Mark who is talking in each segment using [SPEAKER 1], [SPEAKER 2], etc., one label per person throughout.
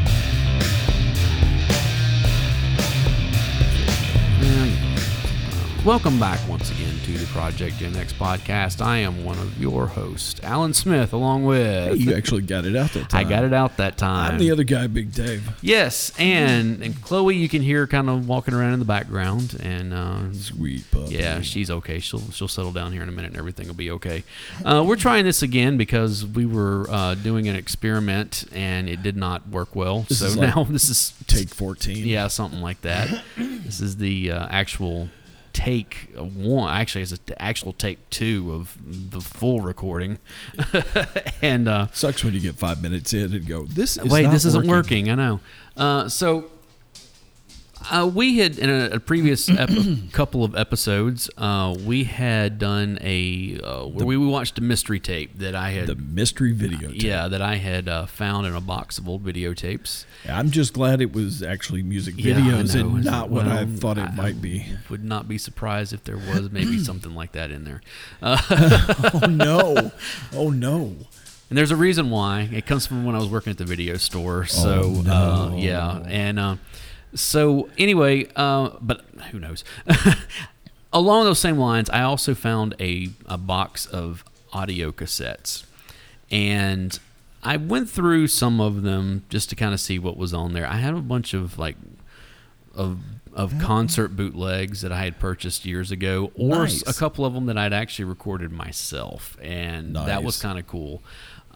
[SPEAKER 1] uh, Welcome back once again to the Project Gen X podcast. I am one of your hosts, Alan Smith, along with.
[SPEAKER 2] You actually got it out that
[SPEAKER 1] I
[SPEAKER 2] time.
[SPEAKER 1] got it out that time.
[SPEAKER 2] I'm the other guy, Big Dave.
[SPEAKER 1] yes, and, and Chloe, you can hear kind of walking around in the background, and uh,
[SPEAKER 2] Sweet puppy.
[SPEAKER 1] Yeah, she's okay. She'll she'll settle down here in a minute, and everything will be okay. Uh, we're trying this again because we were uh, doing an experiment and it did not work well.
[SPEAKER 2] This
[SPEAKER 1] so
[SPEAKER 2] is like
[SPEAKER 1] now this is
[SPEAKER 2] Take 14.
[SPEAKER 1] yeah something like that. this is the uh, actual take one. Actually, it's the actual take two of the full recording, and uh,
[SPEAKER 2] Sucks when you get five minutes in and go, this is
[SPEAKER 1] wait
[SPEAKER 2] not
[SPEAKER 1] this isn't working i know uh, so uh, we had in a, a previous ep- couple of episodes uh, we had done a uh, where we, we watched a mystery tape that i had
[SPEAKER 2] The mystery video. tape.
[SPEAKER 1] yeah that i had uh, found in a box of old videotapes
[SPEAKER 2] I'm just glad it was actually music
[SPEAKER 1] Yeah, I
[SPEAKER 2] videos
[SPEAKER 1] know.
[SPEAKER 2] and
[SPEAKER 1] It's-
[SPEAKER 2] not what I
[SPEAKER 1] well,
[SPEAKER 2] thought it
[SPEAKER 1] I-
[SPEAKER 2] might be.
[SPEAKER 1] would not be surprised if there was maybe something like that in there uh,
[SPEAKER 2] Oh, no. Oh, no.
[SPEAKER 1] And there's a reason why. It comes from when I was working at the video store. So
[SPEAKER 2] Oh, no.
[SPEAKER 1] uh, yeah, and uh, so anyway, uh, but who knows? Along those same lines, I also found a a box of audio cassettes, and I went through some of them just to kind of see what was on there. I had a bunch of like of of
[SPEAKER 2] Oh.
[SPEAKER 1] concert bootlegs that I had purchased years ago, or s-
[SPEAKER 2] Nice.
[SPEAKER 1] a couple of them that I'd actually recorded myself, and that was
[SPEAKER 2] Nice.
[SPEAKER 1] kind of cool.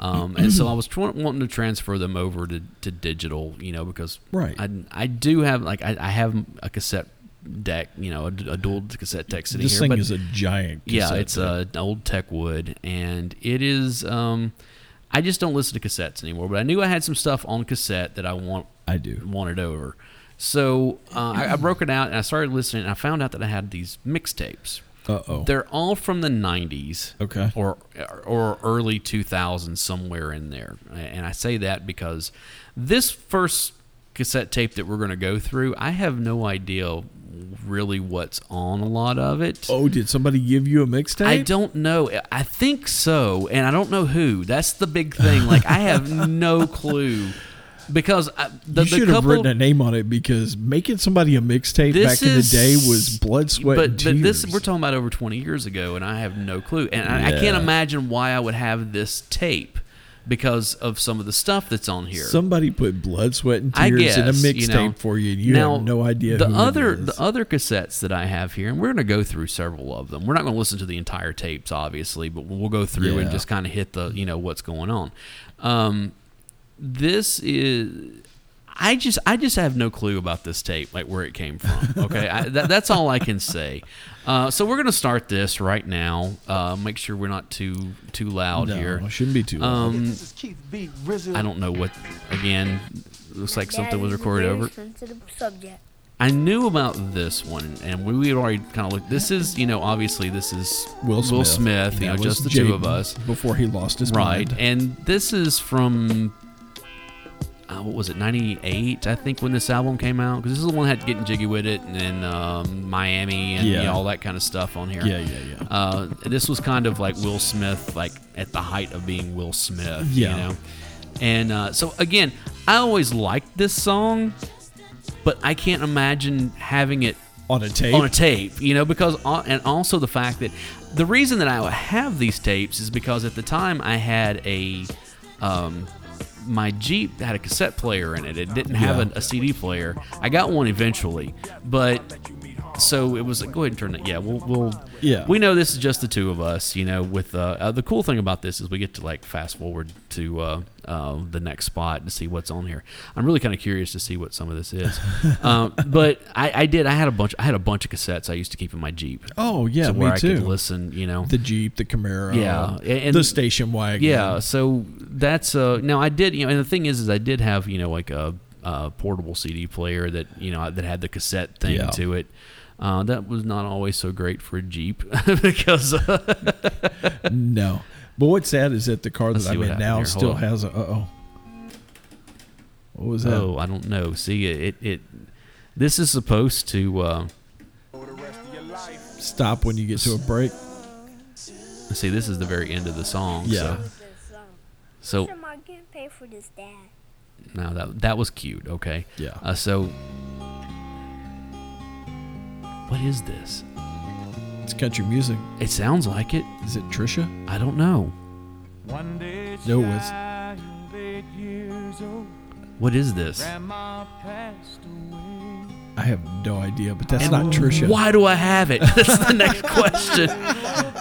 [SPEAKER 1] Um, and so I was tr- wanting to transfer them over to, to digital, you know, because
[SPEAKER 2] Right.
[SPEAKER 1] I, I do have like I, I have a cassette deck, you know, a, d- a dual cassette deck sitting
[SPEAKER 2] This
[SPEAKER 1] here.
[SPEAKER 2] thing
[SPEAKER 1] but
[SPEAKER 2] is a giant
[SPEAKER 1] yeah,
[SPEAKER 2] cassette
[SPEAKER 1] it's
[SPEAKER 2] tape.
[SPEAKER 1] uh, an old Tech Wood, and it is. Um, I just don't listen to cassettes anymore, but I knew I had some stuff on cassette that I want
[SPEAKER 2] I do.
[SPEAKER 1] wanted over. So uh, I, I broke it out and I started listening. And I found out that I had these mixtapes.
[SPEAKER 2] Uh-oh.
[SPEAKER 1] They're all from the '90s,
[SPEAKER 2] Oh. Okay.
[SPEAKER 1] or or early 2000s, somewhere in there. And I say that because this first cassette tape that we're going to go through, I have no idea really what's on a lot of it.
[SPEAKER 2] Oh, did somebody give you a mixtape?
[SPEAKER 1] I don't know. I think so, and I don't know who. That's the big thing. Like I have no clue because I, the, the
[SPEAKER 2] you should have
[SPEAKER 1] couple,
[SPEAKER 2] written a name on it because making somebody a mixtape
[SPEAKER 1] This
[SPEAKER 2] back in the
[SPEAKER 1] is-
[SPEAKER 2] day was blood, sweat,
[SPEAKER 1] but,
[SPEAKER 2] and
[SPEAKER 1] but
[SPEAKER 2] tears.
[SPEAKER 1] this we're talking about over 20 years ago and i have no clue and I, I can't
[SPEAKER 2] Yeah.
[SPEAKER 1] imagine why i would have this tape because of some of the stuff that's on here
[SPEAKER 2] Somebody put blood, sweat, and
[SPEAKER 1] I
[SPEAKER 2] tears
[SPEAKER 1] guess
[SPEAKER 2] in a mixtape
[SPEAKER 1] you know.
[SPEAKER 2] for you, and you
[SPEAKER 1] now,
[SPEAKER 2] have no idea.
[SPEAKER 1] The
[SPEAKER 2] who it
[SPEAKER 1] other
[SPEAKER 2] is.
[SPEAKER 1] the other cassettes that I have here, and we're going to go through several of them. We're not going to listen to the entire tapes, obviously, but we'll go through and
[SPEAKER 2] Yeah.
[SPEAKER 1] just kind of hit the you know what's going on. Um, this is. I just, I just have no clue about this tape, like where it came from. Okay, I, that, that's all I can say. Uh, so we're gonna start this right now. Uh, make sure we're not too, too loud
[SPEAKER 2] no,
[SPEAKER 1] here.
[SPEAKER 2] it shouldn't be too. loud.
[SPEAKER 1] Um,
[SPEAKER 3] This is Keith B. Rizzo.
[SPEAKER 1] I don't know what. Again, looks like something
[SPEAKER 4] That
[SPEAKER 1] was
[SPEAKER 4] is a
[SPEAKER 1] recorded
[SPEAKER 4] very
[SPEAKER 1] over.
[SPEAKER 4] sensitive subject.
[SPEAKER 1] I knew about this one, and we, we had already kind of looked. This is, you know, obviously this is
[SPEAKER 2] Will Smith.
[SPEAKER 1] Smith, you
[SPEAKER 2] That
[SPEAKER 1] know,
[SPEAKER 2] was
[SPEAKER 1] just the
[SPEAKER 2] Jaden
[SPEAKER 1] two of us,
[SPEAKER 2] before he lost his
[SPEAKER 1] right?
[SPEAKER 2] mind.
[SPEAKER 1] And this is from uh, what was it, '98? I think when this album came out, because this is the one that had getting jiggy with it, and then um, Miami and you
[SPEAKER 2] Yeah.
[SPEAKER 1] know, all that kind of stuff on here.
[SPEAKER 2] Yeah, yeah, yeah.
[SPEAKER 1] Uh, this was kind of like Will Smith, like at the height of being Will Smith,
[SPEAKER 2] Yeah.
[SPEAKER 1] you know. And uh, so again, I always liked this song, but I can't imagine having it
[SPEAKER 2] on a tape.
[SPEAKER 1] on a tape, you know, because and also the fact that the reason that I have these tapes is because at the time I had a um, my Jeep had a cassette player in it. It didn't have
[SPEAKER 2] Yeah.
[SPEAKER 1] a, a CD player. I got one eventually, but so it was. Go ahead and turn it. Yeah, we'll. we'll
[SPEAKER 2] Yeah.
[SPEAKER 1] We know this is just the two of us. You know, with uh, uh, the cool thing about this is we get to like fast forward to uh, uh, the next spot to see what's on here. I'm really kind of curious to see what some of this is. um, but I, I did. I had a bunch. I had a bunch of cassettes I used to keep in my Jeep.
[SPEAKER 2] oh yeah,
[SPEAKER 1] so
[SPEAKER 2] me
[SPEAKER 1] where I
[SPEAKER 2] too.
[SPEAKER 1] could listen. You know,
[SPEAKER 2] the Jeep, the Camaro,
[SPEAKER 1] Yeah, and-
[SPEAKER 2] the station wagon.
[SPEAKER 1] yeah, so that's uh now I did you know and the thing is is I did have you know like a, a portable CD player that you know that had the cassette thing
[SPEAKER 2] Yeah.
[SPEAKER 1] to it. Uh, that was not always so great for a Jeep because uh,
[SPEAKER 2] no. But what's sad is that the car
[SPEAKER 1] Let's
[SPEAKER 2] that
[SPEAKER 1] see
[SPEAKER 2] I'm
[SPEAKER 1] what
[SPEAKER 2] in
[SPEAKER 1] happened
[SPEAKER 2] now
[SPEAKER 1] here. Hold
[SPEAKER 2] still
[SPEAKER 1] on.
[SPEAKER 2] has a. Uh oh. What was that?
[SPEAKER 1] oh I don't know. See it it this is supposed to uh,
[SPEAKER 2] Stop when you get to a break.
[SPEAKER 1] see this is the very end of the song.
[SPEAKER 2] Yeah.
[SPEAKER 1] So,
[SPEAKER 4] This song.
[SPEAKER 1] so
[SPEAKER 4] Am I getting paid for this, Dad?
[SPEAKER 1] now that that was cute. Okay.
[SPEAKER 2] Yeah.
[SPEAKER 1] Uh, so what is this?
[SPEAKER 2] It's country music.
[SPEAKER 1] It sounds like it.
[SPEAKER 2] Is it Trisha?
[SPEAKER 1] I don't know.
[SPEAKER 3] One day she
[SPEAKER 2] No, it was.
[SPEAKER 3] was eight years old.
[SPEAKER 1] What is this?
[SPEAKER 3] Grandma passed away.
[SPEAKER 2] I have no idea, but that's
[SPEAKER 1] And
[SPEAKER 2] not Trisha.
[SPEAKER 1] Why do I have it? That's the next question.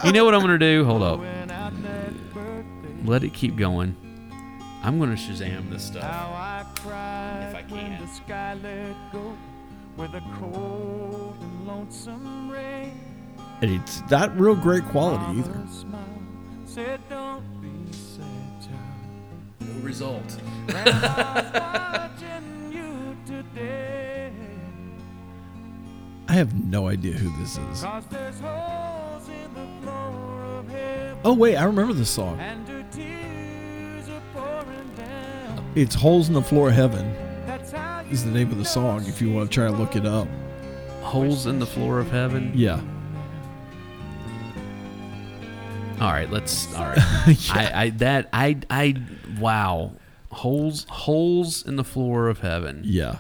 [SPEAKER 1] You know what I'm going to do? Hold up.
[SPEAKER 3] Went out that birthday.
[SPEAKER 1] Let it keep going. I'm going to Shazam this stuff.
[SPEAKER 3] How I cried
[SPEAKER 1] If I
[SPEAKER 3] when
[SPEAKER 1] can.
[SPEAKER 3] the sky let go with a cold and lonesome rain.
[SPEAKER 2] And it's not real great quality either.
[SPEAKER 3] Mama smiled, said, "Don't be sad, child.
[SPEAKER 1] Result.
[SPEAKER 3] Grandma's watching you today.
[SPEAKER 2] I have no idea who this is.
[SPEAKER 3] 'Cause there's holes in the floor of heaven,
[SPEAKER 2] Oh wait, I remember this song.
[SPEAKER 3] and her tears are pouring down.
[SPEAKER 2] It's Holes in the Floor of Heaven
[SPEAKER 3] That's how
[SPEAKER 2] Oh. is the
[SPEAKER 3] you
[SPEAKER 2] name of the
[SPEAKER 3] know
[SPEAKER 2] song if you want to try to look it up.
[SPEAKER 1] Holes in the floor of heaven.
[SPEAKER 2] Yeah.
[SPEAKER 1] All right, let's. All right. I, I that I I wow. Holes holes in the floor of heaven.
[SPEAKER 2] Yeah.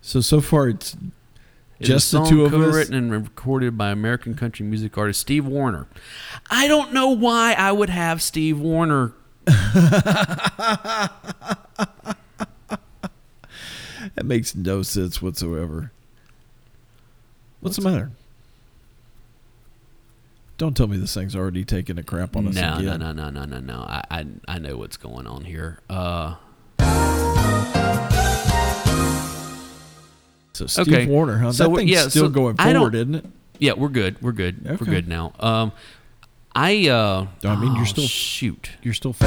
[SPEAKER 2] So so far it's
[SPEAKER 1] Is
[SPEAKER 2] Just
[SPEAKER 1] a
[SPEAKER 2] the
[SPEAKER 1] song
[SPEAKER 2] two of us?
[SPEAKER 1] co-written and recorded by American country music artist Steve Warner. I don't know why I would have Steve Warner.
[SPEAKER 2] that makes no sense whatsoever. What's the matter? Don't tell me this thing's already taking a crap on
[SPEAKER 1] No,
[SPEAKER 2] us
[SPEAKER 1] no,
[SPEAKER 2] again.
[SPEAKER 1] no, no, no, no, no. I, I I know what's going on here. Uh,
[SPEAKER 2] So Steve
[SPEAKER 1] Okay.
[SPEAKER 2] Warner, huh?
[SPEAKER 1] So,
[SPEAKER 2] that thing's
[SPEAKER 1] yeah, so
[SPEAKER 2] still going
[SPEAKER 1] I don't-
[SPEAKER 2] forward, isn't it?
[SPEAKER 1] yeah, we're good. We're good.
[SPEAKER 2] Okay.
[SPEAKER 1] We're good now. Um, I uh,
[SPEAKER 2] I mean, you're
[SPEAKER 1] oh,
[SPEAKER 2] still-
[SPEAKER 1] shoot.
[SPEAKER 2] You're still fa-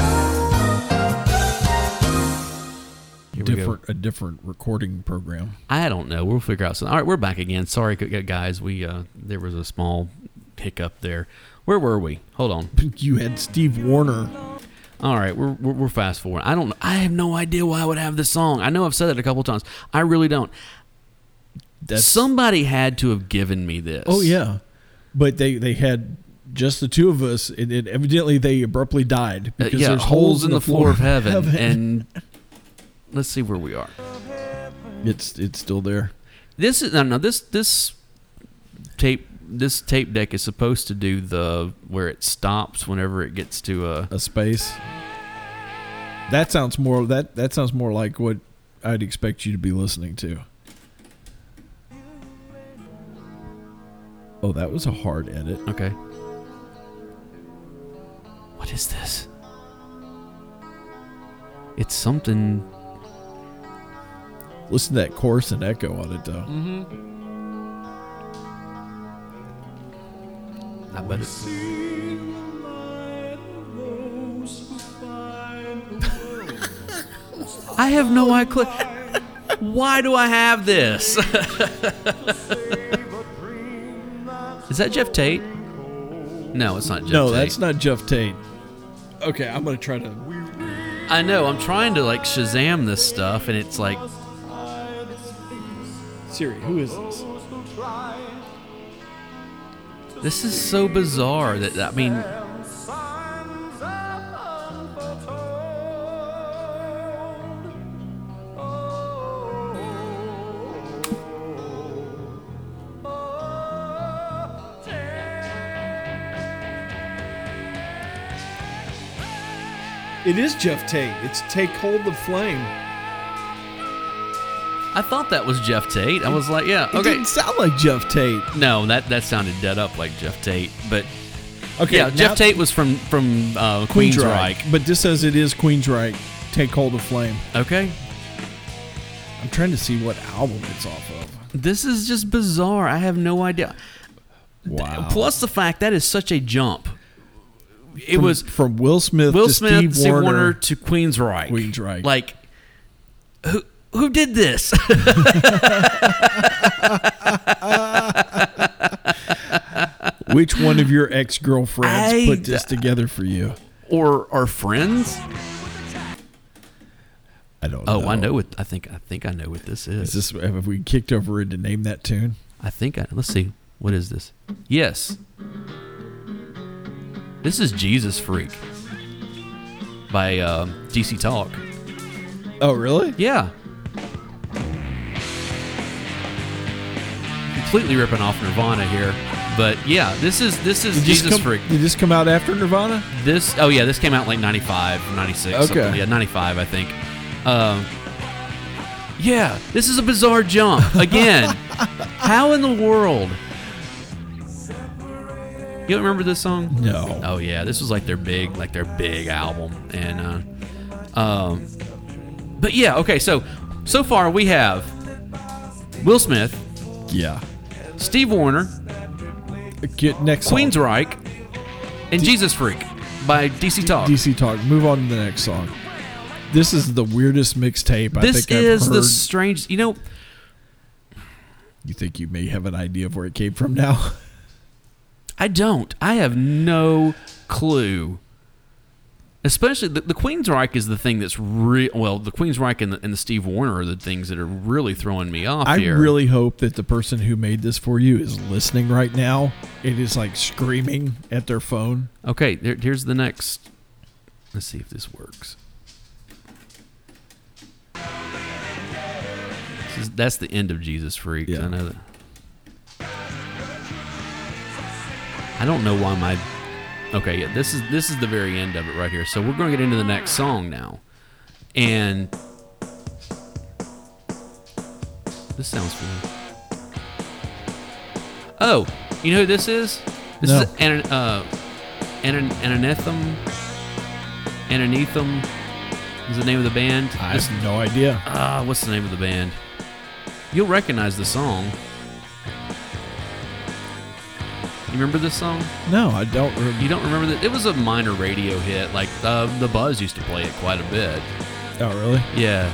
[SPEAKER 1] Here we go.
[SPEAKER 2] different a different recording program.
[SPEAKER 1] I don't know. We'll figure out something. All right, we're back again. Sorry, gu- gu- guys. We uh, there was a small hiccup there. Where were we? Hold on.
[SPEAKER 2] You had Steve Warner.
[SPEAKER 1] All right, we're we're, we're fast forward. I don't. I have no idea why I would have this song. I know I've said it a couple times. I really don't.
[SPEAKER 2] That's
[SPEAKER 1] Somebody had to have given me this. Uh,
[SPEAKER 2] Oh yeah, but they they had just the two of us, and, and evidently they abruptly died
[SPEAKER 1] Uh,
[SPEAKER 2] because
[SPEAKER 1] yeah,
[SPEAKER 2] there's
[SPEAKER 1] holes, in the, floor, of heaven, and let's see where we are.
[SPEAKER 2] it's it's still there.
[SPEAKER 1] This is no, no. This this tape this tape deck is supposed to do the where it stops whenever it gets to uh, a.
[SPEAKER 2] A space. That sounds more that that sounds more like what I'd expect you to be listening to. Oh, that was a hard edit.
[SPEAKER 1] Okay. What is this? It's something.
[SPEAKER 2] Listen to that chorus and echo on it though.
[SPEAKER 1] I bet it's.
[SPEAKER 3] See the light of those who find the
[SPEAKER 1] I have no idea. Why do I have this?
[SPEAKER 3] save a dream that's
[SPEAKER 1] Is that Jeff Tate? No, it's not Jeff
[SPEAKER 2] No,
[SPEAKER 1] Tate.
[SPEAKER 2] that's not Jeff Tate. Okay, I'm gonna try to
[SPEAKER 1] I know. I'm trying to like Shazam this stuff, and it's like
[SPEAKER 2] Siri. Who is this?
[SPEAKER 1] this is so bizarre that I mean,
[SPEAKER 3] Signs of unforetold. Oh, oh, oh,
[SPEAKER 2] It is Jeff Tate. It's Take Hold the Flame.
[SPEAKER 1] I thought that was Jeff Tate. I was like, yeah,
[SPEAKER 2] It
[SPEAKER 1] okay.
[SPEAKER 2] didn't sound like Jeff Tate.
[SPEAKER 1] No, that that sounded dead up like Jeff Tate, but
[SPEAKER 2] Okay,
[SPEAKER 1] yeah,
[SPEAKER 2] now-
[SPEAKER 1] Jeff Tate was from from uh, Queensryche.
[SPEAKER 2] But this says it is Queensryche. Take Hold of Flame.
[SPEAKER 1] Okay,
[SPEAKER 2] I'm trying to see what album it's off of.
[SPEAKER 1] this is just bizarre. I have no idea.
[SPEAKER 2] Wow.
[SPEAKER 1] Plus the fact that is such a jump. It
[SPEAKER 2] From-
[SPEAKER 1] was
[SPEAKER 2] from Will Smith
[SPEAKER 1] Will
[SPEAKER 2] to
[SPEAKER 1] Smith,
[SPEAKER 2] Steve, Warner.
[SPEAKER 1] to Queensryche.
[SPEAKER 2] Queensryche.
[SPEAKER 1] Like, who who did this?
[SPEAKER 2] Which one of your ex girlfriends
[SPEAKER 1] I-
[SPEAKER 2] put this together for you?
[SPEAKER 1] or our friends?
[SPEAKER 2] I don't
[SPEAKER 1] Oh,
[SPEAKER 2] know.
[SPEAKER 1] I know what I think. I think I know what this is.
[SPEAKER 2] Is this have we kicked over into name that tune?
[SPEAKER 1] I think. I, let's see. What is this? Yes. This is Jesus Freak by um, DC Talk.
[SPEAKER 2] Oh, really?
[SPEAKER 1] Yeah. Completely ripping off Nirvana here, But yeah, this is this is
[SPEAKER 2] Did this
[SPEAKER 1] Jesus
[SPEAKER 2] come,
[SPEAKER 1] Freak.
[SPEAKER 2] Did this come out after Nirvana?
[SPEAKER 1] This oh yeah, this came out in like 95, 96.
[SPEAKER 2] Okay.
[SPEAKER 1] something. Yeah, 95 I think. Um yeah, this is a bizarre jump again. how in the world? You don't remember this song?
[SPEAKER 2] No.
[SPEAKER 1] Oh yeah, this was like their big, like their big album, and uh, um, but yeah, okay. So so far we have Will Smith,
[SPEAKER 2] Yeah.
[SPEAKER 1] Steve Warner,
[SPEAKER 2] Get next song.
[SPEAKER 1] Queensryche, and Jesus Freak by DC Talk.
[SPEAKER 2] DC Talk. Move on to the next song. This is the weirdest mixtape I
[SPEAKER 1] this
[SPEAKER 2] think I've
[SPEAKER 1] is the
[SPEAKER 2] heard.
[SPEAKER 1] strange. You know,
[SPEAKER 2] You think you may have an idea of where it came from now?
[SPEAKER 1] I don't. I have no clue. Especially the, the Queensryche is the thing that's real. Well, the Queensryche and the, and the Steve Warner are the things that are really throwing me off
[SPEAKER 2] I
[SPEAKER 1] here.
[SPEAKER 2] really hope that the person who made this for you is listening right now. It is like screaming at their phone.
[SPEAKER 1] Okay, there, here's the next. Let's see if this works. This is, that's the end of Jesus Freak.
[SPEAKER 2] Yeah.
[SPEAKER 1] I know that. I don't know why my. Okay, yeah, this is this is the very end of it right here. So we're going to get into the next song now, and this sounds familiar. Oh, you know who this is? This
[SPEAKER 2] No.
[SPEAKER 1] is an uh, Anan- Ananethum. Ananethum is the name of the band.
[SPEAKER 2] I
[SPEAKER 1] This-
[SPEAKER 2] have no idea.
[SPEAKER 1] Ah, what's the name of the band? You'll recognize the song. You remember this song?
[SPEAKER 2] No, I don't. Rem-
[SPEAKER 1] You don't remember that? It was a minor radio hit. Like uh, the Buzz used to play it quite a bit.
[SPEAKER 2] oh, really?
[SPEAKER 1] Yeah.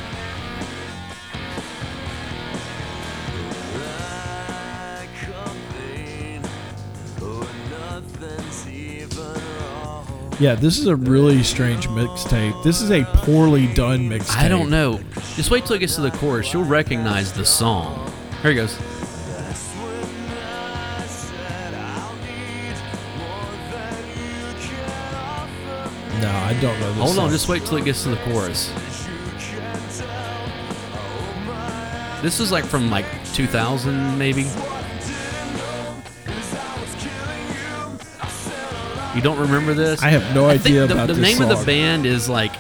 [SPEAKER 2] Yeah, this is a really strange mixtape. This is a poorly done mixtape.
[SPEAKER 1] I don't know. Just wait till it gets to the chorus. You'll recognize the song. Here it goes.
[SPEAKER 2] No, I don't know. This
[SPEAKER 1] Hold on,
[SPEAKER 2] song.
[SPEAKER 1] just wait till it gets to the chorus. This is like from like 2000, maybe. You don't remember this?
[SPEAKER 2] I have no
[SPEAKER 1] think
[SPEAKER 2] idea
[SPEAKER 1] the,
[SPEAKER 2] about
[SPEAKER 1] the
[SPEAKER 2] this
[SPEAKER 1] name of the
[SPEAKER 2] song.
[SPEAKER 1] band is like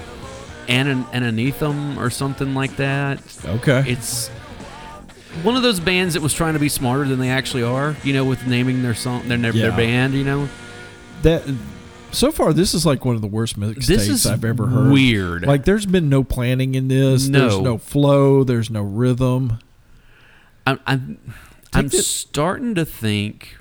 [SPEAKER 1] Anan- Ananethum or something like that.
[SPEAKER 2] Okay.
[SPEAKER 1] It's one of those bands that was trying to be smarter than they actually are. You know, with naming their song, their their
[SPEAKER 2] Yeah.
[SPEAKER 1] band. You know,
[SPEAKER 2] that so far this is like one of the worst mixtapes
[SPEAKER 1] This is
[SPEAKER 2] I've ever heard.
[SPEAKER 1] weird.
[SPEAKER 2] Like there's been no planning in this. There's
[SPEAKER 1] No.
[SPEAKER 2] no flow. There's no rhythm.
[SPEAKER 1] I'm I'm, I'm
[SPEAKER 2] the-
[SPEAKER 1] starting to think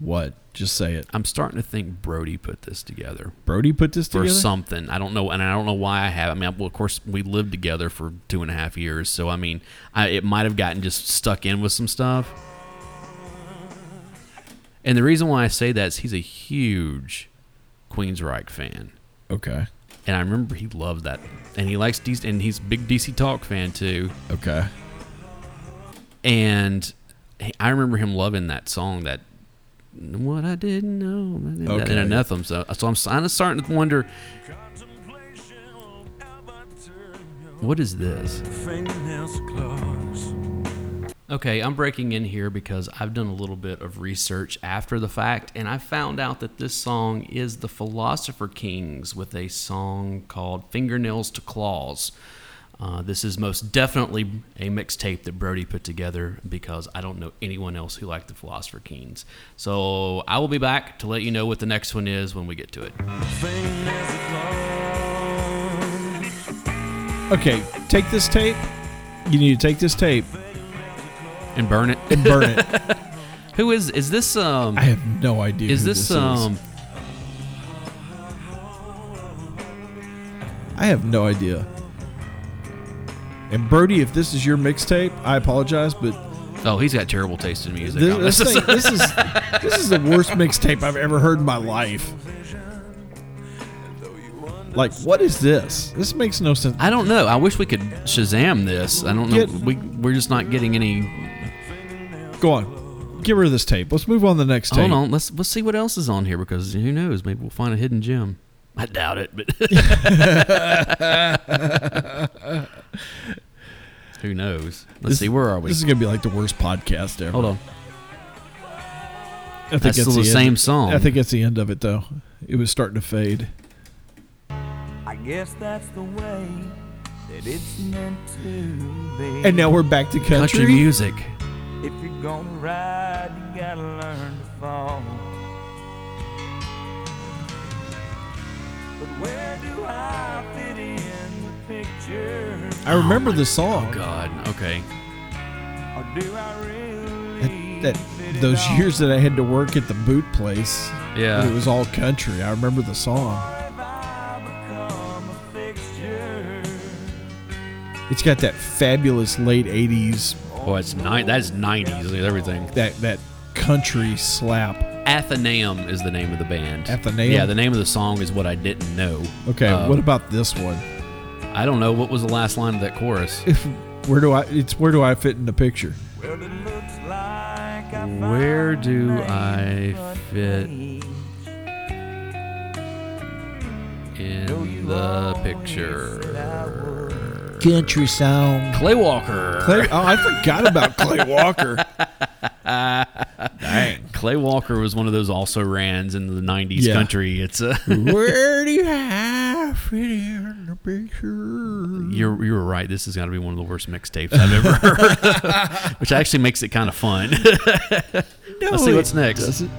[SPEAKER 2] What? Just say it.
[SPEAKER 1] I'm starting to think Brody put this together
[SPEAKER 2] Brody put this
[SPEAKER 1] for
[SPEAKER 2] together.
[SPEAKER 1] something. I don't know, and I don't know why I have. I mean, well, of course, we lived together for two and a half years, so I mean, I, it might have gotten just stuck in with some stuff. And the reason why I say that is he's a huge Queensryche fan,
[SPEAKER 2] okay.
[SPEAKER 1] and I remember he loved that, and he likes DC, and he's a big DC Talk fan too.
[SPEAKER 2] Okay.
[SPEAKER 1] and he- I remember him loving that song that what I didn't know I didn't- that
[SPEAKER 2] Okay.
[SPEAKER 1] and nothing so so I'm kind of starting to wonder what is this
[SPEAKER 3] Fingernails claws.
[SPEAKER 1] okay I'm breaking in here because I've done a little bit of research after the fact and I found out that this song is the Philosopher Kings with a song called Fingernails to Claws uh, this is most definitely a mixtape that Brody put together because I don't know anyone else who liked the Philosopher Kings. So I will be back to let you know what the next one is when we get to it.
[SPEAKER 3] Fingernails claws.
[SPEAKER 2] Okay. Take this tape. You need to take this tape
[SPEAKER 1] And burn it.
[SPEAKER 2] and burn it.
[SPEAKER 1] Who is is this? Um,
[SPEAKER 2] I have no idea.
[SPEAKER 1] is
[SPEAKER 2] who
[SPEAKER 1] this, um?
[SPEAKER 2] I have no idea. And Brody, if this is your mixtape, I apologize, but
[SPEAKER 1] Oh, he's got terrible taste in music.
[SPEAKER 2] Th-
[SPEAKER 1] Oh,
[SPEAKER 2] This,
[SPEAKER 1] this is-
[SPEAKER 2] thing- this is this is the worst mixtape I've ever heard in my life. Like, what is this? This makes no sense.
[SPEAKER 1] I don't know. I wish we could Shazam this. I don't know.
[SPEAKER 2] Get-
[SPEAKER 1] we we're just not getting any.
[SPEAKER 2] Go on, get rid of this tape. Let's move on to the next tape.
[SPEAKER 1] Hold on. Let's let's see what else is on here because who knows? Maybe we'll find a hidden gem. I doubt it, but Who knows? Let's
[SPEAKER 2] This-
[SPEAKER 1] see. Where are we?
[SPEAKER 2] This is gonna be like the worst podcast ever.
[SPEAKER 1] Hold on.
[SPEAKER 2] I think
[SPEAKER 1] Oh, That's still the
[SPEAKER 2] end-
[SPEAKER 1] same song.
[SPEAKER 2] I think that's the end of it though. It was starting to fade.
[SPEAKER 3] I guess that's the way that it's meant to be.
[SPEAKER 2] And now we're back to country.
[SPEAKER 1] country music.
[SPEAKER 3] If you're gonna ride, you gotta learn to fall. But where do I fit in the picture?
[SPEAKER 2] I remember
[SPEAKER 1] my-
[SPEAKER 2] the song.
[SPEAKER 1] Oh God. Okay.
[SPEAKER 3] Or do I really
[SPEAKER 2] That,
[SPEAKER 3] fit
[SPEAKER 2] that
[SPEAKER 3] it
[SPEAKER 2] those
[SPEAKER 3] all?
[SPEAKER 2] years that I had to work at the boot place,
[SPEAKER 1] Yeah.
[SPEAKER 2] it was all country. I remember the song.
[SPEAKER 3] Have I become a fixture?
[SPEAKER 2] It's got that fabulous late '80s
[SPEAKER 1] Oh, it's nine. That's nineties. Everything.
[SPEAKER 2] that that country slap.
[SPEAKER 1] Athenaeum is the name of the band.
[SPEAKER 2] Athenaeum?
[SPEAKER 1] Yeah, the name of the song is what I didn't know.
[SPEAKER 2] Okay,
[SPEAKER 1] Uh,
[SPEAKER 2] what about this one?
[SPEAKER 1] I don't know what was the last line of that chorus.
[SPEAKER 2] If where do I? It's where do I fit in the picture?
[SPEAKER 3] Well, it looks like I
[SPEAKER 1] Where
[SPEAKER 3] found
[SPEAKER 1] do
[SPEAKER 3] a
[SPEAKER 1] I
[SPEAKER 3] name, but
[SPEAKER 1] fit
[SPEAKER 3] please, know
[SPEAKER 1] in
[SPEAKER 3] you
[SPEAKER 1] the
[SPEAKER 3] always said I
[SPEAKER 1] picture?
[SPEAKER 3] would.
[SPEAKER 2] Country sound.
[SPEAKER 1] Clay Walker.
[SPEAKER 2] Clay, oh, I forgot about Clay Walker. Dang.
[SPEAKER 1] Clay Walker was one of those also rans in the '90s
[SPEAKER 2] Yeah. Mm-hmm.
[SPEAKER 1] country. It's uh, a
[SPEAKER 2] Where do you have fit in the picture?
[SPEAKER 1] you're you were right. This has got to be one of the worst mixtapes I've ever heard, which actually makes it kind of fun. Let's see what's next.
[SPEAKER 2] Does it?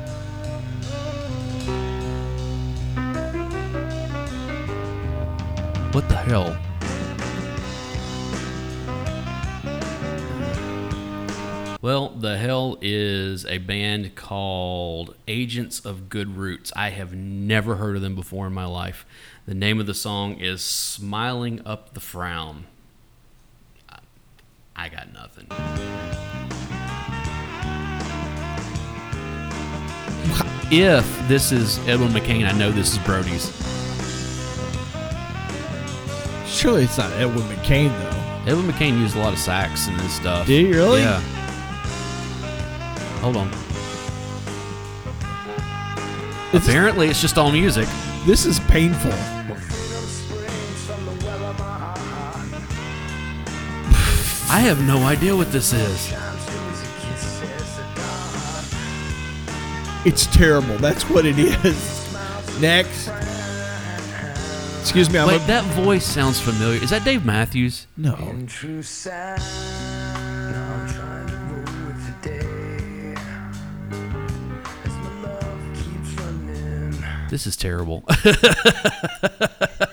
[SPEAKER 1] What the hell? Well, the hell is a band called Agents of Good Roots. I have never heard of them before in my life. The name of the song is Smiling Up the Frown. I- I got nothing. If this is Edwin McCain, I know this is Brody's.
[SPEAKER 2] Surely it's not Edwin McCain though.
[SPEAKER 1] Edwin McCain used a lot of sax in his stuff.
[SPEAKER 2] Did he really?
[SPEAKER 1] Yeah. Hold on.
[SPEAKER 2] This is,
[SPEAKER 1] Apparently, it's just all music.
[SPEAKER 2] this is painful.
[SPEAKER 1] I have no idea what this is.
[SPEAKER 2] It's terrible. That's what it is. Next. Excuse me. I'm
[SPEAKER 1] Wait,
[SPEAKER 2] a,
[SPEAKER 1] that voice sounds familiar. Is that Dave Matthews?
[SPEAKER 2] no.
[SPEAKER 5] True sound. I'm trying to move with the day. As my love keeps running.
[SPEAKER 1] This is terrible.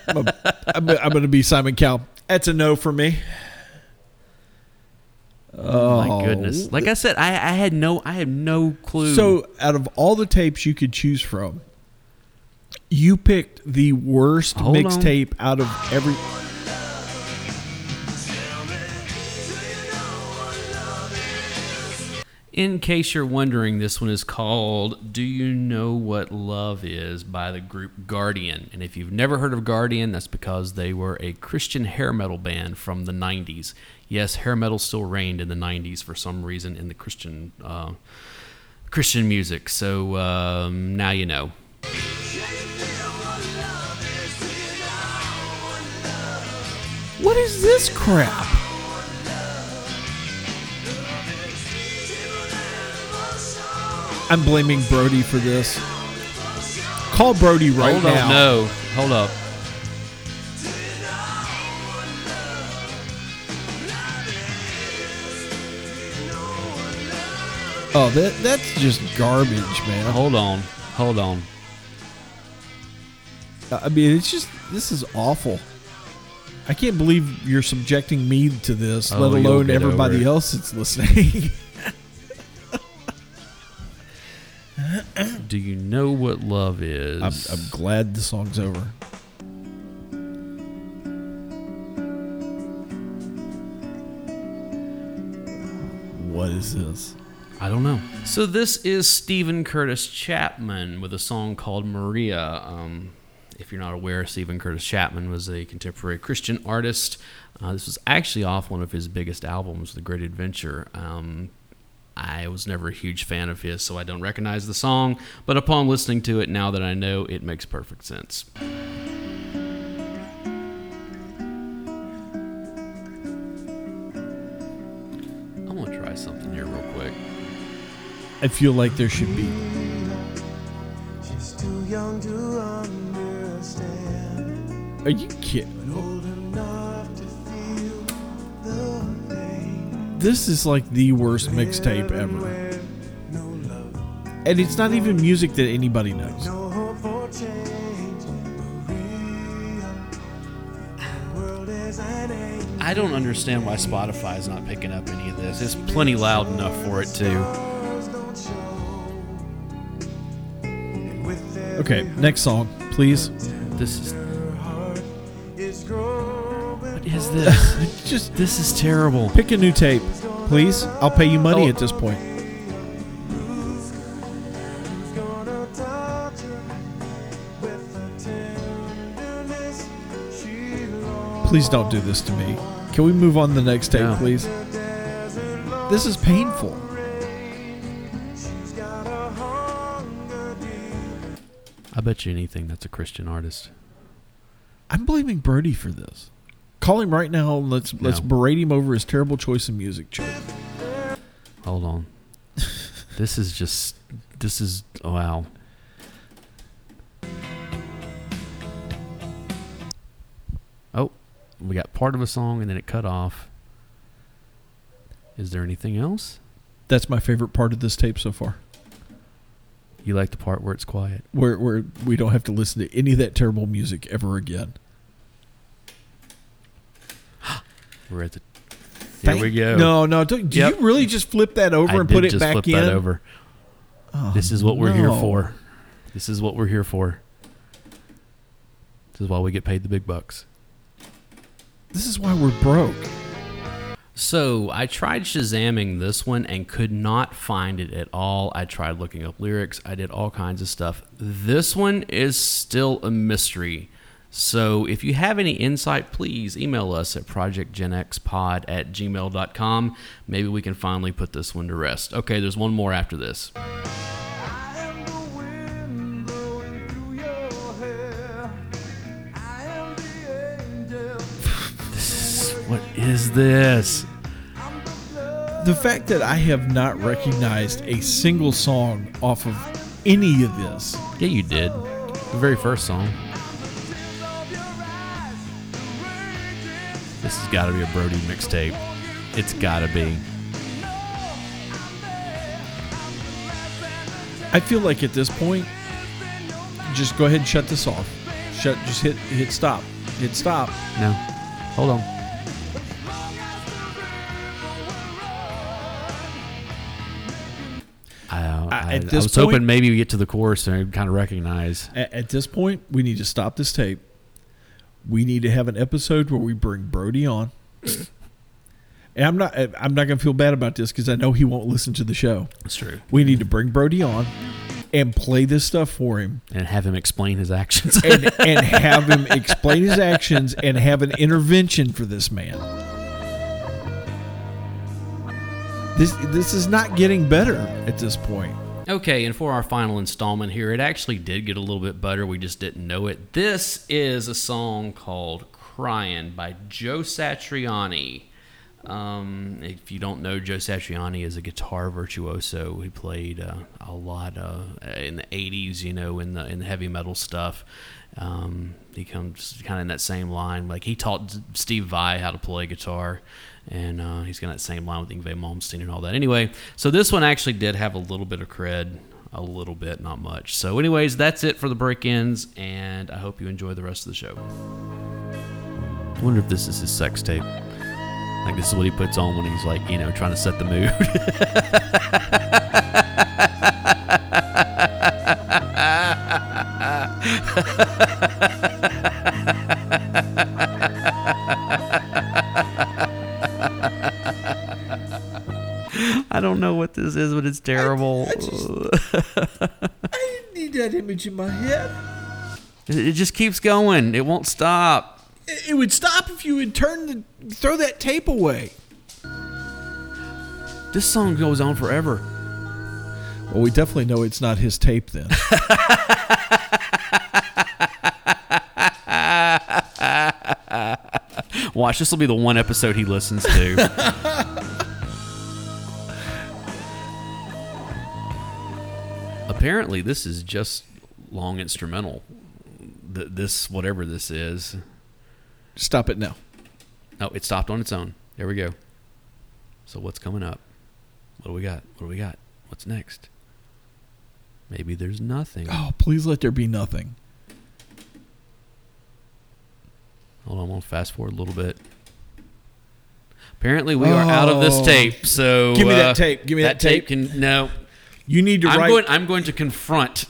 [SPEAKER 2] I'm, a, I'm, a, I'm going to be Simon Cowell. That's a no for me.
[SPEAKER 1] Oh my goodness! Like I said, I, I had no I had no clue.
[SPEAKER 2] So, out of all the tapes you could choose from, you picked the worst
[SPEAKER 1] Hold on.
[SPEAKER 2] mixtape out of every.
[SPEAKER 1] in case you're wondering, this one is called "Do You Know What Love Is" by the group Guardian. And if you've never heard of Guardian, that's because they were a Christian hair metal band from the '90s. Yes, hair metal still reigned in the '90s for some reason in the Christian uh, Christian music. So um, now you know.
[SPEAKER 2] What is this crap? I'm blaming Brody for this. Call Brody right
[SPEAKER 1] Hold
[SPEAKER 2] now.
[SPEAKER 1] up, no, hold up.
[SPEAKER 2] Oh, that, that's just garbage, man.
[SPEAKER 1] Hold on. Hold on.
[SPEAKER 2] I mean, it's just this is awful. I can't believe you're subjecting me to this,
[SPEAKER 1] Oh,
[SPEAKER 2] let
[SPEAKER 1] you'll
[SPEAKER 2] alone
[SPEAKER 1] get over
[SPEAKER 2] everybody
[SPEAKER 1] it.
[SPEAKER 2] else that's listening.
[SPEAKER 1] Do you know what love is?
[SPEAKER 2] I'm, I'm glad the song's over. What is this?
[SPEAKER 1] I don't know. So this is Stephen Curtis Chapman with a song called Maria. Um, if you're not aware, Stephen Curtis Chapman was a contemporary Christian artist. Uh, this was actually off one of his biggest albums, The Great Adventure. Um, I was never a huge fan of his, so I don't recognize the song. But upon listening to it, now that I know, it makes perfect sense. try something here real quick.
[SPEAKER 2] I feel like there should be.
[SPEAKER 5] She's too young to understand,
[SPEAKER 2] Are you kidding?
[SPEAKER 5] old enough to feel the pain.
[SPEAKER 2] This is like the worst mixtape ever.
[SPEAKER 5] Where no love,
[SPEAKER 2] And it's not even music that anybody knows.
[SPEAKER 5] no hope for change. Maria, the world is an angel.
[SPEAKER 1] I don't understand why Spotify is not picking up any of this. It's plenty loud enough for it too.
[SPEAKER 2] Okay, next song, please.
[SPEAKER 1] This is
[SPEAKER 5] What
[SPEAKER 1] is this?
[SPEAKER 2] Just
[SPEAKER 1] this is terrible.
[SPEAKER 2] pick a new tape, please. I'll pay you money at this point. Please don't do this to me. Can we move on to the next tape,
[SPEAKER 1] No.
[SPEAKER 2] please? This is painful.
[SPEAKER 1] I bet you anything that's a Christian artist.
[SPEAKER 2] I'm blaming Brody for this. Call him right now and let's let's
[SPEAKER 1] No.
[SPEAKER 2] berate him over his terrible choice in music, Chip.
[SPEAKER 1] Hold on. this is just. This is. Wow. Oh, we got part of a song and then it cut off. Is there anything else?
[SPEAKER 2] That's my favorite part of this tape so far.
[SPEAKER 1] You like the part where it's quiet?
[SPEAKER 2] Where where we don't have to listen to any of that terrible music ever again.
[SPEAKER 1] We're at the. Here we
[SPEAKER 2] Thank-
[SPEAKER 1] go.
[SPEAKER 2] No, no. Do, do
[SPEAKER 1] Yep.
[SPEAKER 2] you really just flip that over
[SPEAKER 1] I
[SPEAKER 2] and
[SPEAKER 1] did
[SPEAKER 2] put it
[SPEAKER 1] just
[SPEAKER 2] back
[SPEAKER 1] flip
[SPEAKER 2] in?
[SPEAKER 1] that over.
[SPEAKER 2] Oh,
[SPEAKER 1] This is what we're here
[SPEAKER 2] no.
[SPEAKER 1] for. This is what we're here for. This is why we get paid the big bucks.
[SPEAKER 2] This is why we're broke.
[SPEAKER 1] So I tried Shazamming this one and could not find it at all. I tried looking up lyrics. I did all kinds of stuff. This one is still a mystery. So if you have any insight, please email us at projectgenxpod at gmail.com. Maybe we can finally put this one to rest. Okay, there's one more after this. This is, what is this?
[SPEAKER 2] The fact that I have not recognized a single song off of any of this.
[SPEAKER 1] Yeah, you did. The very first song. This has got to be a Brody mixtape. It's got to be.
[SPEAKER 2] I feel like at this point, just go ahead and shut this off. Shut. Just hit hit stop. Hit stop.
[SPEAKER 1] No. Hold on. I, uh,
[SPEAKER 2] at
[SPEAKER 1] I, I
[SPEAKER 2] this
[SPEAKER 1] was hoping
[SPEAKER 2] point-
[SPEAKER 1] maybe we get to the chorus and I'd kind of recognize.
[SPEAKER 2] At, at this point, we need to stop this tape. We need to have an episode where we bring Brody on. and I'm not. I'm not gonna feel bad about this because I know he won't listen to the show.
[SPEAKER 1] It's true.
[SPEAKER 2] We need to bring Brody on and play this stuff for him
[SPEAKER 1] And have him explain his actions.
[SPEAKER 2] and, and have him explain his actions and have an intervention for this man. This this is not getting better at this point.
[SPEAKER 1] Okay, and for our final installment here, it actually did get a little bit better. We just didn't know it. This is a song called "Crying" by Joe Satriani. Um, if you don't know, Joe Satriani is a guitar virtuoso. He played uh, a lot uh, in the '80s, you know, in the in the heavy metal stuff. Um, he comes kind of in that same line. Like he taught Steve Vai how to play guitar, and uh, he's got that same line with Ingve Malmsteen and all that. Anyway, so this one actually did have a little bit of cred, a little bit, not much. So, anyways, that's it for the break-ins, and I hope you enjoy the rest of the show. I wonder if this is his sex tape. Like this is what he puts on when he's like, you know, trying to set the mood. I don't know what this is, but it's terrible.
[SPEAKER 2] I need that image in my head.
[SPEAKER 1] It it just keeps going. It won't stop.
[SPEAKER 2] It it would stop if you would turn the throw that tape away.
[SPEAKER 1] This song goes on forever.
[SPEAKER 2] Well, we definitely know it's not his tape then.
[SPEAKER 1] Watch, this will be the one episode he listens to. apparently this is just long instrumental. Th- This whatever this is.
[SPEAKER 2] Stop it now.
[SPEAKER 1] Oh, it stopped on its own. There we go. So what's coming up? What do we got? What do we got? What's next? Maybe there's nothing.
[SPEAKER 2] Oh, please let there be nothing.
[SPEAKER 1] Hold on, I'm gonna fast forward a little bit. Apparently, we are out of this
[SPEAKER 2] Oh.
[SPEAKER 1] tape. So
[SPEAKER 2] Give me that
[SPEAKER 1] uh,
[SPEAKER 2] tape. Give me that
[SPEAKER 1] tape.
[SPEAKER 2] tape.
[SPEAKER 1] Can no.
[SPEAKER 2] You need to
[SPEAKER 1] I'm
[SPEAKER 2] write.
[SPEAKER 1] going. I'm going to confront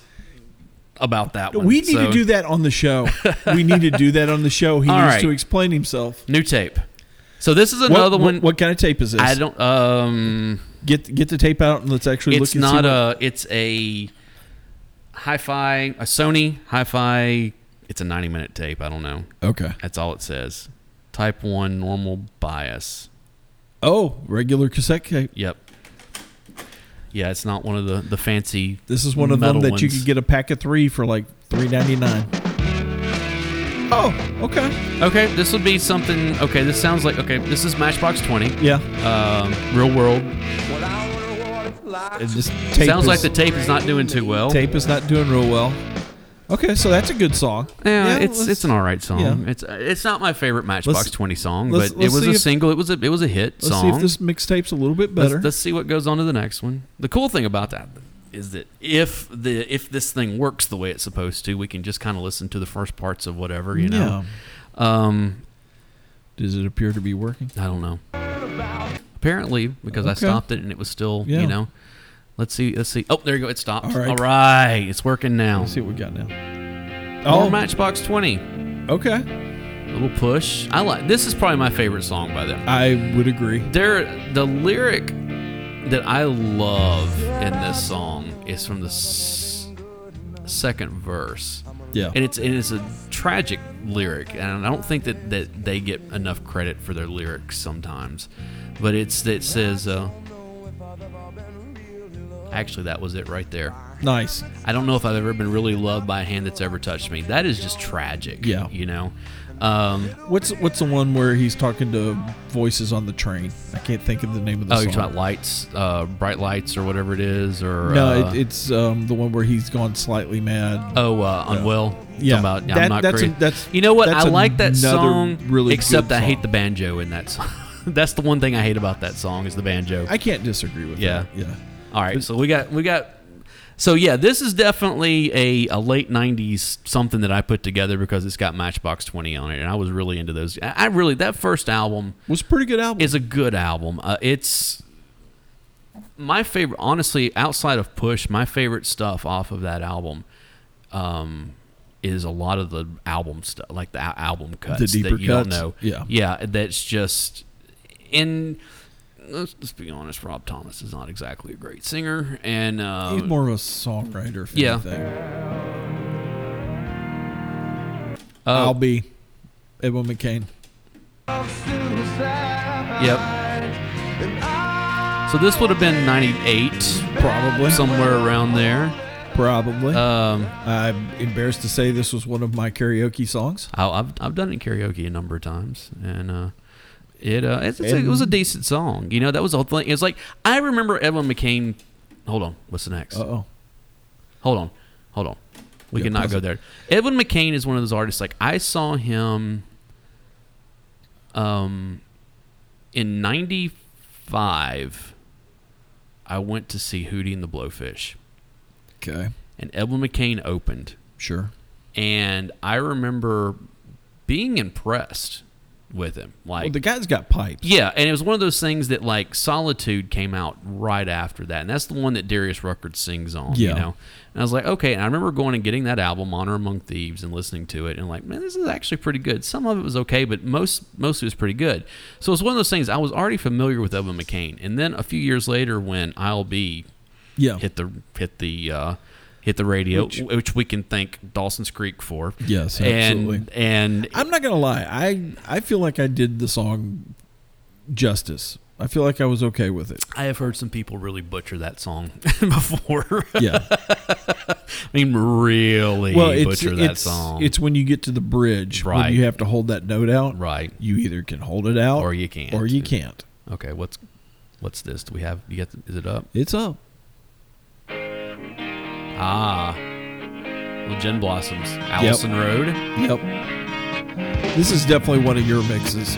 [SPEAKER 1] about that one.
[SPEAKER 2] we need
[SPEAKER 1] So,
[SPEAKER 2] to do that on the show. we need to do that on the show. He
[SPEAKER 1] All
[SPEAKER 2] needs
[SPEAKER 1] right.
[SPEAKER 2] to explain himself.
[SPEAKER 1] New tape. So this is
[SPEAKER 2] What-
[SPEAKER 1] another
[SPEAKER 2] what-
[SPEAKER 1] one.
[SPEAKER 2] What, kind of tape is this?
[SPEAKER 1] I don't. Um,
[SPEAKER 2] get get the tape out and let's actually
[SPEAKER 1] it's
[SPEAKER 2] look. and see
[SPEAKER 1] not
[SPEAKER 2] what-
[SPEAKER 1] a. It's a hi-fi. A Sony hi-fi. It's a 90-minute tape. I don't know.
[SPEAKER 2] okay.
[SPEAKER 1] That's all it says. Type one normal bias.
[SPEAKER 2] Oh, regular cassette tape.
[SPEAKER 1] Yep. Yeah, it's not one of the the fancy.
[SPEAKER 2] This is one of them
[SPEAKER 1] metal
[SPEAKER 2] that you
[SPEAKER 1] ones.
[SPEAKER 2] could get a pack of three for like three ninety nine. Oh, okay.
[SPEAKER 1] Okay, this would be something. Okay, this sounds like okay. This is Matchbox Twenty.
[SPEAKER 2] Yeah,
[SPEAKER 1] Um, real world.
[SPEAKER 5] Well, I wonder what it's like
[SPEAKER 2] it
[SPEAKER 5] to
[SPEAKER 2] just tape
[SPEAKER 1] sounds
[SPEAKER 2] is,
[SPEAKER 1] like the tape is not doing too well.
[SPEAKER 2] tape is not doing real well. Okay, so that's a good song.
[SPEAKER 1] Yeah, it's
[SPEAKER 2] let's-
[SPEAKER 1] it's an all right song.
[SPEAKER 2] yeah.
[SPEAKER 1] It's uh, it's not my favorite Matchbox
[SPEAKER 2] Let's-
[SPEAKER 1] Twenty song,
[SPEAKER 2] let's-
[SPEAKER 1] but
[SPEAKER 2] let's
[SPEAKER 1] it was
[SPEAKER 2] see
[SPEAKER 1] a
[SPEAKER 2] if-
[SPEAKER 1] single. It was a it was a hit
[SPEAKER 2] Let's
[SPEAKER 1] song.
[SPEAKER 2] see if this mixtape's a little bit
[SPEAKER 1] let's,
[SPEAKER 2] better.
[SPEAKER 1] let's see what goes on to the next one. The cool thing about that is that if the if this thing works the way it's supposed to, we can just kind of listen to the first parts of whatever you know. Um,
[SPEAKER 2] Does it appear to be working?
[SPEAKER 1] I don't know. Apparently, because I
[SPEAKER 2] Okay.
[SPEAKER 1] stopped it and it was still,
[SPEAKER 2] Yeah.
[SPEAKER 1] you know. Let's see. Let's see. Oh, there you go. It stopped.
[SPEAKER 2] All right.
[SPEAKER 1] All right. It's working now.
[SPEAKER 2] Let's Oh. see what we got now.
[SPEAKER 1] More Matchbox 20.
[SPEAKER 2] okay.
[SPEAKER 1] Little push. I like this is probably my favorite song by them.
[SPEAKER 2] I would agree.
[SPEAKER 1] There the lyric that I love in this song is from the s- second verse.
[SPEAKER 2] Yeah.
[SPEAKER 1] And it's and it's a tragic lyric, and I don't think that, that they get enough credit for their lyrics sometimes. But it's that says, uh, actually, that was it right there.
[SPEAKER 2] nice.
[SPEAKER 1] I don't know if I've ever been really loved by a hand that's ever touched me. That is just tragic.
[SPEAKER 2] Yeah.
[SPEAKER 1] you know. Um,
[SPEAKER 2] What's what's the one where he's talking to voices on the train? I can't think of the name of the
[SPEAKER 1] oh,
[SPEAKER 2] song.
[SPEAKER 1] you're talking about lights, uh, bright lights, or whatever it is, or
[SPEAKER 2] no,
[SPEAKER 1] uh,
[SPEAKER 2] it, it's um, the one where he's gone slightly mad.
[SPEAKER 1] Oh, uh, unwell.
[SPEAKER 2] Yeah.
[SPEAKER 1] Talking about,
[SPEAKER 2] That-
[SPEAKER 1] I'm not
[SPEAKER 2] that's
[SPEAKER 1] crazy.
[SPEAKER 2] a- that's-
[SPEAKER 1] you know what?
[SPEAKER 2] that's
[SPEAKER 1] I like that
[SPEAKER 2] another
[SPEAKER 1] song.
[SPEAKER 2] really
[SPEAKER 1] except
[SPEAKER 2] good
[SPEAKER 1] I hate
[SPEAKER 2] song.
[SPEAKER 1] the banjo in that song. that's the one thing I hate about that song is the banjo.
[SPEAKER 2] I can't disagree with
[SPEAKER 1] Yeah.
[SPEAKER 2] that. Yeah.
[SPEAKER 1] All right, so we got we got. So yeah, this is definitely a, a late '90s something that I put together because it's got Matchbox 20 on it, and I was really into those. I, I really that first album
[SPEAKER 2] Was a pretty good album.
[SPEAKER 1] is a good album. Uh, it's my favorite, honestly, outside of Push, my favorite stuff off of that album um, is a lot of the album stuff, like the al- album cuts
[SPEAKER 2] deeper
[SPEAKER 1] that you
[SPEAKER 2] cuts?
[SPEAKER 1] don't know.
[SPEAKER 2] Yeah.
[SPEAKER 1] yeah, that's just in. Let's, let's be honest. Rob Thomas is not exactly a great singer, and uh,
[SPEAKER 2] he's more of a songwriter. If
[SPEAKER 1] yeah.
[SPEAKER 2] Anything.
[SPEAKER 1] uh,
[SPEAKER 2] I'll be Edwin McCain.
[SPEAKER 5] suicide.
[SPEAKER 1] Yep. So this would have been '98,
[SPEAKER 2] Probably.
[SPEAKER 1] somewhere around there.
[SPEAKER 2] Probably.
[SPEAKER 1] Um,
[SPEAKER 2] I'm embarrassed to say this was one of my karaoke songs.
[SPEAKER 1] I, I've I've done it in karaoke a number of times, and uh, it uh, it's, it's a- it was a decent song. You know, that was the whole thing. It was like I remember Evelyn McCain. Hold on, what's the next?
[SPEAKER 2] Uh oh.
[SPEAKER 1] Hold on, hold on. We
[SPEAKER 2] Yeah,
[SPEAKER 1] cannot
[SPEAKER 2] pause
[SPEAKER 1] go
[SPEAKER 2] it.
[SPEAKER 1] there. Evelyn McCain is one of those artists. Like I saw him, um, in '95. I went to see Hootie and the Blowfish,
[SPEAKER 2] Okay.
[SPEAKER 1] and Evelyn McCain opened
[SPEAKER 2] Sure.
[SPEAKER 1] and I remember being impressed with him. Like,
[SPEAKER 2] Well, the guy's got pipes.
[SPEAKER 1] yeah, and it was one of those things that like Solitude came out right after that, and that's the one that Darius Ruckert sings on.
[SPEAKER 2] Yeah.
[SPEAKER 1] You know, and I was like, okay. And I remember going and getting that album, Honor Among Thieves, and listening to it, and like, man, this is actually pretty good. Some of it was okay, but most most of it was pretty good. So it's one of those things. I was already familiar with Evan McCain, and then a few years later, when I'll be
[SPEAKER 2] Yeah.
[SPEAKER 1] Oh. hit the hit the uh, hit the radio,
[SPEAKER 2] Which-
[SPEAKER 1] which, we can thank Dawson's Creek for.
[SPEAKER 2] Yes,
[SPEAKER 1] and
[SPEAKER 2] absolutely.
[SPEAKER 1] and
[SPEAKER 2] I'm not gonna lie. I I feel like I did the song justice. I feel like I was okay with it.
[SPEAKER 1] I have heard some people really butcher that song before.
[SPEAKER 2] Yeah.
[SPEAKER 1] I mean, really
[SPEAKER 2] well, it's
[SPEAKER 1] butcher that
[SPEAKER 2] it's,
[SPEAKER 1] song.
[SPEAKER 2] it's when you get to the bridge
[SPEAKER 1] Right.
[SPEAKER 2] when you have to hold that note out.
[SPEAKER 1] right.
[SPEAKER 2] You either can hold it out
[SPEAKER 1] Or you can't.
[SPEAKER 2] Or you can't.
[SPEAKER 1] Okay. What's what's this? Do we have? You got? the- Is it up?
[SPEAKER 2] It's up.
[SPEAKER 1] I Ah. Well, Gin Blossoms. Allison Road.
[SPEAKER 2] Yep. This is definitely one of your mixes.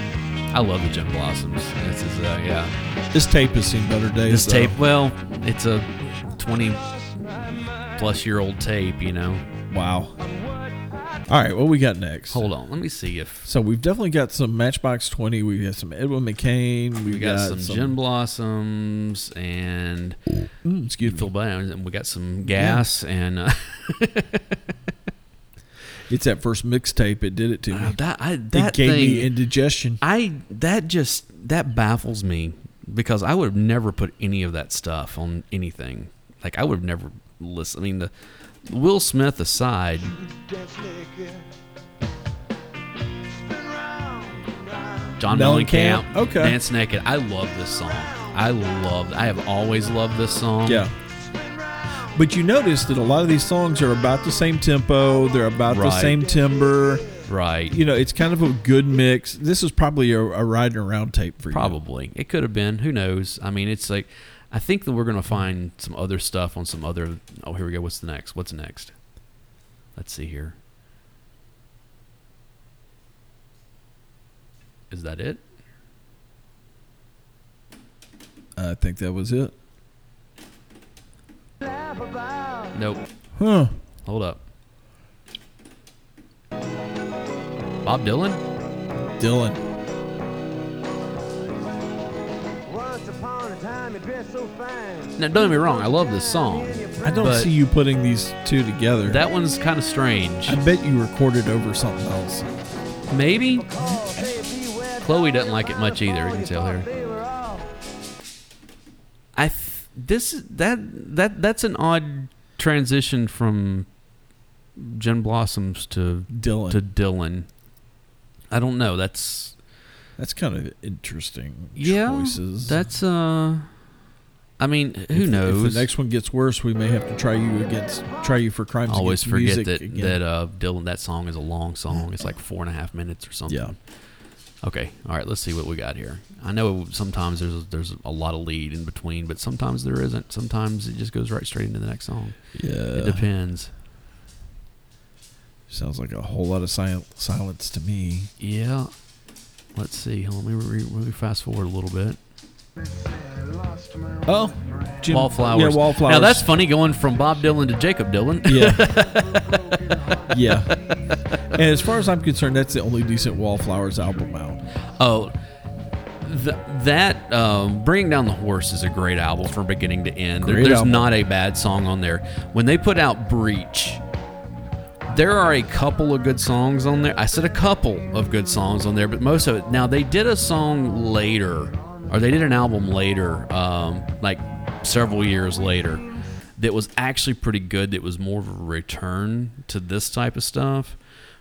[SPEAKER 1] I love the Gin Blossoms. This is, uh, yeah.
[SPEAKER 2] This tape has seen better days.
[SPEAKER 1] This
[SPEAKER 2] though.
[SPEAKER 1] tape, well, it's a 20 plus year old tape, you know.
[SPEAKER 2] Wow. All right, what we got next?
[SPEAKER 1] Hold on. Let me see if
[SPEAKER 2] So we've definitely got some Matchbox Twenty. We have some Edwin McCain. We've
[SPEAKER 1] we got, some, Gin Blossoms and
[SPEAKER 2] Mm, excuse
[SPEAKER 1] Phil
[SPEAKER 2] me.
[SPEAKER 1] Bland, and we got some gas and uh,
[SPEAKER 2] It's that first mixtape. It did it to me.
[SPEAKER 1] that I,
[SPEAKER 2] it
[SPEAKER 1] that
[SPEAKER 2] gave
[SPEAKER 1] thing
[SPEAKER 2] me indigestion.
[SPEAKER 1] I that just that baffles me because I would have never put any of that stuff on anything. Like I would have never listened. I mean, the Will Smith aside, John
[SPEAKER 2] Mellencamp?
[SPEAKER 1] Mellencamp,
[SPEAKER 2] Okay.
[SPEAKER 1] Dance Naked. I love this song. I love. I have always loved this song.
[SPEAKER 2] Yeah. But you notice that a lot of these songs are about the same tempo. They're about the
[SPEAKER 1] Right.
[SPEAKER 2] same timbre.
[SPEAKER 1] Right.
[SPEAKER 2] You know, it's kind of a good mix. This is probably a, a riding around tape for you.
[SPEAKER 1] Probably. It could have been. Who knows? I mean, it's like, I think that we're going to find some other stuff on some other. Oh, here we go. What's the next? What's next? Let's see here. Is that it?
[SPEAKER 2] I think that was it.
[SPEAKER 1] Nope.
[SPEAKER 2] Huh.
[SPEAKER 1] Hold up. Bob Dylan?
[SPEAKER 2] Dylan.
[SPEAKER 5] Once upon a time, you dressed so fine.
[SPEAKER 1] Now, don't get me wrong. I love this song.
[SPEAKER 2] I don't
[SPEAKER 1] But-
[SPEAKER 2] see you putting these two together.
[SPEAKER 1] That one's kind of strange.
[SPEAKER 2] I bet you recorded over something else.
[SPEAKER 1] Maybe? Chloe doesn't like it much either. You can tell here. I th- this is- that that that's an odd transition from Jen Blossoms to
[SPEAKER 2] Dylan.
[SPEAKER 1] to Dylan. I don't know. That's
[SPEAKER 2] That's kind of interesting
[SPEAKER 1] yeah.
[SPEAKER 2] choices.
[SPEAKER 1] That's uh. I mean, who
[SPEAKER 2] If-
[SPEAKER 1] knows?
[SPEAKER 2] If the next one gets worse, we may have to try you against try you for crimes.
[SPEAKER 1] I always
[SPEAKER 2] against
[SPEAKER 1] forget
[SPEAKER 2] music
[SPEAKER 1] that
[SPEAKER 2] again.
[SPEAKER 1] that uh Dylan that song is a long song. It's like four and a half minutes or something.
[SPEAKER 2] yeah.
[SPEAKER 1] Okay. All right. Let's see what we got here. I know sometimes there's there's a lot of lead in between, but sometimes there isn't. Sometimes it just goes right straight into the next song. it
[SPEAKER 2] Yeah.
[SPEAKER 1] depends.
[SPEAKER 2] Sounds like a whole lot of sil- silence to me.
[SPEAKER 1] Yeah. Let's see. Hold on. Let me, re- let me fast forward a little bit.
[SPEAKER 2] Oh, Jim,
[SPEAKER 1] Wallflowers.
[SPEAKER 2] Yeah, wallflowers.
[SPEAKER 1] Now that's funny going from Bob Dylan to Jacob Dylan.
[SPEAKER 2] yeah, yeah. And as far as I'm concerned, that's the only decent wallflowers album out.
[SPEAKER 1] oh, th- that um, "Bringing Down the Horse" is a great album from beginning to end. There-
[SPEAKER 2] Great
[SPEAKER 1] there's
[SPEAKER 2] album.
[SPEAKER 1] not a bad song on there. When they put out "Breach," there are a couple of good songs on there. I said a couple of good songs on there, but most of it. Now they did a song later, or they did an album later, um, like several years later, that was actually pretty good. That was more of a return to this type of stuff,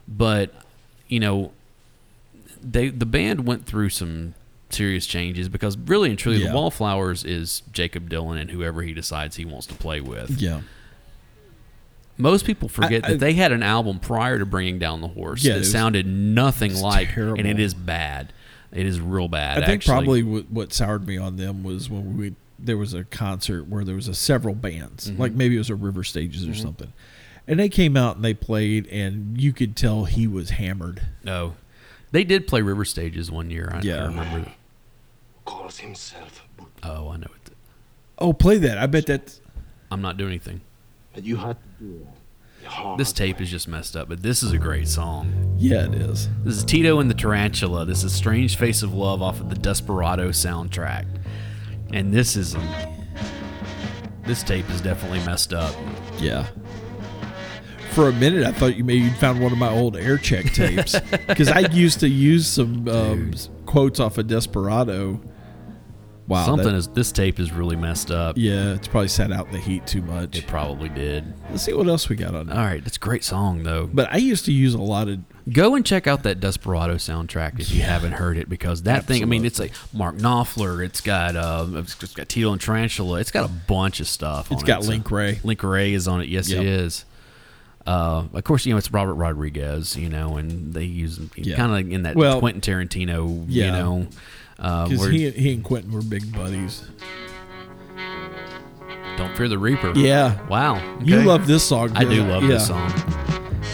[SPEAKER 1] but you know, they the band went through some serious changes because really and truly,
[SPEAKER 2] Yeah.
[SPEAKER 1] the Wallflowers is Jacob Dylan and whoever he decides he wants to play with.
[SPEAKER 2] Yeah,
[SPEAKER 1] Most people forget
[SPEAKER 2] I- I-
[SPEAKER 1] that they had an album prior to bringing down the horse
[SPEAKER 2] Yeah, it
[SPEAKER 1] that
[SPEAKER 2] was-
[SPEAKER 1] sounded nothing like, and it
[SPEAKER 2] terrible.
[SPEAKER 1] is bad. It is real bad.
[SPEAKER 2] I think
[SPEAKER 1] actually.
[SPEAKER 2] probably what, what soured me on them was when we there was a concert where there was a several bands,
[SPEAKER 1] Mm-hmm.
[SPEAKER 2] like maybe it was a River Stages or something, and they came out and they played, and you could tell he was hammered.
[SPEAKER 1] no. They did play River Stages one year. I,
[SPEAKER 2] Yeah.
[SPEAKER 1] I remember.
[SPEAKER 5] Calls himself
[SPEAKER 1] Oh, I know it.
[SPEAKER 2] Oh, play that! I bet that's
[SPEAKER 1] I'm not doing anything.
[SPEAKER 5] But you had to do it. Hard.
[SPEAKER 1] This tape is just messed up, but this is a great song.
[SPEAKER 2] yeah, it is.
[SPEAKER 1] This is Tito and the Tarantula. This is Strange Face of Love off of the Desperado soundtrack. And this is this tape is definitely messed up.
[SPEAKER 2] Yeah. For a minute, I thought you maybe you'd found one of my old air check tapes because I used to use some um, quotes off of Desperado. Wow,
[SPEAKER 1] Something
[SPEAKER 2] Oh, that-
[SPEAKER 1] is this tape is really messed up.
[SPEAKER 2] yeah, it's probably sat out in the heat too much.
[SPEAKER 1] It probably did.
[SPEAKER 2] Let's see what else we got on.
[SPEAKER 1] All right, that's a great song though.
[SPEAKER 2] But I used to use a lot of
[SPEAKER 1] Go and check out that Desperado soundtrack if you haven't heard it because that thing. I mean, it's like Mark Knopfler. It's got uh, it's it's got Tito and Tarantula. It's got a bunch of stuff.
[SPEAKER 2] It's
[SPEAKER 1] on
[SPEAKER 2] got
[SPEAKER 1] it. So
[SPEAKER 2] Link Ray.
[SPEAKER 1] Link Ray is on it. Yes,
[SPEAKER 2] Yep.
[SPEAKER 1] it is. Uh, of course, you know it's Robert Rodriguez. You know, and they use
[SPEAKER 2] Yeah.
[SPEAKER 1] kind of like in that
[SPEAKER 2] Well,
[SPEAKER 1] Quentin Tarantino.
[SPEAKER 2] yeah.
[SPEAKER 1] You know, uh,
[SPEAKER 2] because
[SPEAKER 1] where
[SPEAKER 2] he, he and Quentin were big buddies.
[SPEAKER 1] dun, Don't Fear the Reaper.
[SPEAKER 2] Yeah.
[SPEAKER 1] Wow.
[SPEAKER 2] You
[SPEAKER 1] okay.
[SPEAKER 2] love this song.
[SPEAKER 1] I do
[SPEAKER 2] Jerry.
[SPEAKER 1] love
[SPEAKER 2] yeah.
[SPEAKER 1] this song.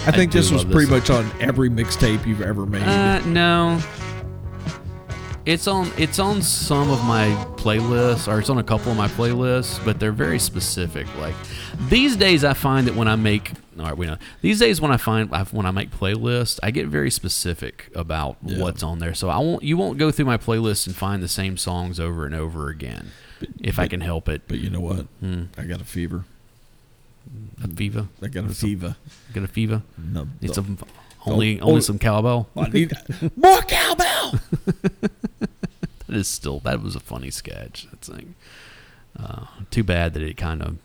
[SPEAKER 2] I think
[SPEAKER 1] do
[SPEAKER 2] this was
[SPEAKER 1] love this
[SPEAKER 2] pretty
[SPEAKER 1] song.
[SPEAKER 2] much on every mixtape you've ever made.
[SPEAKER 1] Uh, no. It's on it's on some of my playlists or it's on a couple of my playlists, but they're very specific. Like these days I find that when I make all right, we know. These days when I find I- when I make playlists, I get very specific about what's on there. So I won't you won't go through my playlist and find the same songs over and over again if I Hmm. can help it.
[SPEAKER 2] but you know what? I got a fever.
[SPEAKER 1] A fever.
[SPEAKER 2] I got a fever.
[SPEAKER 1] Got a fever.
[SPEAKER 2] No,
[SPEAKER 1] Need
[SPEAKER 2] no.
[SPEAKER 1] some only
[SPEAKER 2] oh.
[SPEAKER 1] only some cowbell.
[SPEAKER 2] I need more cowbell.
[SPEAKER 1] That is still that was a funny sketch. I think. Uh, too bad that it kind of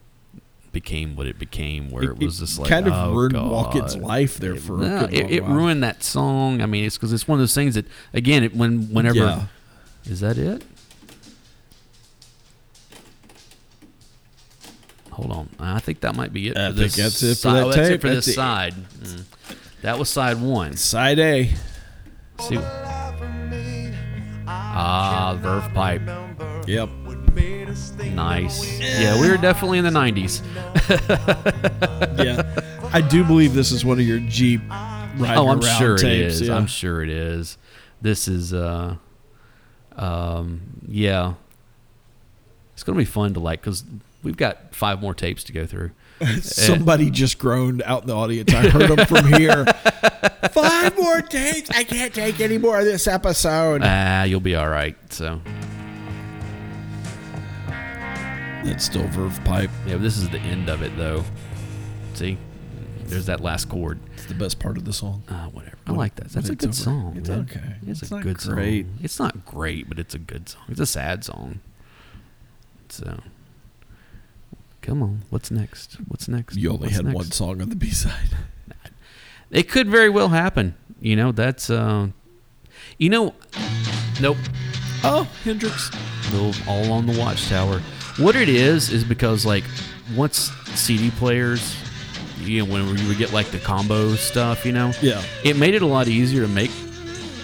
[SPEAKER 1] became what it became, where it, was just like
[SPEAKER 2] kind of
[SPEAKER 1] oh,
[SPEAKER 2] ruined
[SPEAKER 1] God.
[SPEAKER 2] Walkett's life there for a
[SPEAKER 1] No,
[SPEAKER 2] good
[SPEAKER 1] it,
[SPEAKER 2] long
[SPEAKER 1] it
[SPEAKER 2] while.
[SPEAKER 1] ruined that song. I mean, it's because it's one of those things that again, it, when whenever
[SPEAKER 2] Yeah.
[SPEAKER 1] is that it? Hold on, I think that might be it.
[SPEAKER 2] I
[SPEAKER 1] for
[SPEAKER 2] think
[SPEAKER 1] this
[SPEAKER 2] that's it for
[SPEAKER 1] side.
[SPEAKER 2] that
[SPEAKER 1] Oh, that's
[SPEAKER 2] tape.
[SPEAKER 1] it for
[SPEAKER 2] That's
[SPEAKER 1] this
[SPEAKER 2] it.
[SPEAKER 1] side. Mm. That was side one.
[SPEAKER 2] Side A.
[SPEAKER 1] See, ah, Verve Pipe.
[SPEAKER 2] Yep.
[SPEAKER 1] Nice. Yeah, we were definitely in the 90s.
[SPEAKER 2] Yeah. I do believe this is one of your Jeep ride
[SPEAKER 1] Oh, I'm
[SPEAKER 2] around
[SPEAKER 1] sure it
[SPEAKER 2] tapes.
[SPEAKER 1] is.
[SPEAKER 2] Yeah.
[SPEAKER 1] I'm sure it is. This is uh um yeah. It's going to be fun to like cuz we've got five more tapes to go through. Eh.
[SPEAKER 2] Somebody just groaned out in the audience. I heard them from here. Five more takes. I can't take any more of this episode.
[SPEAKER 1] Ah, you'll be all right. So,
[SPEAKER 2] That's still Verve Pipe.
[SPEAKER 1] yeah, this is the end of it though. See? There's that last chord.
[SPEAKER 2] It's the best part of the song.
[SPEAKER 1] Uh, whatever. I like that. That's a
[SPEAKER 2] it's
[SPEAKER 1] good
[SPEAKER 2] over.
[SPEAKER 1] song.
[SPEAKER 2] It's
[SPEAKER 1] man.
[SPEAKER 2] okay.
[SPEAKER 1] It's,
[SPEAKER 2] It's
[SPEAKER 1] a
[SPEAKER 2] not
[SPEAKER 1] good
[SPEAKER 2] great.
[SPEAKER 1] song. It's not great, but it's a good song. It's a sad song. So, come on. What's next? What's next?
[SPEAKER 2] You only
[SPEAKER 1] What's
[SPEAKER 2] had
[SPEAKER 1] next?
[SPEAKER 2] one song on the B side.
[SPEAKER 1] It could very well happen. You know, that's. Uh, you know, nope.
[SPEAKER 2] Oh, Hendrix.
[SPEAKER 1] Little all on the watchtower. What it is is because like once CD players, you know, when we would get like the combo stuff, you know,
[SPEAKER 2] Yeah.
[SPEAKER 1] it made it a lot easier to make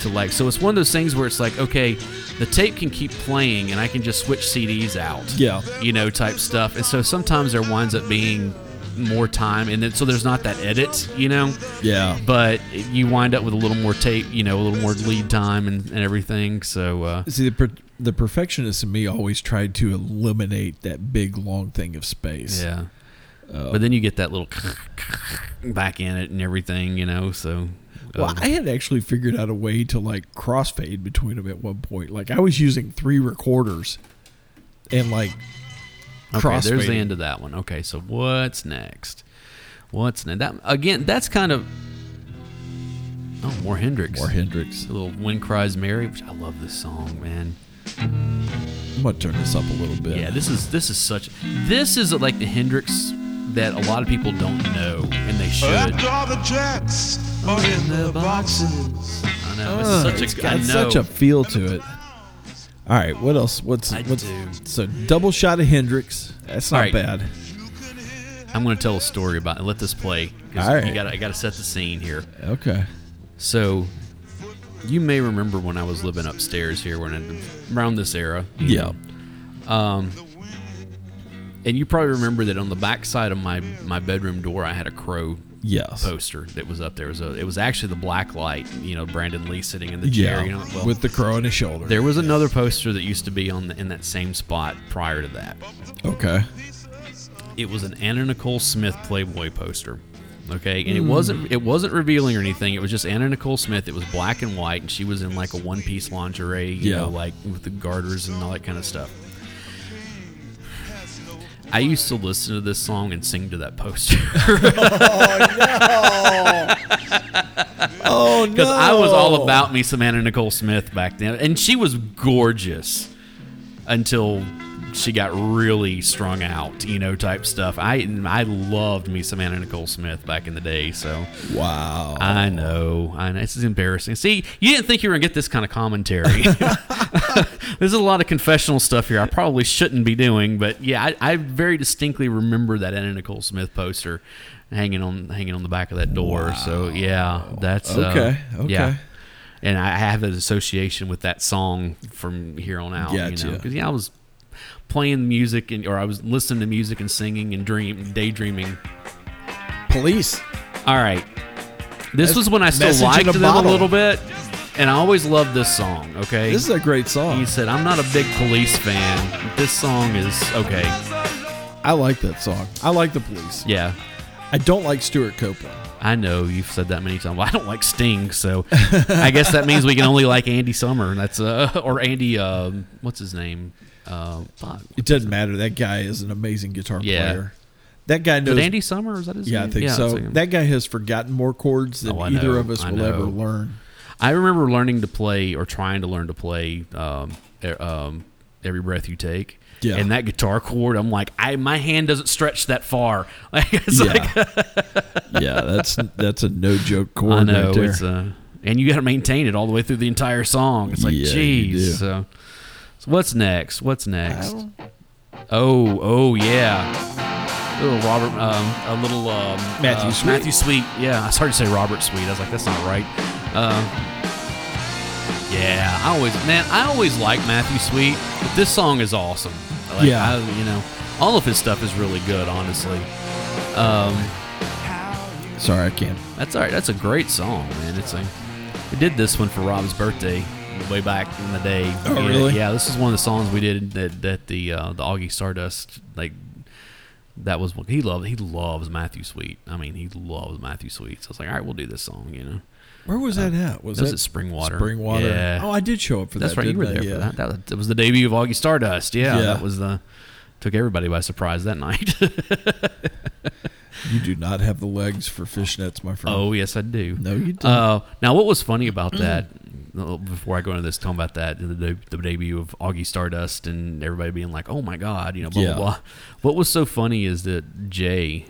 [SPEAKER 1] to like. So it's one of those things where it's like, okay, the tape can keep playing, and I can just switch CDs out.
[SPEAKER 2] Yeah.
[SPEAKER 1] you know, type stuff. And so sometimes there winds up being more time, and then so there's not that edit, you know
[SPEAKER 2] Yeah.
[SPEAKER 1] but you wind up with a little more tape, you know, a little more lead time and, and everything. So, uh,
[SPEAKER 2] See, the, per- the perfectionist in me always tried to eliminate that big, long thing of space.
[SPEAKER 1] yeah.
[SPEAKER 2] Oh.
[SPEAKER 1] but then you get that little back in it and everything, you know. So, um,
[SPEAKER 2] Well, I had actually figured out a way to like crossfade between them at one point. Like I was using three recorders and like
[SPEAKER 1] okay, there's the
[SPEAKER 2] crossfading.
[SPEAKER 1] end of that one. Okay, so what's next? What's next? That again? That's kind of oh, more Hendrix,
[SPEAKER 2] more Hendrix.
[SPEAKER 1] a little "When Cries Mary," which I love this song, man.
[SPEAKER 2] I'm gonna turn this up a little bit.
[SPEAKER 1] Yeah, this is this is such this is uh, like the Hendrix that a lot of people don't know and they should.
[SPEAKER 6] all the jets are in the boxes.
[SPEAKER 1] I know
[SPEAKER 2] Uh,
[SPEAKER 1] it's such a
[SPEAKER 2] it's
[SPEAKER 1] I
[SPEAKER 2] got
[SPEAKER 1] know.
[SPEAKER 2] such a feel to it. All right, what else? What's
[SPEAKER 1] I
[SPEAKER 2] what's
[SPEAKER 1] do.
[SPEAKER 2] so double shot of Hendrix? That's not
[SPEAKER 1] All right.
[SPEAKER 2] bad.
[SPEAKER 1] I'm going to tell a story about it. Let this play. 'cause
[SPEAKER 2] All right.
[SPEAKER 1] You got I got to set the scene here.
[SPEAKER 2] Okay.
[SPEAKER 1] So, you may remember when I was living upstairs here, when I, around this era,
[SPEAKER 2] Yeah.
[SPEAKER 1] and you probably remember that on the back side of my my bedroom door, I had a crow
[SPEAKER 2] Yes.
[SPEAKER 1] poster that was up there. It was, a, it was actually the black light. You know, Brandon Lee sitting in the chair.
[SPEAKER 2] Yeah.
[SPEAKER 1] You know, well,
[SPEAKER 2] With the crow on his shoulder.
[SPEAKER 1] there was another poster that used to be on the, in that same spot prior to that.
[SPEAKER 2] Okay.
[SPEAKER 1] it was an Anna Nicole Smith Playboy poster. Okay, and it wasn't it wasn't revealing or anything. It was just Anna Nicole Smith. It was black and white, and she was in like a one piece lingerie, you
[SPEAKER 2] Yeah.
[SPEAKER 1] know, like with the garters and all that kind of stuff. I used to listen to this song and sing to that poster because
[SPEAKER 2] Oh no.
[SPEAKER 1] I was all about me some Anna Nicole Smith back then, and she was gorgeous until she got really strung out, you know, type stuff. I I loved me some Anna Nicole Smith back in the day, so.
[SPEAKER 2] Wow.
[SPEAKER 1] I know. I know. This is embarrassing. See, you didn't think you were going to get this kind of commentary. There's a lot of confessional stuff here I probably shouldn't be doing, but yeah, I, I very distinctly remember that Anna Nicole Smith poster hanging on hanging on the back of that door. So yeah, that's uh,
[SPEAKER 2] Okay, okay.
[SPEAKER 1] Yeah. And I have an association with that song from here on out. You
[SPEAKER 2] Gotcha.
[SPEAKER 1] know, 'cause, yeah, I was playing music and or I was listening to music and singing and dream daydreaming.
[SPEAKER 2] Police.
[SPEAKER 1] All right. This
[SPEAKER 2] Mes-
[SPEAKER 1] was when I still
[SPEAKER 2] message in
[SPEAKER 1] liked
[SPEAKER 2] a
[SPEAKER 1] them a
[SPEAKER 2] bottle.
[SPEAKER 1] little bit, and I always loved this song. Okay,
[SPEAKER 2] This is a great song.
[SPEAKER 1] he said, "I'm not a big Police fan. This song is okay.
[SPEAKER 2] I like that song. I like the police.
[SPEAKER 1] Yeah,
[SPEAKER 2] I don't like Stuart Copeland.
[SPEAKER 1] I know you've said that many times. Well, I don't like Sting, so I guess that means we can only like Andy Summer. and That's uh, or Andy, um, what's his name? Uh, fuck.
[SPEAKER 2] It doesn't matter. That guy is an amazing guitar
[SPEAKER 1] Yeah.
[SPEAKER 2] player. That guy
[SPEAKER 1] Is
[SPEAKER 2] knows.
[SPEAKER 1] it Andy Summer? Is that his
[SPEAKER 2] yeah, I
[SPEAKER 1] name?
[SPEAKER 2] think
[SPEAKER 1] it's
[SPEAKER 2] so.
[SPEAKER 1] him.
[SPEAKER 2] That guy has forgotten more chords than
[SPEAKER 1] Oh, I
[SPEAKER 2] either
[SPEAKER 1] know,
[SPEAKER 2] of us
[SPEAKER 1] I
[SPEAKER 2] will ever
[SPEAKER 1] know.
[SPEAKER 2] learn.
[SPEAKER 1] I remember learning to play or trying to learn to play um, e- um, "Every Breath You Take."
[SPEAKER 2] Yeah.
[SPEAKER 1] And that guitar chord, I'm like, I my hand doesn't stretch that far. Like, it's like
[SPEAKER 2] yeah, that's that's a no joke chord
[SPEAKER 1] I know it's uh, and you got to maintain it all the way through the entire song. It's like,
[SPEAKER 2] Yeah, you do.
[SPEAKER 1] geez. So, so what's next? What's next? Oh, oh yeah. Little Robert, um, a little um,
[SPEAKER 2] Matthew
[SPEAKER 1] uh,
[SPEAKER 2] Sweet.
[SPEAKER 1] Matthew Sweet. Yeah, I started to say Robert Sweet. I was like, that's not right. Um, yeah, I always man, I always like Matthew Sweet. But this song is awesome. Like,
[SPEAKER 2] Yeah.
[SPEAKER 1] I, you know, all of his stuff is really good. Honestly,
[SPEAKER 2] Sorry, I can't.
[SPEAKER 1] that's all right. That's a great song, man. It's a. We did this one for Rob's birthday way back in the day.
[SPEAKER 2] Oh,
[SPEAKER 1] Yeah,
[SPEAKER 2] really?
[SPEAKER 1] Yeah, this is one of the songs we did that that the uh, the Augie Stardust like. That was what he loved. He loves Matthew Sweet. I mean, he loves Matthew Sweet. So I was like, all right, we'll do this song. You know,
[SPEAKER 2] Where was that at? Was
[SPEAKER 1] that was at
[SPEAKER 2] that
[SPEAKER 1] Springwater.
[SPEAKER 2] Springwater.
[SPEAKER 1] Yeah.
[SPEAKER 2] Oh, I did show up for
[SPEAKER 1] that's
[SPEAKER 2] that.
[SPEAKER 1] right. You were
[SPEAKER 2] didn't
[SPEAKER 1] there
[SPEAKER 2] I?
[SPEAKER 1] for
[SPEAKER 2] Yeah.
[SPEAKER 1] that. That was, that was the debut of Augie Stardust. Yeah,
[SPEAKER 2] Yeah.
[SPEAKER 1] that was the took everybody by surprise that night.
[SPEAKER 2] You do not have the legs for fishnets, my friend.
[SPEAKER 1] oh yes, I do.
[SPEAKER 2] no, you don't.
[SPEAKER 1] Uh, now, what was funny about that? uh, Before I go into this, talking about that the, de- the debut of Augie Stardust and everybody being like, "Oh my God," you know, blah
[SPEAKER 2] Yeah.
[SPEAKER 1] blah blah. What was so funny is that Jay,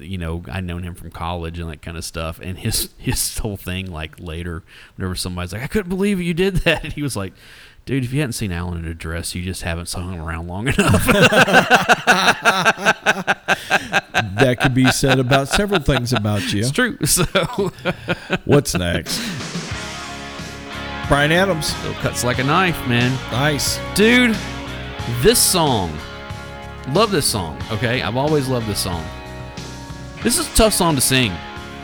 [SPEAKER 1] you know, I'd known him from college and that kind of stuff, and his his whole thing like later, whenever somebody's like, "I couldn't believe you did that," he was like. Dude, if you hadn't seen Alan in a dress, you just haven't hung around long enough.
[SPEAKER 2] that could be said about several things about you.
[SPEAKER 1] it's true. So,
[SPEAKER 2] What's next? Brian Adams.
[SPEAKER 1] it cuts like a knife, man.
[SPEAKER 2] Nice.
[SPEAKER 1] dude this song love this song okay i've always loved this song this is a tough song to sing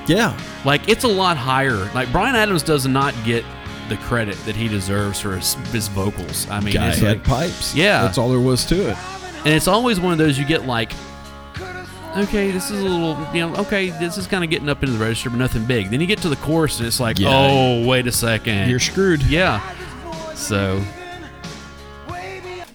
[SPEAKER 2] Yeah.
[SPEAKER 1] like it's a lot higher like brian adams does not get the credit that he deserves for his, his vocals i mean
[SPEAKER 2] Guy
[SPEAKER 1] it's
[SPEAKER 2] had
[SPEAKER 1] like-
[SPEAKER 2] pipes.
[SPEAKER 1] Yeah.
[SPEAKER 2] That's all there was to it.
[SPEAKER 1] and it's always one of those you get like okay this is a little you know okay this is kind of getting up into the register but nothing big then you get to the chorus and it's like
[SPEAKER 2] Yeah.
[SPEAKER 1] oh wait a second
[SPEAKER 2] You're screwed.
[SPEAKER 1] yeah so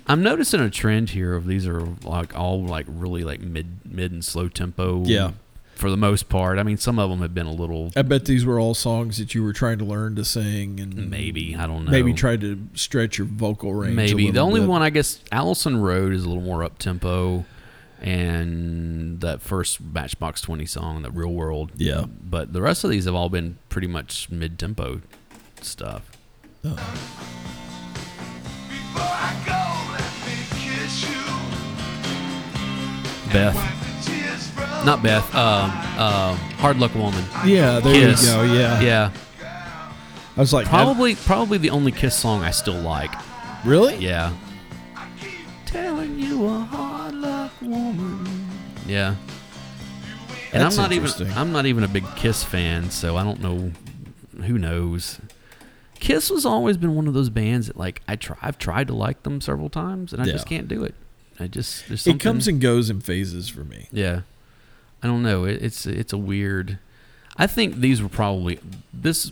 [SPEAKER 1] i'm noticing a trend here of these are like all like really like mid mid and slow tempo
[SPEAKER 2] Yeah.
[SPEAKER 1] for the most part i mean some of them have been a little
[SPEAKER 2] I bet these were all songs that you were trying to learn to sing and
[SPEAKER 1] maybe i don't know
[SPEAKER 2] maybe try to stretch your vocal range. a
[SPEAKER 1] maybe the
[SPEAKER 2] little
[SPEAKER 1] only
[SPEAKER 2] bit.
[SPEAKER 1] one i guess allison road is a little more up tempo and that first matchbox 20 song the real world
[SPEAKER 2] Yeah.
[SPEAKER 1] but the rest of these have all been pretty much mid tempo stuff
[SPEAKER 2] Oh.
[SPEAKER 1] beth not beth um, um, hard luck woman
[SPEAKER 2] Yeah, there
[SPEAKER 1] kiss
[SPEAKER 2] you go. Yeah.
[SPEAKER 1] yeah
[SPEAKER 2] I was like, that-
[SPEAKER 1] Probably, probably the only Kiss song I still like.
[SPEAKER 2] really?
[SPEAKER 1] Yeah. Telling you a hard luck woman. Yeah. And
[SPEAKER 2] That's
[SPEAKER 1] I'm not even
[SPEAKER 2] interesting.
[SPEAKER 1] I'm not even a big Kiss fan, so I don't know. Who knows? Kiss has always been one of those bands that like I try I've tried to like them several times and I just
[SPEAKER 2] Yeah.
[SPEAKER 1] can't do it. I just there's something
[SPEAKER 2] It comes and goes in phases for me.
[SPEAKER 1] yeah, I don't know. It, it's it's a weird. I think these were probably this.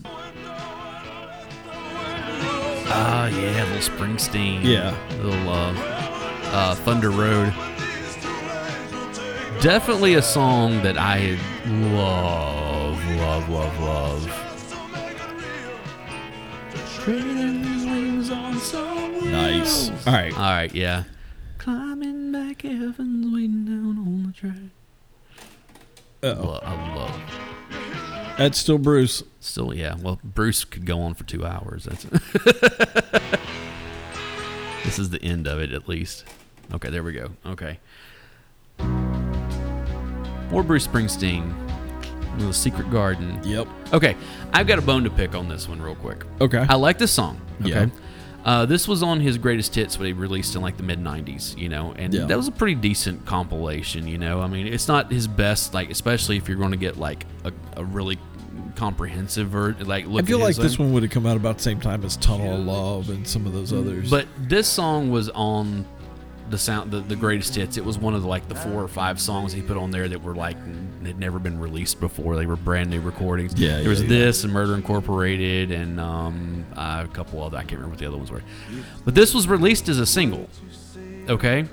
[SPEAKER 1] Ah, yeah, little Springsteen.
[SPEAKER 2] Yeah.
[SPEAKER 1] little uh, uh, Thunder Road. Definitely a song that I love, love, love, love.
[SPEAKER 2] Nice. All right.
[SPEAKER 1] All right, yeah. Climbing back heavens, waiting down on the track.
[SPEAKER 2] Uh-oh.
[SPEAKER 1] Lo- I love.
[SPEAKER 2] That's still Bruce.
[SPEAKER 1] Still, yeah. Well, Bruce could go on for two hours. That's this is the end of it, at least. Okay, there we go. Okay. More Bruce Springsteen. The Secret Garden.
[SPEAKER 2] Yep.
[SPEAKER 1] Okay, I've got a bone to pick on this one, real quick.
[SPEAKER 2] Okay.
[SPEAKER 1] I like this song. Okay.
[SPEAKER 2] Yeah.
[SPEAKER 1] Uh, this was on his greatest hits, what he released in like the mid '90s, you know, and
[SPEAKER 2] Yeah.
[SPEAKER 1] that was a pretty decent compilation, you know. I mean, it's not his best, like especially if you're going to get like a, a really comprehensive ver- like
[SPEAKER 2] I
[SPEAKER 1] look.
[SPEAKER 2] feel
[SPEAKER 1] at
[SPEAKER 2] like
[SPEAKER 1] his uh,
[SPEAKER 2] this
[SPEAKER 1] own-
[SPEAKER 2] one would have come out about the same time as Tunnel of Love and some of those others.
[SPEAKER 1] But this song was on the sound, the, the greatest hits. It was one of the, like the four or five songs he put on there that were like n- had never been released before. They were brand new recordings.
[SPEAKER 2] Yeah,
[SPEAKER 1] there
[SPEAKER 2] yeah,
[SPEAKER 1] was
[SPEAKER 2] yeah.
[SPEAKER 1] this and Murder Incorporated and um, uh, a couple other. I can't remember what the other ones were. But this was released as a single. Okay,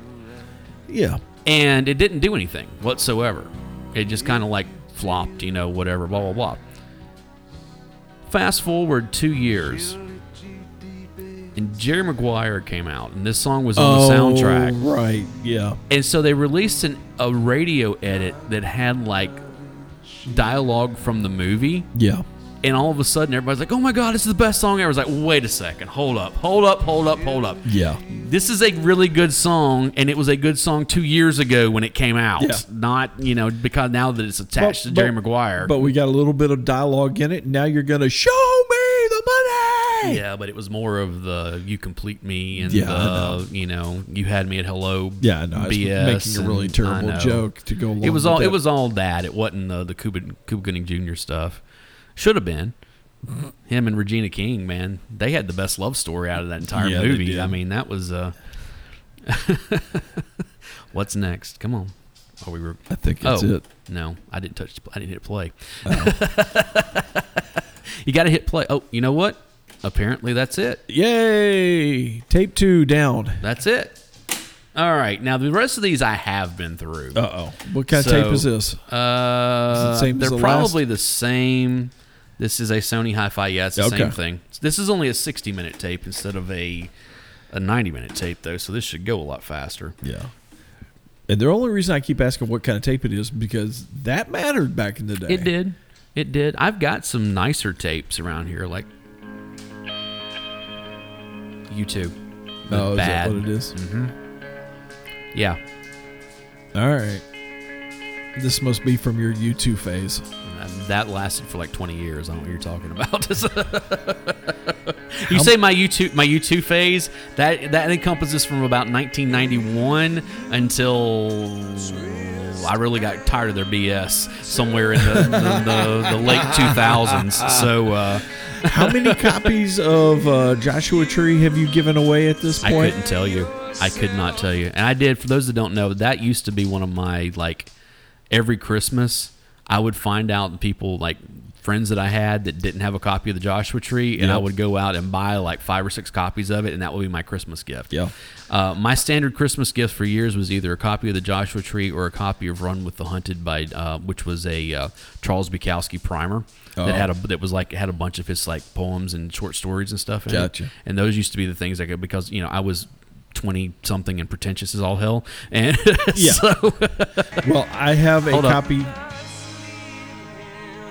[SPEAKER 2] yeah,
[SPEAKER 1] and it didn't do anything whatsoever. It just kind of like flopped, you know, whatever, blah blah blah. Fast forward two years, and Jerry Maguire came out, and this song was on the soundtrack.
[SPEAKER 2] Oh, Right? Yeah.
[SPEAKER 1] And so they released an, a radio edit that had like dialogue from the movie,
[SPEAKER 2] Yeah.
[SPEAKER 1] and all of a sudden everybody's like, "Oh my god, this is the best song ever!" It's like, wait a second, hold up, hold up, hold up, hold up
[SPEAKER 2] Yeah.
[SPEAKER 1] this is a really good song, and it was a good song two years ago when it came out.
[SPEAKER 2] Yeah.
[SPEAKER 1] Not you know because now that it's attached
[SPEAKER 2] But-
[SPEAKER 1] to Jerry
[SPEAKER 2] but-
[SPEAKER 1] Maguire.
[SPEAKER 2] But we got a little bit of dialogue in it. Now you're gonna show me the money.
[SPEAKER 1] yeah, but it was more of the "You Complete Me" and
[SPEAKER 2] Yeah,
[SPEAKER 1] the
[SPEAKER 2] I know.
[SPEAKER 1] you know "You Had Me at Hello."
[SPEAKER 2] Yeah, no,
[SPEAKER 1] BS
[SPEAKER 2] it's making a really
[SPEAKER 1] and- I
[SPEAKER 2] terrible
[SPEAKER 1] know.
[SPEAKER 2] joke to go along.
[SPEAKER 1] It was all
[SPEAKER 2] with
[SPEAKER 1] it
[SPEAKER 2] that.
[SPEAKER 1] was all that. It wasn't the the Cuba, Cuba Gooding Jr. stuff. Should have been him and Regina King. Man, they had the best love story out of that entire
[SPEAKER 2] Yeah, they
[SPEAKER 1] movie.
[SPEAKER 2] did.
[SPEAKER 1] I mean, that was. uh What's next? Come on. Are we? Re-
[SPEAKER 2] I think that's
[SPEAKER 1] oh
[SPEAKER 2] it.
[SPEAKER 1] no, I didn't touch. I didn't hit play. you got to hit play. Oh, you know what? Apparently, that's it.
[SPEAKER 2] Yay! Tape two down.
[SPEAKER 1] That's it. All right. Now the rest of these I have been through.
[SPEAKER 2] Uh oh. What kind
[SPEAKER 1] So-
[SPEAKER 2] of tape is this?
[SPEAKER 1] Uh,
[SPEAKER 2] Is it same as
[SPEAKER 1] they're
[SPEAKER 2] the
[SPEAKER 1] probably the same. This is a Sony Hi-Fi. Yeah, it's the same
[SPEAKER 2] Okay.
[SPEAKER 1] thing. This is only a 60-minute tape instead of a a 90-minute tape though, so this should go a lot faster.
[SPEAKER 2] Yeah. And the only reason I keep asking what kind of tape it is because that mattered back in the day.
[SPEAKER 1] It did. It did. I've got some nicer tapes around here, like you two.
[SPEAKER 2] Oh, is
[SPEAKER 1] bad.
[SPEAKER 2] that what it is?
[SPEAKER 1] Yeah.
[SPEAKER 2] All right. This must be from your U2 phase.
[SPEAKER 1] That lasted for like 20 years. I don't know what you're talking about. you say my YouTube my YouTube phase that that encompasses from about 1991 until I really got tired of their BS somewhere in the the, the, the late 2000s. So uh,
[SPEAKER 2] How many copies of uh, Joshua Tree have you given away at this
[SPEAKER 1] I
[SPEAKER 2] point?
[SPEAKER 1] couldn't tell you. I could not tell you. And I did. For those that don't know, that used to be one of my like every Christmas. I would find out the people like friends that I had that didn't have a copy of the Joshua Tree, and I
[SPEAKER 2] Yep.
[SPEAKER 1] would go out and buy like five or six copies of it, and that would be my Christmas gift.
[SPEAKER 2] Yeah.
[SPEAKER 1] Uh, my standard Christmas gift for years was either a copy of the Joshua Tree or a copy of Run with the Hunted by, uh, which was a uh, Charles Bukowski primer that
[SPEAKER 2] Oh.
[SPEAKER 1] had a that was like had a bunch of his like poems and short stories and stuff. in it.
[SPEAKER 2] Gotcha.
[SPEAKER 1] And those used to be the things I could because you know I was twenty something and pretentious as all hell, and
[SPEAKER 2] Yeah.
[SPEAKER 1] so all
[SPEAKER 2] Well, I have a
[SPEAKER 1] Hold up.
[SPEAKER 2] copy.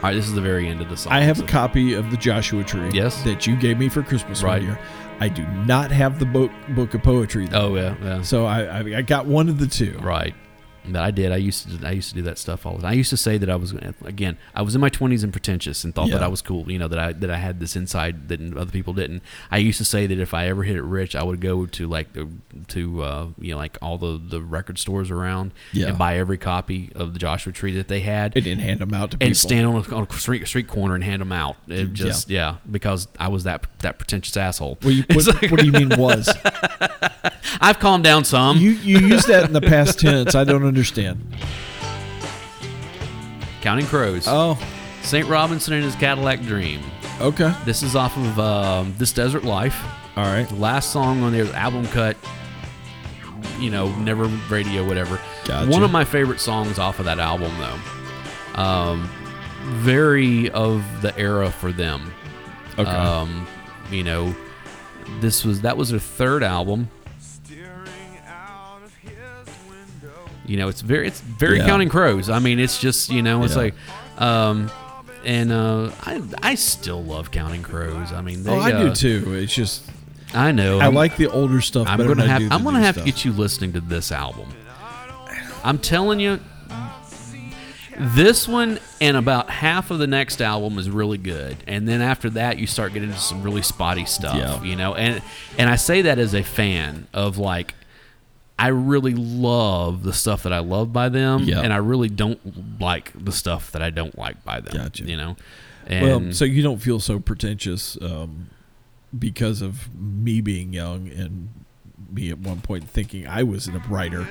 [SPEAKER 1] right, this is the very end of the song.
[SPEAKER 2] I have
[SPEAKER 1] so-
[SPEAKER 2] a copy of the Joshua Tree.
[SPEAKER 1] Yes.
[SPEAKER 2] That you gave me for Christmas
[SPEAKER 1] Right.
[SPEAKER 2] one year. I do not have the book book of poetry. Though.
[SPEAKER 1] Oh yeah, yeah.
[SPEAKER 2] So I, I I got one of the two.
[SPEAKER 1] Right. But I did. I used to. I used to do that stuff all the time. I used to say that I was again. I was in my twenties and pretentious and thought that
[SPEAKER 2] Yeah.
[SPEAKER 1] I was cool. You know that I that I had this inside that other people didn't. I used to say that if I ever hit it rich, I would go to like the to uh, you know like all the the record stores around
[SPEAKER 2] Yeah.
[SPEAKER 1] and buy every copy of the Joshua Tree that they had
[SPEAKER 2] I didn't hand them out to people.
[SPEAKER 1] and stand on a, on a street street corner and hand them out. It just yeah. because I was that that pretentious asshole.
[SPEAKER 2] Well, you, what, what do you mean was?
[SPEAKER 1] I've calmed down some.
[SPEAKER 2] You you use that in the past tense. I don't understand.
[SPEAKER 1] Counting crows.
[SPEAKER 2] Oh,
[SPEAKER 1] Saint Robinson and his Cadillac Dream.
[SPEAKER 2] okay.
[SPEAKER 1] This is off of um, This Desert Life.
[SPEAKER 2] All right.
[SPEAKER 1] The last song on there, the album cut, you know, never radio, whatever.
[SPEAKER 2] Gotcha.
[SPEAKER 1] One of my favorite songs off of that album, though. Um, very of the era for them.
[SPEAKER 2] Okay.
[SPEAKER 1] Um, you know, this was that was their third album. You know, it's very it's very
[SPEAKER 2] Yeah.
[SPEAKER 1] Counting Crows. I mean, it's just you know, it's
[SPEAKER 2] Yeah.
[SPEAKER 1] like, um, and uh, I I still love Counting Crows. I mean, they,
[SPEAKER 2] oh, I
[SPEAKER 1] uh,
[SPEAKER 2] do too. It's just
[SPEAKER 1] I know.
[SPEAKER 2] I
[SPEAKER 1] I'm-
[SPEAKER 2] like the older stuff.
[SPEAKER 1] I'm
[SPEAKER 2] better
[SPEAKER 1] gonna
[SPEAKER 2] than I
[SPEAKER 1] have.
[SPEAKER 2] do the
[SPEAKER 1] I'm gonna
[SPEAKER 2] new
[SPEAKER 1] have
[SPEAKER 2] stuff.
[SPEAKER 1] to get you listening to this album. I'm telling you. This one and about half of the next album is really good, and then after that you start getting into some really spotty stuff,
[SPEAKER 2] Yeah.
[SPEAKER 1] you know. And and I say that as a fan of like, I really love the stuff that I love by them,
[SPEAKER 2] Yeah.
[SPEAKER 1] and I really don't like the stuff that I don't like by them.
[SPEAKER 2] Gotcha.
[SPEAKER 1] You know. And
[SPEAKER 2] well, so you don't feel so pretentious um, because of me being young and me at one point thinking I was a writer.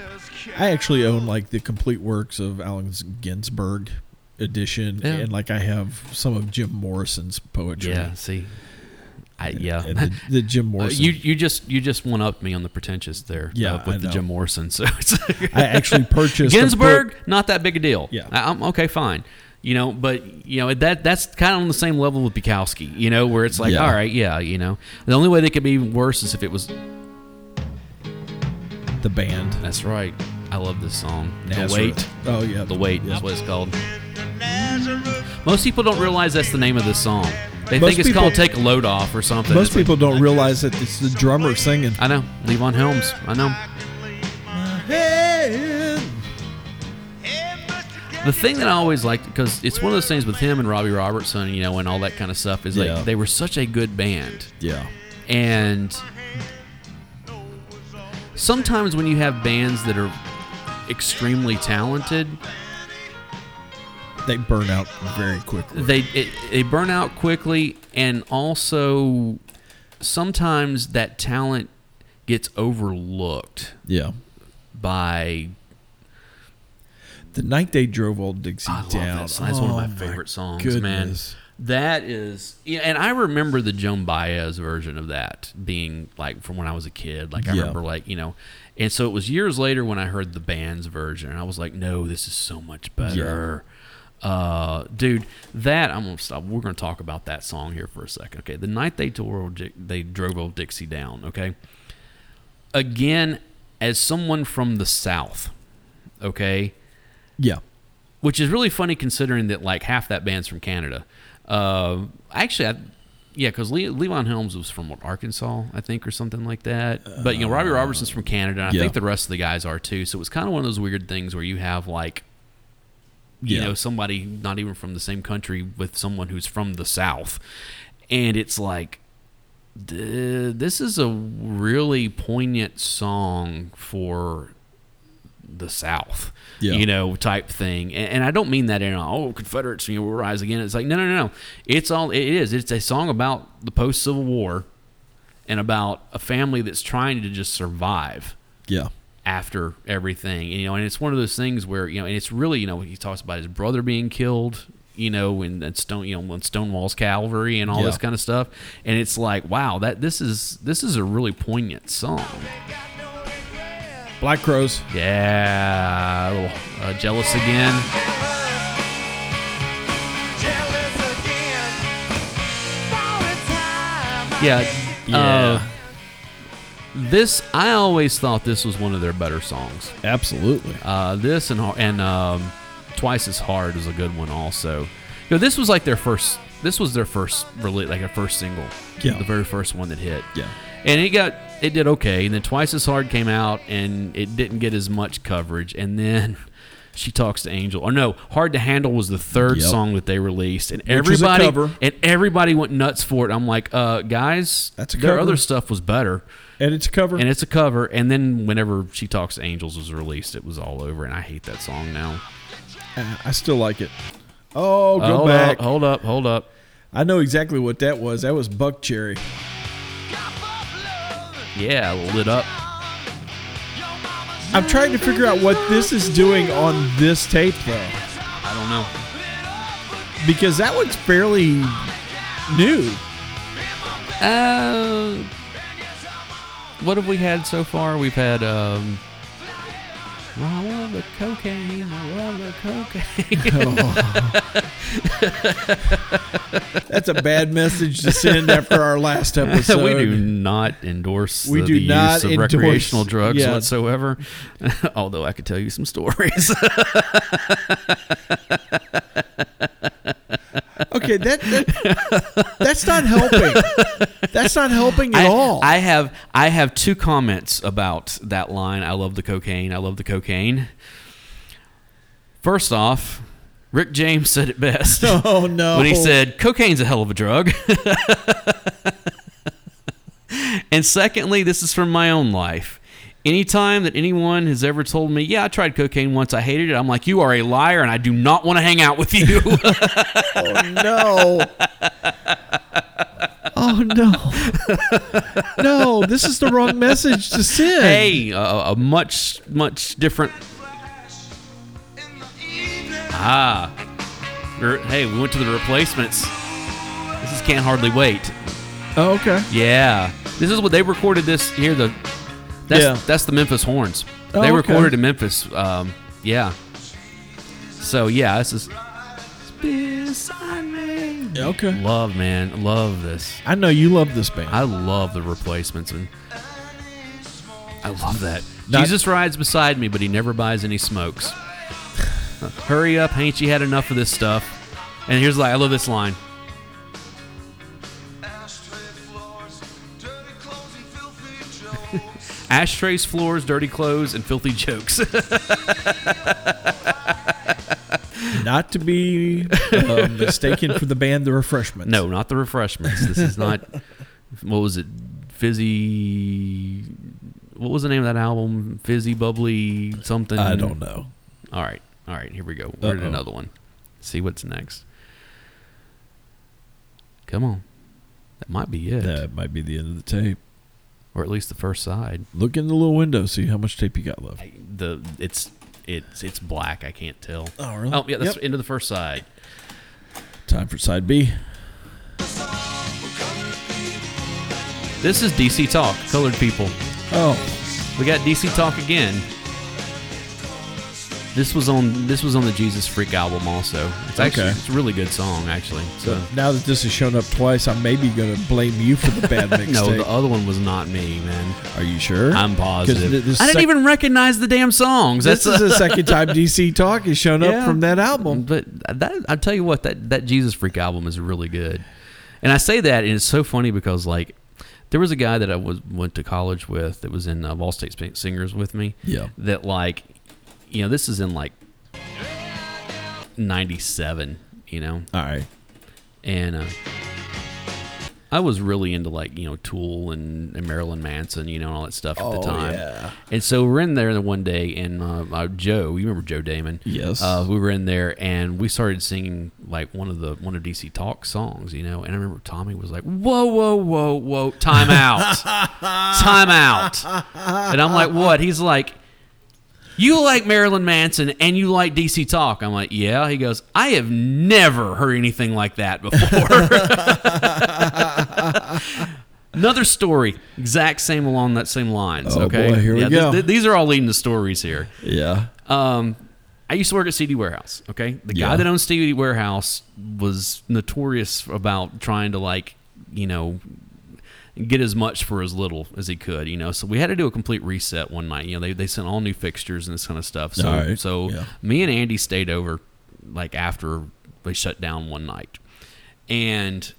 [SPEAKER 2] I actually own like the complete works of Allen Ginsberg edition,
[SPEAKER 1] Yeah.
[SPEAKER 2] and like I have some of Jim Morrison's poetry.
[SPEAKER 1] yeah, see, I yeah.
[SPEAKER 2] and the, the Jim
[SPEAKER 1] Uh,
[SPEAKER 2] Morrison.
[SPEAKER 1] you you just you just one up me on the pretentious there.
[SPEAKER 2] Yeah,
[SPEAKER 1] uh, with
[SPEAKER 2] I
[SPEAKER 1] the
[SPEAKER 2] know.
[SPEAKER 1] Jim Morrison. So it's
[SPEAKER 2] I actually purchased a
[SPEAKER 1] Ginsburg,
[SPEAKER 2] book-
[SPEAKER 1] not that big a deal.
[SPEAKER 2] Yeah.
[SPEAKER 1] I, I'm okay, fine. You know, but you know that that's kind of on the same level with Bukowski. You know, where it's like,
[SPEAKER 2] Yeah.
[SPEAKER 1] all right, yeah, you know, the only way they could be even worse is if it was.
[SPEAKER 2] the band.
[SPEAKER 1] That's right. I love this song. The
[SPEAKER 2] Nazareth.
[SPEAKER 1] wait,
[SPEAKER 2] Oh yeah,
[SPEAKER 1] the wait
[SPEAKER 2] Yeah.
[SPEAKER 1] is what it's called. Most people don't realize that's the name of this song. They
[SPEAKER 2] Most
[SPEAKER 1] think it's
[SPEAKER 2] people-
[SPEAKER 1] called "Take a Load Off" or something.
[SPEAKER 2] Most
[SPEAKER 1] It's like-
[SPEAKER 2] people don't realize that it's the drummer singing.
[SPEAKER 1] I know. Levon Helms. I know. The thing that I always liked, because it's one of those things with him and Robbie Robertson, you know, and all that kind of stuff, is
[SPEAKER 2] Yeah.
[SPEAKER 1] like they were such a good band.
[SPEAKER 2] Yeah.
[SPEAKER 1] And sometimes when you have bands that are extremely talented,
[SPEAKER 2] They burn out very quickly.
[SPEAKER 1] they it, they burn out quickly, and also sometimes that talent gets overlooked
[SPEAKER 2] yeah.
[SPEAKER 1] by.
[SPEAKER 2] The night they drove old Dixie
[SPEAKER 1] I love
[SPEAKER 2] down.
[SPEAKER 1] that song. That's one of
[SPEAKER 2] Oh,
[SPEAKER 1] my favorite songs, man.
[SPEAKER 2] goodness.
[SPEAKER 1] That is, yeah, and I remember the Joan Baez version of that being like from when I was a kid. Like I
[SPEAKER 2] Yeah.
[SPEAKER 1] remember, like you know, and so it was years later when I heard the band's version, and I was like, no, this is so much better. Uh, dude, that I'm gonna stop. We're gonna talk about that song here for a second. Okay, the night they tore old Dic- they drove old Dixie down. Okay, again, as someone from the South, okay,
[SPEAKER 2] Yeah.
[SPEAKER 1] which is really funny considering that like half that band's from Canada. Uh, actually, I, yeah, because Le- Levon Helms was from what, Arkansas, I think, or something like that. But you know, Robbie Robertson's from Canada, and I
[SPEAKER 2] yeah.
[SPEAKER 1] think the rest of the guys are too. So it's kind of one of those weird things where you have like, you
[SPEAKER 2] Yeah.
[SPEAKER 1] know, somebody not even from the same country with someone who's from the South, and it's like. "Duh, This is a really poignant song for the South,
[SPEAKER 2] Yeah.
[SPEAKER 1] you know, type thing. And, and I don't mean that in a, oh Confederates, you know, will rise again. It's like no, no, no, no. It's all it is. It's a song about the post Civil War and about a family that's trying to just survive
[SPEAKER 2] Yeah.
[SPEAKER 1] after everything. You know, and it's one of those things where you know, and it's really you know he talks about his brother being killed. You know, and that stone, you know, on Stonewall's Calvary and all this
[SPEAKER 2] Yeah.
[SPEAKER 1] kind of stuff, and it's like, wow, that this is this is a really poignant song.
[SPEAKER 2] Black Crows.
[SPEAKER 1] Yeah, a little, uh, jealous again. Yeah. Uh, this I always thought this was one of their better songs.
[SPEAKER 2] Absolutely.
[SPEAKER 1] Uh, this and and um, twice as hard is a good one also. You know, this was like their first. This was their first really like a first single.
[SPEAKER 2] Yeah.
[SPEAKER 1] The very first one that hit.
[SPEAKER 2] Yeah.
[SPEAKER 1] And it got it did okay. And then twice as hard came out and it didn't get as much coverage. And then. She talks to Angel, or no, "Hard to Handle" was the third
[SPEAKER 2] Yep.
[SPEAKER 1] song that they released, and
[SPEAKER 2] Which was a
[SPEAKER 1] everybody
[SPEAKER 2] cover.
[SPEAKER 1] and everybody went nuts for it. I'm like, uh, guys,
[SPEAKER 2] That's a
[SPEAKER 1] their
[SPEAKER 2] cover.
[SPEAKER 1] other stuff was better
[SPEAKER 2] And it's cover.
[SPEAKER 1] and it's a cover. And then whenever she talks to Angels was released, it was all over, and I hate that song now.
[SPEAKER 2] I I still like it. Oh,
[SPEAKER 1] Uh,
[SPEAKER 2] go
[SPEAKER 1] hold
[SPEAKER 2] back.
[SPEAKER 1] up, hold up, hold up.
[SPEAKER 2] I know exactly what that was. That was Buck Cherry.
[SPEAKER 1] Yeah, lit up.
[SPEAKER 2] I'm trying to figure out what this is doing on this tape though,
[SPEAKER 1] I don't know.
[SPEAKER 2] because that one's fairly new.
[SPEAKER 1] Uh, what have we had so far? We've had um. "Well, I love the cocaine. I love the cocaine.
[SPEAKER 2] That's a bad message to send after our last episode.
[SPEAKER 1] we do not endorse
[SPEAKER 2] We
[SPEAKER 1] the,
[SPEAKER 2] do
[SPEAKER 1] the
[SPEAKER 2] not
[SPEAKER 1] use of
[SPEAKER 2] endorse-
[SPEAKER 1] recreational drugs
[SPEAKER 2] yeah.
[SPEAKER 1] whatsoever. Although I could tell you some stories.
[SPEAKER 2] Okay, that, that that's not helping. That's not helping at
[SPEAKER 1] I,
[SPEAKER 2] all.
[SPEAKER 1] I have I have two comments about that line. I love the cocaine. I love the cocaine. First off, Rick James said it best
[SPEAKER 2] Oh no!
[SPEAKER 1] when he said cocaine's a hell of a drug. and secondly, this is from my own life. Anytime that anyone has ever told me, yeah, I tried cocaine once, I hated it, I'm like, you are a liar and I do not want to hang out with you.
[SPEAKER 2] "Oh no!" oh no! no, this is the wrong message to send.
[SPEAKER 1] hey, a, a much, much different. Ah. Re- Hey, we went to the replacements. This is Can't Hardly Wait.
[SPEAKER 2] Oh, okay.
[SPEAKER 1] Yeah, this is what they recorded. This here the that's
[SPEAKER 2] Yeah.
[SPEAKER 1] that's the Memphis Horns.
[SPEAKER 2] Oh,
[SPEAKER 1] they
[SPEAKER 2] okay.
[SPEAKER 1] recorded in Memphis. Um, yeah. So yeah, this is beside me.
[SPEAKER 2] Okay.
[SPEAKER 1] Love, man, love this.
[SPEAKER 2] I know you love this band.
[SPEAKER 1] I love the replacements and I love that.
[SPEAKER 2] Not-
[SPEAKER 1] Jesus rides beside me, but he never buys any smokes. Hurry up, ain't you had enough of this stuff? And here's like I love this line. Ashtrays, floors, dirty clothes, and filthy jokes.
[SPEAKER 2] Not to be uh, mistaken for the band The Refreshments.
[SPEAKER 1] no, not the refreshments. This is not. what was it? Fizzy. What was the name of that album? Fizzy, bubbly, something.
[SPEAKER 2] I don't know.
[SPEAKER 1] All right, all right. Here we go. We're at
[SPEAKER 2] Uh-oh.
[SPEAKER 1] another one. See what's next. Come on, that might be it,
[SPEAKER 2] That might be the end of the tape.
[SPEAKER 1] or at least the first side.
[SPEAKER 2] Look in the little window, see how much tape you got left.
[SPEAKER 1] I, the it's it's it's black. I can't tell.
[SPEAKER 2] Oh, really?
[SPEAKER 1] Oh yeah, that's
[SPEAKER 2] Yep.
[SPEAKER 1] into the first side.
[SPEAKER 2] Time for side B.
[SPEAKER 1] This is DC Talk. Colored people.
[SPEAKER 2] Oh,
[SPEAKER 1] We got DC Talk again. This was on this was on the Jesus Freak album also. It's actually
[SPEAKER 2] Okay.
[SPEAKER 1] it's a really good song actually. So
[SPEAKER 2] so now that this has shown up twice, I may be going to blame you for the bad mixtape.
[SPEAKER 1] no, the other one was not me, man.
[SPEAKER 2] Are you sure?
[SPEAKER 1] I'm
[SPEAKER 2] 'Cause
[SPEAKER 1] positive.
[SPEAKER 2] th- this
[SPEAKER 1] I didn't
[SPEAKER 2] sec-
[SPEAKER 1] even recognize the damn songs.
[SPEAKER 2] This
[SPEAKER 1] That's
[SPEAKER 2] is the second time DC Talk has shown up
[SPEAKER 1] Yeah.
[SPEAKER 2] from that album.
[SPEAKER 1] but that I tell you what that that Jesus Freak album is really good. And I say that and it's so funny because like there was a guy that I was went to college with that was in uh, Ball State Sing- Singers with me.
[SPEAKER 2] Yeah.
[SPEAKER 1] That like you know this is in like 97, you know.
[SPEAKER 2] All right.
[SPEAKER 1] and uh, I was really into like you know Tool and, and Marilyn Manson, you know, and all that stuff at
[SPEAKER 2] Oh,
[SPEAKER 1] the time.
[SPEAKER 2] yeah.
[SPEAKER 1] And so we're in there the one day, and uh, uh, Joe, you remember Joe Damon?
[SPEAKER 2] Yes.
[SPEAKER 1] Uh, we were in there, and we started singing like one of the one of DC Talk songs, you know. And I remember Tommy was like, "Whoa, whoa, whoa, whoa, time out, time out," and I'm like, "What?" He's like. You like Marilyn Manson and you like DC Talk. I'm like, yeah. He goes, I have never heard anything like that before. Another story, exact same along that same lines.
[SPEAKER 2] Oh,
[SPEAKER 1] okay,
[SPEAKER 2] boy, here we
[SPEAKER 1] Yeah, th-
[SPEAKER 2] go.
[SPEAKER 1] th- these are all leading to stories here.
[SPEAKER 2] Yeah.
[SPEAKER 1] Um, I used to work at CD Warehouse. Okay, the guy
[SPEAKER 2] Yeah.
[SPEAKER 1] that owns CD Warehouse was notorious about trying to like, you know, get as much for as little as he could. You know, so we had to do a complete reset one night. You know, they they sent all new fixtures and this kind of stuff. So
[SPEAKER 2] All right,
[SPEAKER 1] so
[SPEAKER 2] yeah.
[SPEAKER 1] me and Andy stayed over like after they shut down one night, and.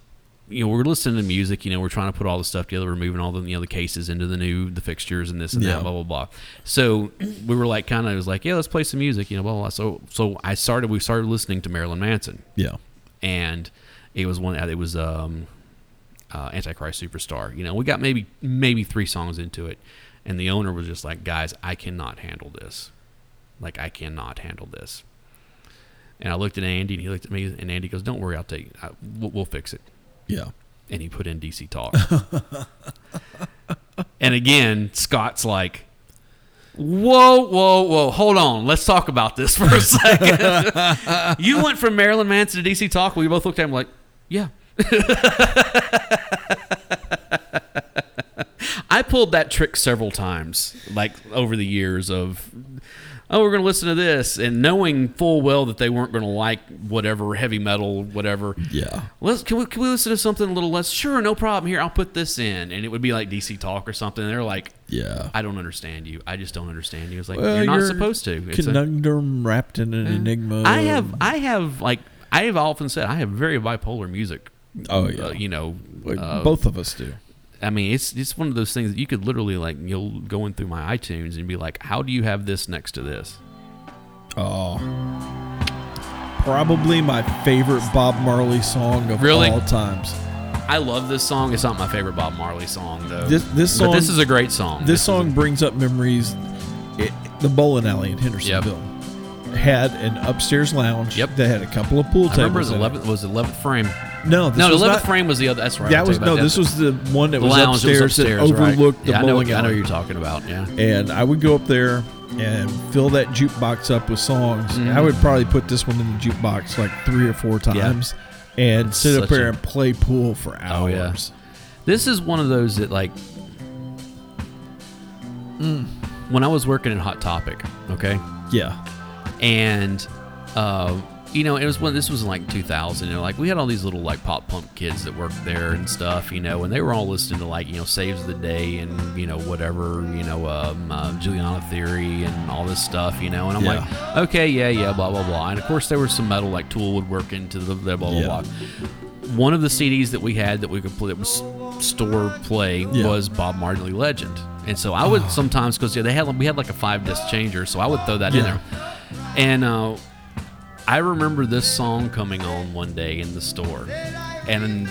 [SPEAKER 1] You know, we're listening to music. You know, we're trying to put all the stuff together. We're moving all the you know the cases into the new the fixtures and this and
[SPEAKER 2] Yeah.
[SPEAKER 1] that. Blah blah blah. So we were like, kind of, was like, yeah, let's play some music. You know, blah blah. blah. So so I started. We started listening to Marilyn Manson,
[SPEAKER 2] Yeah.
[SPEAKER 1] and it was one. It was um, uh, Antichrist Superstar. You know, we got maybe maybe three songs into it, and the owner was just like, "Guys, I cannot handle this. Like, I cannot handle this." And I looked at Andy, and he looked at me, and Andy goes, "Don't worry, I'll take. I, we'll, we'll fix it."
[SPEAKER 2] Yeah.
[SPEAKER 1] And he put in DC Talk. and again, Scott's like. Whoa, whoa, whoa! Hold on. Let's talk about this for a second. you went from Marilyn Manson to DC Talk. We both looked at him like, yeah. I pulled that trick several times, like over the years of, oh, we're going to listen to this, and knowing full well that they weren't going to like whatever heavy metal, whatever.
[SPEAKER 2] Yeah.
[SPEAKER 1] Let's can we can we listen to something a little less? Sure, no problem. Here, I'll put this in, and it would be like DC Talk or something. And they're like,
[SPEAKER 2] Yeah.
[SPEAKER 1] I don't understand you. I just don't understand you. It's like
[SPEAKER 2] Well,
[SPEAKER 1] you're not supposed to. It's a-
[SPEAKER 2] Conundrum wrapped in an enigma.
[SPEAKER 1] I have I have like I have often said I have very bipolar music.
[SPEAKER 2] Oh, yeah.
[SPEAKER 1] Uh, you know,
[SPEAKER 2] Like,
[SPEAKER 1] uh,
[SPEAKER 2] both of us do.
[SPEAKER 1] I mean, it's it's one of those things that you could literally like you'll go in through my iTunes and be like, how do you have this next to this?
[SPEAKER 2] Oh. probably my favorite Bob Marley song of
[SPEAKER 1] Really?
[SPEAKER 2] all times.
[SPEAKER 1] I love this song. It's not my favorite Bob Marley song though.
[SPEAKER 2] This- this
[SPEAKER 1] but this
[SPEAKER 2] song-
[SPEAKER 1] is a great song.
[SPEAKER 2] This
[SPEAKER 1] is
[SPEAKER 2] song
[SPEAKER 1] a-
[SPEAKER 2] brings up memories. It, the bowling alley in Hendersonville had an upstairs lounge
[SPEAKER 1] Yep.
[SPEAKER 2] that had a couple of pool
[SPEAKER 1] I
[SPEAKER 2] tables.
[SPEAKER 1] remember the
[SPEAKER 2] in it.
[SPEAKER 1] 11th was the 11th frame.
[SPEAKER 2] No, this
[SPEAKER 1] no, the
[SPEAKER 2] was
[SPEAKER 1] 11th
[SPEAKER 2] not,
[SPEAKER 1] frame was the other. That's right.
[SPEAKER 2] That
[SPEAKER 1] I'll
[SPEAKER 2] was
[SPEAKER 1] tell you
[SPEAKER 2] no.
[SPEAKER 1] about
[SPEAKER 2] This
[SPEAKER 1] that.
[SPEAKER 2] was the one that
[SPEAKER 1] the
[SPEAKER 2] was,
[SPEAKER 1] lounge
[SPEAKER 2] upstairs,
[SPEAKER 1] that was upstairs,
[SPEAKER 2] that
[SPEAKER 1] right?
[SPEAKER 2] overlooked the
[SPEAKER 1] yeah, I know,
[SPEAKER 2] bowling
[SPEAKER 1] I know
[SPEAKER 2] alley.
[SPEAKER 1] what you're talking about. Yeah.
[SPEAKER 2] and I would go up there and fill that jukebox up with songs.
[SPEAKER 1] Mm-hmm.
[SPEAKER 2] I would probably put this one in the jukebox like three or four times and sit
[SPEAKER 1] such
[SPEAKER 2] up there
[SPEAKER 1] a-
[SPEAKER 2] and play pool for
[SPEAKER 1] Oh yeah.
[SPEAKER 2] hours.
[SPEAKER 1] This is one of those that like mm, when I was working at Hot Topic, okay,
[SPEAKER 2] yeah.
[SPEAKER 1] and uh, you know it was when this was in like 2000, and like we had all these little like pop punk kids that worked there and stuff, you know, and they were all listening to like you know Saves the Day and you know whatever you know um, uh, Juliana Theory and all this stuff, you know, and I'm
[SPEAKER 2] Yeah.
[SPEAKER 1] like, okay, yeah, yeah, blah blah blah, and of course there was some metal like Tool would work into the, the blah blah
[SPEAKER 2] Yeah.
[SPEAKER 1] blah one of the CDs that we had that we could play, that was store play
[SPEAKER 2] Yeah. Oh.
[SPEAKER 1] was Bob Marley Legend, and so I would sometimes because yeah, they had we had like a five disc changer, so I would throw that in
[SPEAKER 2] Yeah.
[SPEAKER 1] there, and uh, I remember this song coming on one day in the store, and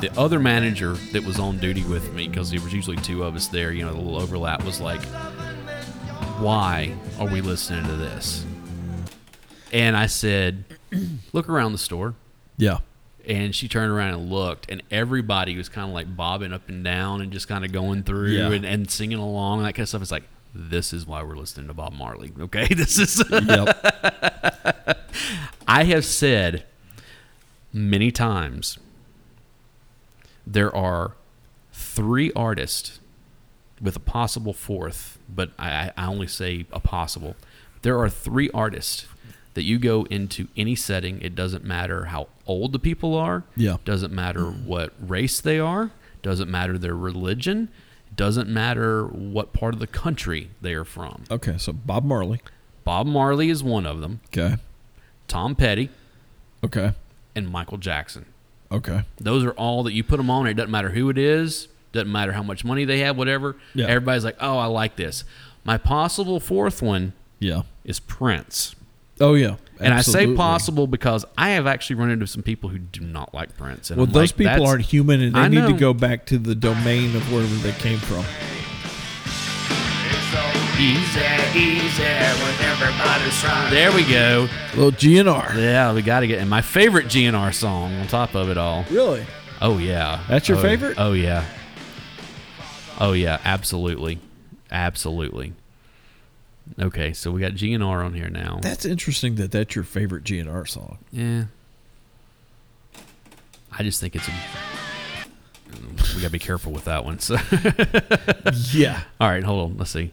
[SPEAKER 1] the other manager that was on duty with me because there was usually two of us there, you know, the little overlap was like, why are we listening to this? And I said, look around the store
[SPEAKER 2] Yeah.
[SPEAKER 1] and she turned around and looked and everybody was kind of like bobbing up and down and just kind of going through
[SPEAKER 2] Yeah.
[SPEAKER 1] and, and singing along and that kind of stuff it's like this is why we're listening to bob marley okay this is
[SPEAKER 2] Yep.
[SPEAKER 1] i have said many times there are three artists with a possible fourth but i, I I only say a possible there are three artists that you go into any setting it doesn't matter how old the people are
[SPEAKER 2] Yeah.
[SPEAKER 1] doesn't matter what race they are doesn't matter their religion doesn't matter what part of the country they are from
[SPEAKER 2] okay. So Bob Marley.
[SPEAKER 1] bob marley is one of them
[SPEAKER 2] Okay.
[SPEAKER 1] tom petty
[SPEAKER 2] Okay.
[SPEAKER 1] and michael jackson
[SPEAKER 2] Okay.
[SPEAKER 1] those are all that you put them on. It doesn't matter who it is. Doesn't matter how much money they have. Whatever.
[SPEAKER 2] Yeah.
[SPEAKER 1] Everybody's like, oh, I like this. My possible fourth one
[SPEAKER 2] Yeah.
[SPEAKER 1] is Prince.
[SPEAKER 2] Oh yeah.
[SPEAKER 1] And I
[SPEAKER 2] Absolutely.
[SPEAKER 1] say possible because I have actually run into some people who do not like Prince. And
[SPEAKER 2] Well,
[SPEAKER 1] I'm
[SPEAKER 2] those
[SPEAKER 1] like,
[SPEAKER 2] people
[SPEAKER 1] that's-
[SPEAKER 2] aren't human, and they
[SPEAKER 1] I
[SPEAKER 2] need to
[SPEAKER 1] know.
[SPEAKER 2] go back to the domain of wherever they came from.
[SPEAKER 1] Easy, easy when everybody's trying. There we go.
[SPEAKER 2] Little GNR.
[SPEAKER 1] Yeah, we got to get. And my favorite GNR song on top of it all.
[SPEAKER 2] Really?
[SPEAKER 1] Oh yeah.
[SPEAKER 2] That's your
[SPEAKER 1] Oh,
[SPEAKER 2] favorite?
[SPEAKER 1] Oh yeah. Oh yeah, absolutely. Absolutely. Okay, so we got GNR on here now.
[SPEAKER 2] That's interesting that that's your favorite GNR song.
[SPEAKER 1] yeah. I just think it's a we gotta be careful with that one. So
[SPEAKER 2] Yeah.
[SPEAKER 1] all right, hold on. Let's see.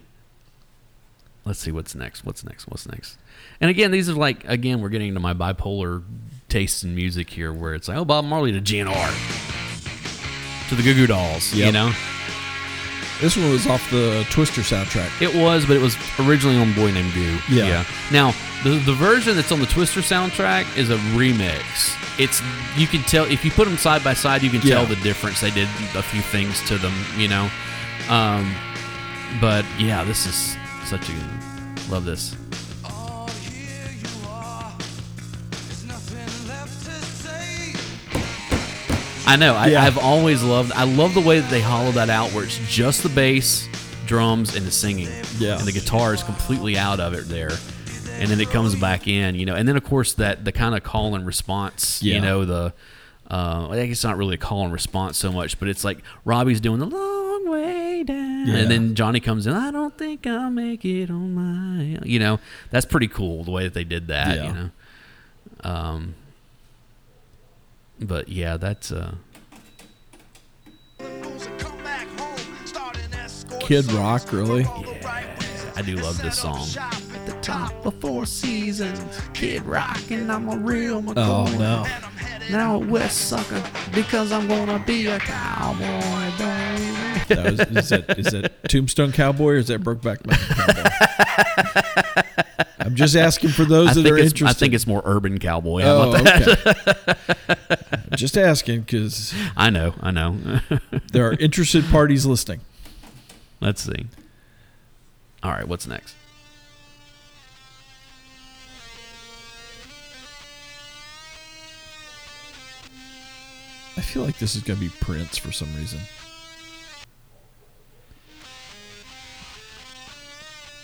[SPEAKER 1] Let's see what's next. What's next? What's next? And again, these are like again, we're getting into my bipolar tastes in music here, where it's like, oh, Bob Marley to GNR, to the Goo Goo Dolls, you
[SPEAKER 2] Yep.
[SPEAKER 1] know.
[SPEAKER 2] This one was off the Twister soundtrack.
[SPEAKER 1] It was, but it was originally on Boy Named Goo.
[SPEAKER 2] Yeah.
[SPEAKER 1] Now the the version that's on the Twister soundtrack is a remix. It's you can tell if you put them side by side, you can
[SPEAKER 2] Yeah.
[SPEAKER 1] tell the difference. They did a few things to them, you know. Um, but yeah, this is such a love this.
[SPEAKER 6] Oh, here you are. There's nothing left to say.
[SPEAKER 1] I know. I,
[SPEAKER 2] Yeah.
[SPEAKER 1] I've always loved. I love the way that they hollow that out, where it's just the bass, drums, and the singing.
[SPEAKER 2] Yeah.
[SPEAKER 1] And the guitar is completely out of it there, and then it comes back in. You know, and then of course that the kind of call and response.
[SPEAKER 2] Yeah.
[SPEAKER 1] You know the. Uh, I think it's not really a call and response so much, but it's like Robbie's doing the long way down,
[SPEAKER 2] Yeah.
[SPEAKER 1] and then Johnny comes in. I don't think I'll make it on my. own." You know, that's pretty cool the way that they did that.
[SPEAKER 2] Yeah.
[SPEAKER 1] You know, um, but yeah, that's uh,
[SPEAKER 2] Kid Rock, really?
[SPEAKER 1] Yeah, I do love this song.
[SPEAKER 2] Oh.
[SPEAKER 6] Top of four seasons, Kid Rock, and I'm a real
[SPEAKER 2] Oh,
[SPEAKER 6] McCoy.
[SPEAKER 2] no.
[SPEAKER 6] And I'm headed Now a West sucker, because I'm gonna be a cowboy, baby.
[SPEAKER 2] That was, is, that, is that Tombstone Cowboy or is that Brokeback Mountain Cowboy? I'm just asking for those
[SPEAKER 1] I
[SPEAKER 2] that
[SPEAKER 1] think,
[SPEAKER 2] are
[SPEAKER 1] it's,
[SPEAKER 2] interested.
[SPEAKER 1] I think it's more urban cowboy. How about
[SPEAKER 2] Oh,
[SPEAKER 1] that?
[SPEAKER 2] okay. I'm just asking because
[SPEAKER 1] I know, I know.
[SPEAKER 2] there are interested parties listening.
[SPEAKER 1] Let's see. All right, what's next?
[SPEAKER 2] I feel like this is going to be Prince for some reason.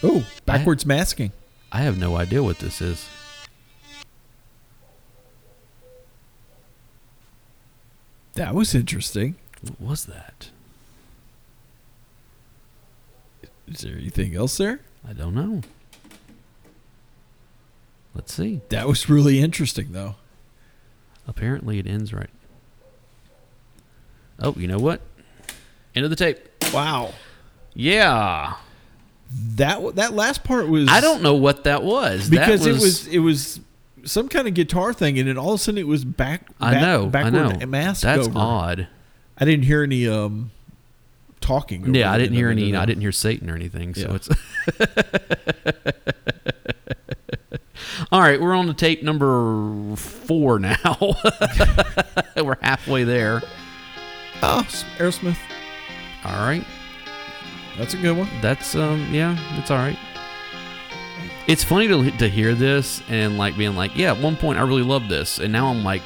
[SPEAKER 2] Oh, backwards masking.
[SPEAKER 1] I have no idea what this is.
[SPEAKER 2] That was interesting.
[SPEAKER 1] What was that?
[SPEAKER 2] Is there anything else there?
[SPEAKER 1] I don't know. Let's see.
[SPEAKER 2] That was really interesting, though.
[SPEAKER 1] Apparently, it ends right. Oh, you know what? End of the tape.
[SPEAKER 2] Wow.
[SPEAKER 1] Yeah.
[SPEAKER 2] That w- that last part was
[SPEAKER 1] I don't know what that was. That
[SPEAKER 2] because it was it was some kind of guitar thing, and then all of a sudden it was back.
[SPEAKER 1] I
[SPEAKER 2] back-
[SPEAKER 1] know. I
[SPEAKER 2] Backward
[SPEAKER 1] know.
[SPEAKER 2] Mask
[SPEAKER 1] That's
[SPEAKER 2] over.
[SPEAKER 1] odd.
[SPEAKER 2] I didn't hear any um talking. over
[SPEAKER 1] Yeah, I
[SPEAKER 2] it,
[SPEAKER 1] didn't
[SPEAKER 2] you know,
[SPEAKER 1] hear any.
[SPEAKER 2] other
[SPEAKER 1] I
[SPEAKER 2] than-
[SPEAKER 1] didn't hear Satan or anything. So
[SPEAKER 2] Yeah.
[SPEAKER 1] it's all right. We're on to tape number four now. we're halfway there.
[SPEAKER 2] Oh, Aerosmith.
[SPEAKER 1] All right.
[SPEAKER 2] That's a good one.
[SPEAKER 1] That's um. Yeah, it's all right. It's funny to to hear this and like being like, yeah. At one point, I really loved this, and now I'm like,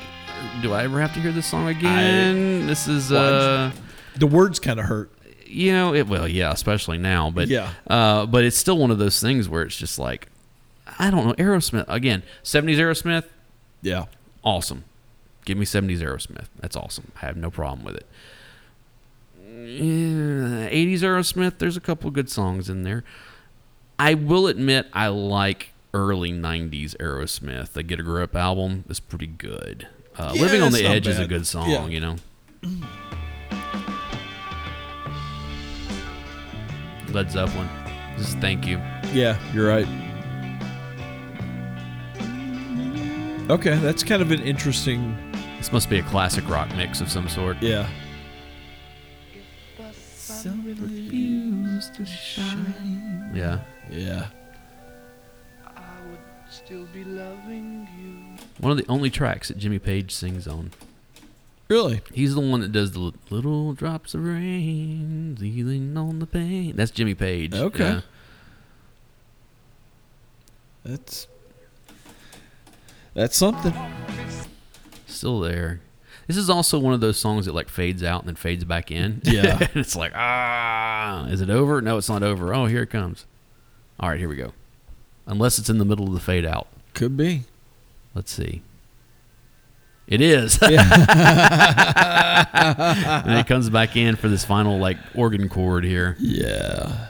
[SPEAKER 1] do I ever have to hear this song again? this is uh.
[SPEAKER 2] The words kind of hurt.
[SPEAKER 1] you know it well yeah especially now but
[SPEAKER 2] Yeah.
[SPEAKER 1] uh, but it's still one of those things where it's just like i don't know aerosmith again 70s aerosmith
[SPEAKER 2] Yeah.
[SPEAKER 1] awesome give me 70s aerosmith that's awesome i have no problem with it Yeah, 80s aerosmith there's a couple good songs in there i will admit i like early 90s aerosmith the get a grip album is pretty good uh,
[SPEAKER 2] Yeah,
[SPEAKER 1] living on the
[SPEAKER 2] it's not
[SPEAKER 1] edge is a
[SPEAKER 2] bad.
[SPEAKER 1] good song
[SPEAKER 2] Yeah. Mm.
[SPEAKER 1] you know led zeppelin just thank you
[SPEAKER 2] Yeah, you're right. Okay, that's kind of an interesting.
[SPEAKER 1] this must be a classic rock mix of some sort
[SPEAKER 2] Yeah.
[SPEAKER 1] yeah
[SPEAKER 2] Yeah.
[SPEAKER 5] I would still be loving you.
[SPEAKER 1] one of the only tracks that jimmy page sings on
[SPEAKER 2] Really?
[SPEAKER 1] He's the one that does the li- little drops of rain, healing on the pain. That's Jimmy Page.
[SPEAKER 2] Okay.
[SPEAKER 1] Yeah.
[SPEAKER 2] That's that's something.
[SPEAKER 1] Still there. This is also one of those songs that like fades out and then fades back in.
[SPEAKER 2] Yeah.
[SPEAKER 1] and it's like, ah, is it over? No, it's not over. Oh, here it comes. All right, here we go. Unless it's in the middle of the fade out.
[SPEAKER 2] Could be.
[SPEAKER 1] Let's see. It is. and it comes back in for this final like organ chord here.
[SPEAKER 2] Yeah.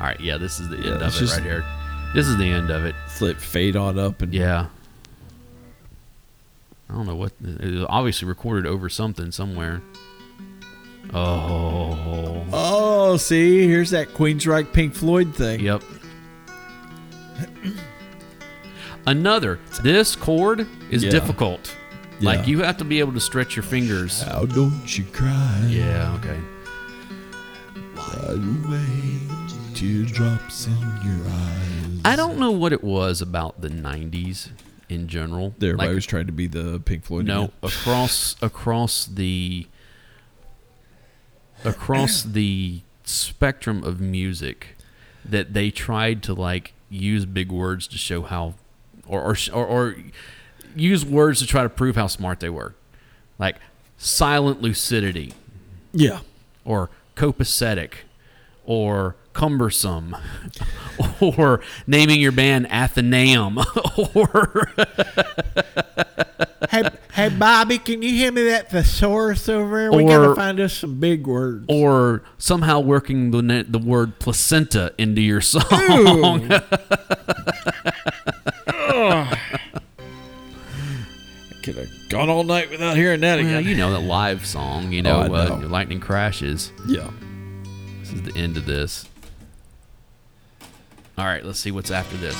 [SPEAKER 1] All right, yeah, this is the end
[SPEAKER 2] Yeah,
[SPEAKER 1] of it
[SPEAKER 2] it's just-
[SPEAKER 1] right here. This is the end of it.
[SPEAKER 2] Flip fade on up and
[SPEAKER 1] Yeah. I don't know what. It was obviously recorded over something somewhere. Oh.
[SPEAKER 2] Oh, see, here's that Queensryche Pink Floyd thing.
[SPEAKER 1] Yep. Another. This chord is
[SPEAKER 2] Yeah.
[SPEAKER 1] difficult. Like
[SPEAKER 2] Yeah.
[SPEAKER 1] you have to be able to stretch your fingers.
[SPEAKER 2] How don't you cry?
[SPEAKER 1] Yeah. Okay.
[SPEAKER 2] Hide away the teardrops in your eyes.
[SPEAKER 1] I don't know what it was about the '90s in general.
[SPEAKER 2] There,
[SPEAKER 1] Like,
[SPEAKER 2] I was trying to be the Pink Floyd.
[SPEAKER 1] No,
[SPEAKER 2] again.
[SPEAKER 1] across across the across the spectrum of music that they tried to like use big words to show how or or sh- or, or use words to try to prove how smart they were. Like silent lucidity
[SPEAKER 2] Yeah.
[SPEAKER 1] or copacetic or cumbersome or naming your band Athenaeum or
[SPEAKER 2] hey, hey, Bobby, can you hand me that thesaurus over there?
[SPEAKER 1] We gotta Or-
[SPEAKER 2] find us some big words.
[SPEAKER 1] or somehow working the na- the word placenta into your song.
[SPEAKER 2] Could have gone all night without hearing that
[SPEAKER 1] Yeah,
[SPEAKER 2] again.
[SPEAKER 1] you know that live song. You know,
[SPEAKER 2] Oh, I
[SPEAKER 1] Uh,
[SPEAKER 2] know.
[SPEAKER 1] lightning crashes.
[SPEAKER 2] Yeah.
[SPEAKER 1] This is the end of this. All right, let's see what's after this.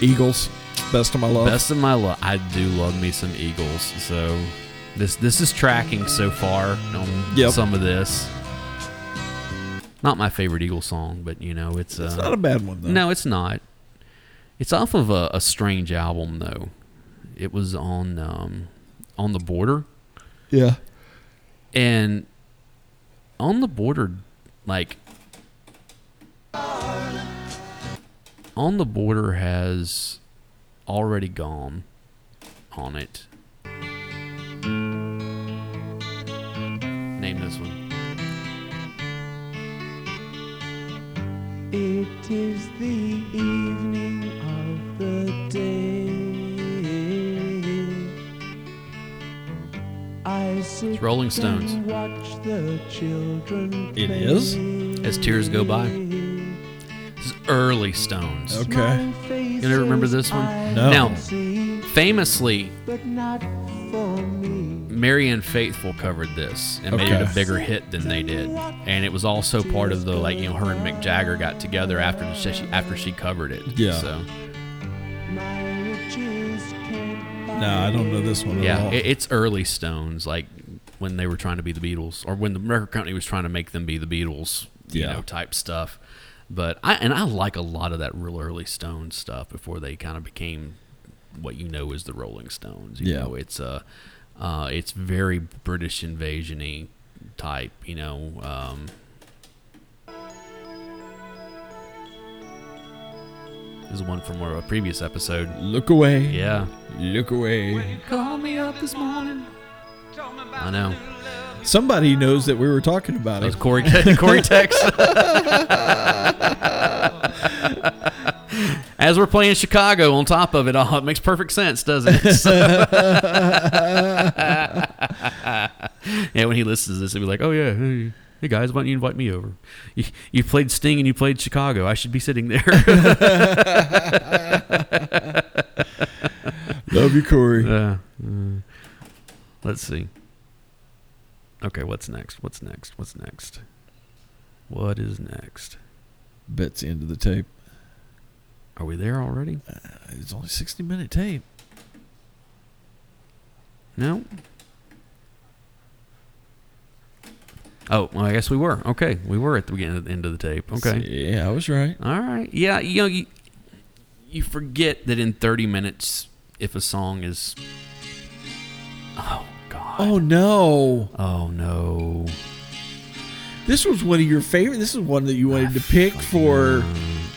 [SPEAKER 2] Eagles, best of my love.
[SPEAKER 1] Best of my love. I do love me some Eagles. So this this is tracking so far on
[SPEAKER 2] Yep.
[SPEAKER 1] some of this. Not my favorite Eagle song, but you know it's. Uh,
[SPEAKER 2] It's not a bad one though.
[SPEAKER 1] No, it's not. It's off of a, a strange album though. It was on um, on the border
[SPEAKER 2] Yeah.
[SPEAKER 1] and on the border, like on the border has already gone on it.
[SPEAKER 7] It is the evening of the day. I sit
[SPEAKER 1] It's Rolling Stones.
[SPEAKER 7] and watch the children
[SPEAKER 2] It is?
[SPEAKER 1] As tears go by. This is early Stones.
[SPEAKER 2] Okay. Okay.
[SPEAKER 1] You never remember this one?
[SPEAKER 2] No.
[SPEAKER 1] Now, famously,
[SPEAKER 7] but not for me.
[SPEAKER 1] Marianne Faithful covered this and made it
[SPEAKER 2] Okay.
[SPEAKER 1] a bigger hit than they did, and it was also part of the like you know her and Mick Jagger got together after she after she covered it.
[SPEAKER 2] Yeah.
[SPEAKER 1] So
[SPEAKER 7] My riches can't buy
[SPEAKER 2] No, I don't know this one at
[SPEAKER 1] yeah,
[SPEAKER 2] all.
[SPEAKER 1] it, it's early Stones, like when they were trying to be the Beatles, or when the record company was trying to make them be the Beatles, you
[SPEAKER 2] Yeah.
[SPEAKER 1] know, type stuff. But I and I like a lot of that real early Stones stuff before they kind of became what you know as the Rolling Stones. You
[SPEAKER 2] Yeah.
[SPEAKER 1] know, it's uh, uh, it's very British invasiony type. You know, um, this is one from a previous episode.
[SPEAKER 2] Look away.
[SPEAKER 1] Yeah.
[SPEAKER 2] Look away.
[SPEAKER 1] Call me up this morning. I know.
[SPEAKER 2] Somebody knows that we were talking about
[SPEAKER 1] That was
[SPEAKER 2] it.
[SPEAKER 1] Corey, Corey Tex. As we're playing Chicago on top of it all, it makes perfect sense, doesn't it? So- yeah, when he listens to this, he'll be like, oh, yeah, hey, hey, guys, why don't you invite me over? You, you played Sting and you played Chicago. I should be sitting there.
[SPEAKER 2] Love you, Corey.
[SPEAKER 1] Uh, mm. let's see. Okay, what's next? What's next? What's next? What is next?
[SPEAKER 2] Bet's into the tape.
[SPEAKER 1] Are we there already?
[SPEAKER 2] It's only sixty minute tape.
[SPEAKER 1] No. Oh, well, I guess we were. Okay, we were at the beginning, end of the tape. Okay.
[SPEAKER 2] Yeah, I was right.
[SPEAKER 1] All right. Yeah, you know, you, you forget that in 30 minutes, if a song is. Oh, God.
[SPEAKER 2] Oh no.
[SPEAKER 1] Oh, no.
[SPEAKER 2] This was one of your favorite this is one that you wanted to pick for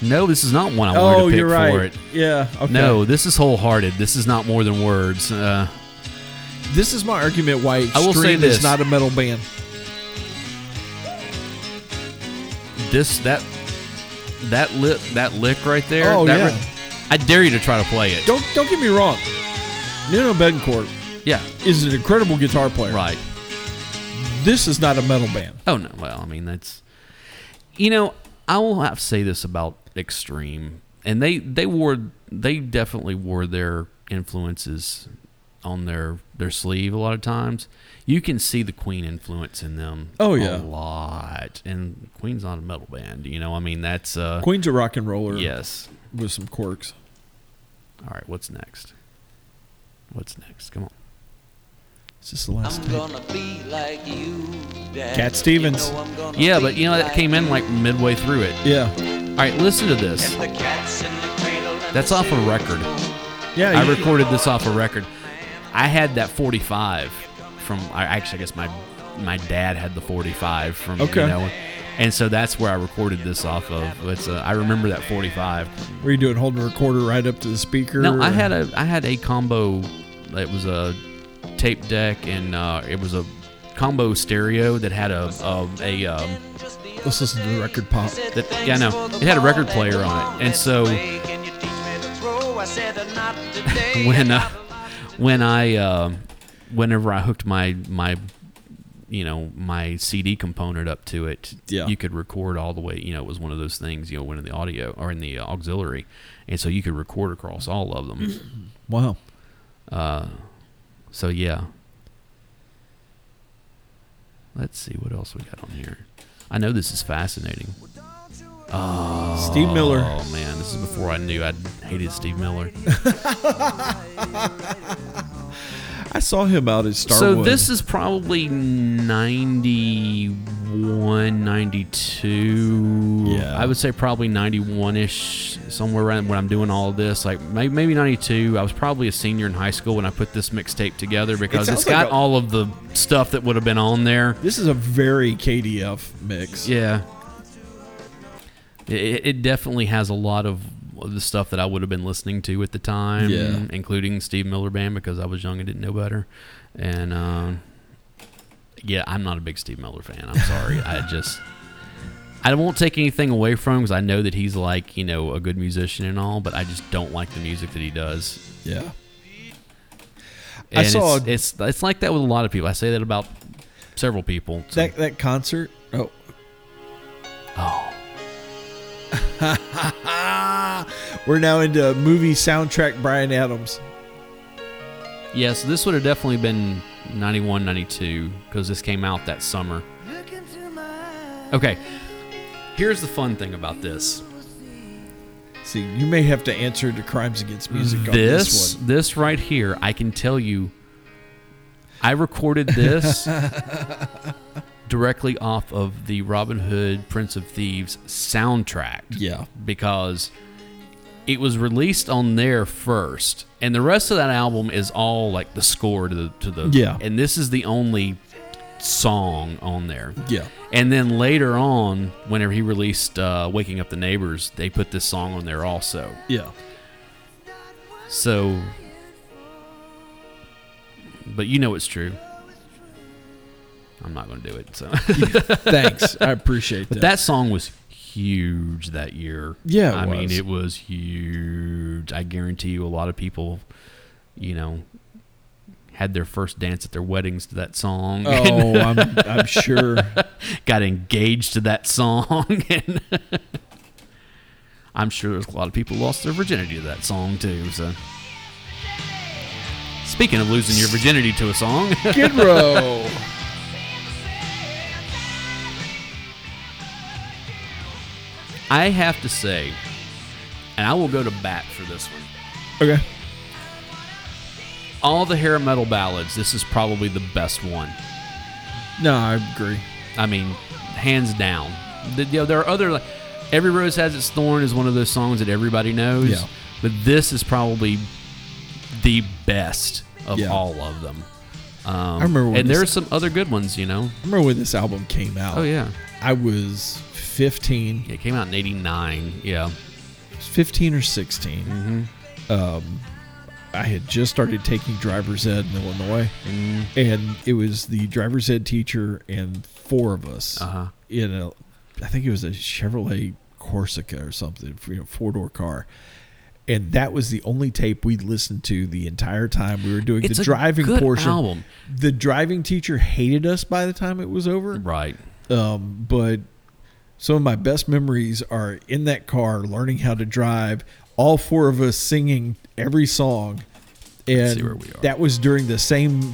[SPEAKER 1] No, this is not one I wanted
[SPEAKER 2] Oh,
[SPEAKER 1] to pick
[SPEAKER 2] you're right.
[SPEAKER 1] for it.
[SPEAKER 2] Yeah. Okay.
[SPEAKER 1] No, this is wholehearted. This is not more than words. Uh,
[SPEAKER 2] This is my argument why
[SPEAKER 1] I
[SPEAKER 2] Extreme
[SPEAKER 1] will say this.
[SPEAKER 2] is not a metal band.
[SPEAKER 1] this that that lick that lick right there.
[SPEAKER 2] Oh,
[SPEAKER 1] that
[SPEAKER 2] yeah.
[SPEAKER 1] ri- I dare you to try to play it.
[SPEAKER 2] Don't don't get me wrong. Nuno Betancourt
[SPEAKER 1] Yeah.
[SPEAKER 2] is an incredible guitar player.
[SPEAKER 1] Right.
[SPEAKER 2] This is not a metal band.
[SPEAKER 1] Oh no. Well, I mean that's. You know, I will have to say this about Extreme, and they they wore they definitely wore their influences on their their sleeve a lot of times. You can see the Queen influence in them.
[SPEAKER 2] Oh,
[SPEAKER 1] a
[SPEAKER 2] yeah.
[SPEAKER 1] lot. And Queen's not a metal band. You know, I mean that's uh,
[SPEAKER 2] Queen's a rock and roller
[SPEAKER 1] yes.
[SPEAKER 2] with some quirks.
[SPEAKER 1] All right, what's next? What's next? Come on.
[SPEAKER 2] Is this the last
[SPEAKER 6] I'm
[SPEAKER 2] tape?
[SPEAKER 6] gonna be like you, Dad.
[SPEAKER 2] Cat Stevens.
[SPEAKER 6] You know I'm gonna
[SPEAKER 1] Yeah,
[SPEAKER 6] be
[SPEAKER 1] but you know that
[SPEAKER 6] like
[SPEAKER 1] came in
[SPEAKER 6] you.
[SPEAKER 1] like midway through it.
[SPEAKER 2] Yeah.
[SPEAKER 1] All right, listen to this.
[SPEAKER 6] The cat's in the cradle and
[SPEAKER 1] That's
[SPEAKER 6] the
[SPEAKER 1] off a
[SPEAKER 6] silver
[SPEAKER 1] record.
[SPEAKER 6] spoon.
[SPEAKER 2] Yeah.
[SPEAKER 1] I
[SPEAKER 2] you-
[SPEAKER 1] recorded this off a record. I had that 45 from. I actually, I guess my my dad had the 45 from you
[SPEAKER 2] Okay.
[SPEAKER 1] know, and so that's where I recorded this off of. It's uh, I remember that 45.
[SPEAKER 2] Were you doing holding a recorder right up to the speaker?
[SPEAKER 1] No, I had a I had a combo. It was a tape deck and uh, it was a combo stereo that had a a, a um,
[SPEAKER 2] Let's listen to the record pop.
[SPEAKER 1] that, yeah, no, it had a record player on it, and so when uh, when I uh, whenever I hooked my my you know my CD component up to it,
[SPEAKER 2] Yeah.
[SPEAKER 1] you could record all the way. You know, it was one of those things. You know, when in the audio or in the uh, auxiliary, and so you could record across all of them.
[SPEAKER 2] Wow.
[SPEAKER 1] so yeah, let's see what else we got on here. I know this is fascinating.
[SPEAKER 2] Steve Miller.
[SPEAKER 1] Oh man, this is before I knew I hated Steve Miller.
[SPEAKER 2] I saw him out at Starwood.
[SPEAKER 1] So this is probably 91, 92.
[SPEAKER 2] Yeah.
[SPEAKER 1] I would say probably 91-ish, somewhere around when I'm doing all this. Like may- maybe 92. I was probably a senior in high school when I put this mixtape together because
[SPEAKER 2] sounds
[SPEAKER 1] it's got
[SPEAKER 2] like a-
[SPEAKER 1] all of the stuff that would have been on there.
[SPEAKER 2] This is a very KDF mix.
[SPEAKER 1] Yeah. It, it definitely has a lot of the stuff that I would have been listening to at the time,
[SPEAKER 2] Yeah.
[SPEAKER 1] including Steve Miller Band because I was young and didn't know better. And um, yeah, I'm not a big Steve Miller fan. I'm sorry. I just I won't take anything away from him because I know that he's like you know a good musician and all, but I just don't like the music that he does.
[SPEAKER 2] Yeah.
[SPEAKER 1] And
[SPEAKER 2] I saw
[SPEAKER 1] it's, it's it's like that with a lot of people. I say that about several people. So-
[SPEAKER 2] that that concert. Oh.
[SPEAKER 1] oh,
[SPEAKER 2] Oh. We're now into movie soundtrack Brian Adams.
[SPEAKER 1] yeah. So this would have definitely been 91, 92 because this came out that summer. Okay. Here's the fun thing about this.
[SPEAKER 2] See, you may have to answer to crimes against music on
[SPEAKER 1] this
[SPEAKER 2] this one.
[SPEAKER 1] this right here i can tell you i recorded this directly off of the robin hood prince of thieves soundtrack
[SPEAKER 2] Yeah.
[SPEAKER 1] because it was released on there first and the rest of that album is all like the score to the to the
[SPEAKER 2] Yeah.
[SPEAKER 1] and this is the only song on there
[SPEAKER 2] Yeah.
[SPEAKER 1] and then later on whenever he released uh, waking up the neighbors they put this song on there also
[SPEAKER 2] Yeah.
[SPEAKER 1] so, but you know it's true. I'm not going to do it. So
[SPEAKER 2] Thanks. I appreciate that.
[SPEAKER 1] that song was huge that year.
[SPEAKER 2] Yeah, it
[SPEAKER 1] I mean
[SPEAKER 2] was.
[SPEAKER 1] it was huge. I guarantee you, a lot of people, you know, had their first dance at their weddings to that song.
[SPEAKER 2] oh, I'm, I'm sure.
[SPEAKER 1] got engaged to that song, and I'm sure there's a lot of people lost their virginity to that song too. So, speaking of losing your virginity to a song,
[SPEAKER 2] Skid Row.
[SPEAKER 1] I have to say, and I will go to bat for this one.
[SPEAKER 2] Okay.
[SPEAKER 1] All the hair metal ballads, this is probably the best one.
[SPEAKER 2] No, I agree.
[SPEAKER 1] I mean, hands down. The, you know, there are other. like, Every rose has its thorn is one of those songs that everybody knows.
[SPEAKER 2] Yeah.
[SPEAKER 1] But this is probably the best of
[SPEAKER 2] Yeah.
[SPEAKER 1] all of them. Um,
[SPEAKER 2] I remember when
[SPEAKER 1] and
[SPEAKER 2] this-
[SPEAKER 1] there's some other good ones, you know.
[SPEAKER 2] I remember when this album came out.
[SPEAKER 1] Oh yeah,
[SPEAKER 2] I was 15,
[SPEAKER 1] it came out in '89. Yeah,
[SPEAKER 2] 15 or 16. Um,
[SPEAKER 1] Mm-hmm.
[SPEAKER 2] I had just started taking driver's ed in Illinois,
[SPEAKER 1] Mm-hmm.
[SPEAKER 2] and it was the driver's ed teacher and four of us
[SPEAKER 1] Uh-huh.
[SPEAKER 2] in a, I think it was a Chevrolet Corsica or something, you know, four door car. And that was the only tape we listened to the entire time we were doing
[SPEAKER 1] It's
[SPEAKER 2] the
[SPEAKER 1] a
[SPEAKER 2] driving
[SPEAKER 1] good
[SPEAKER 2] portion.
[SPEAKER 1] album.
[SPEAKER 2] The driving teacher hated us by the time it was over.
[SPEAKER 1] right.
[SPEAKER 2] Um, but some of my best memories are in that car learning how to drive, all four of us singing every song. And
[SPEAKER 1] see where we are.
[SPEAKER 2] that was during the same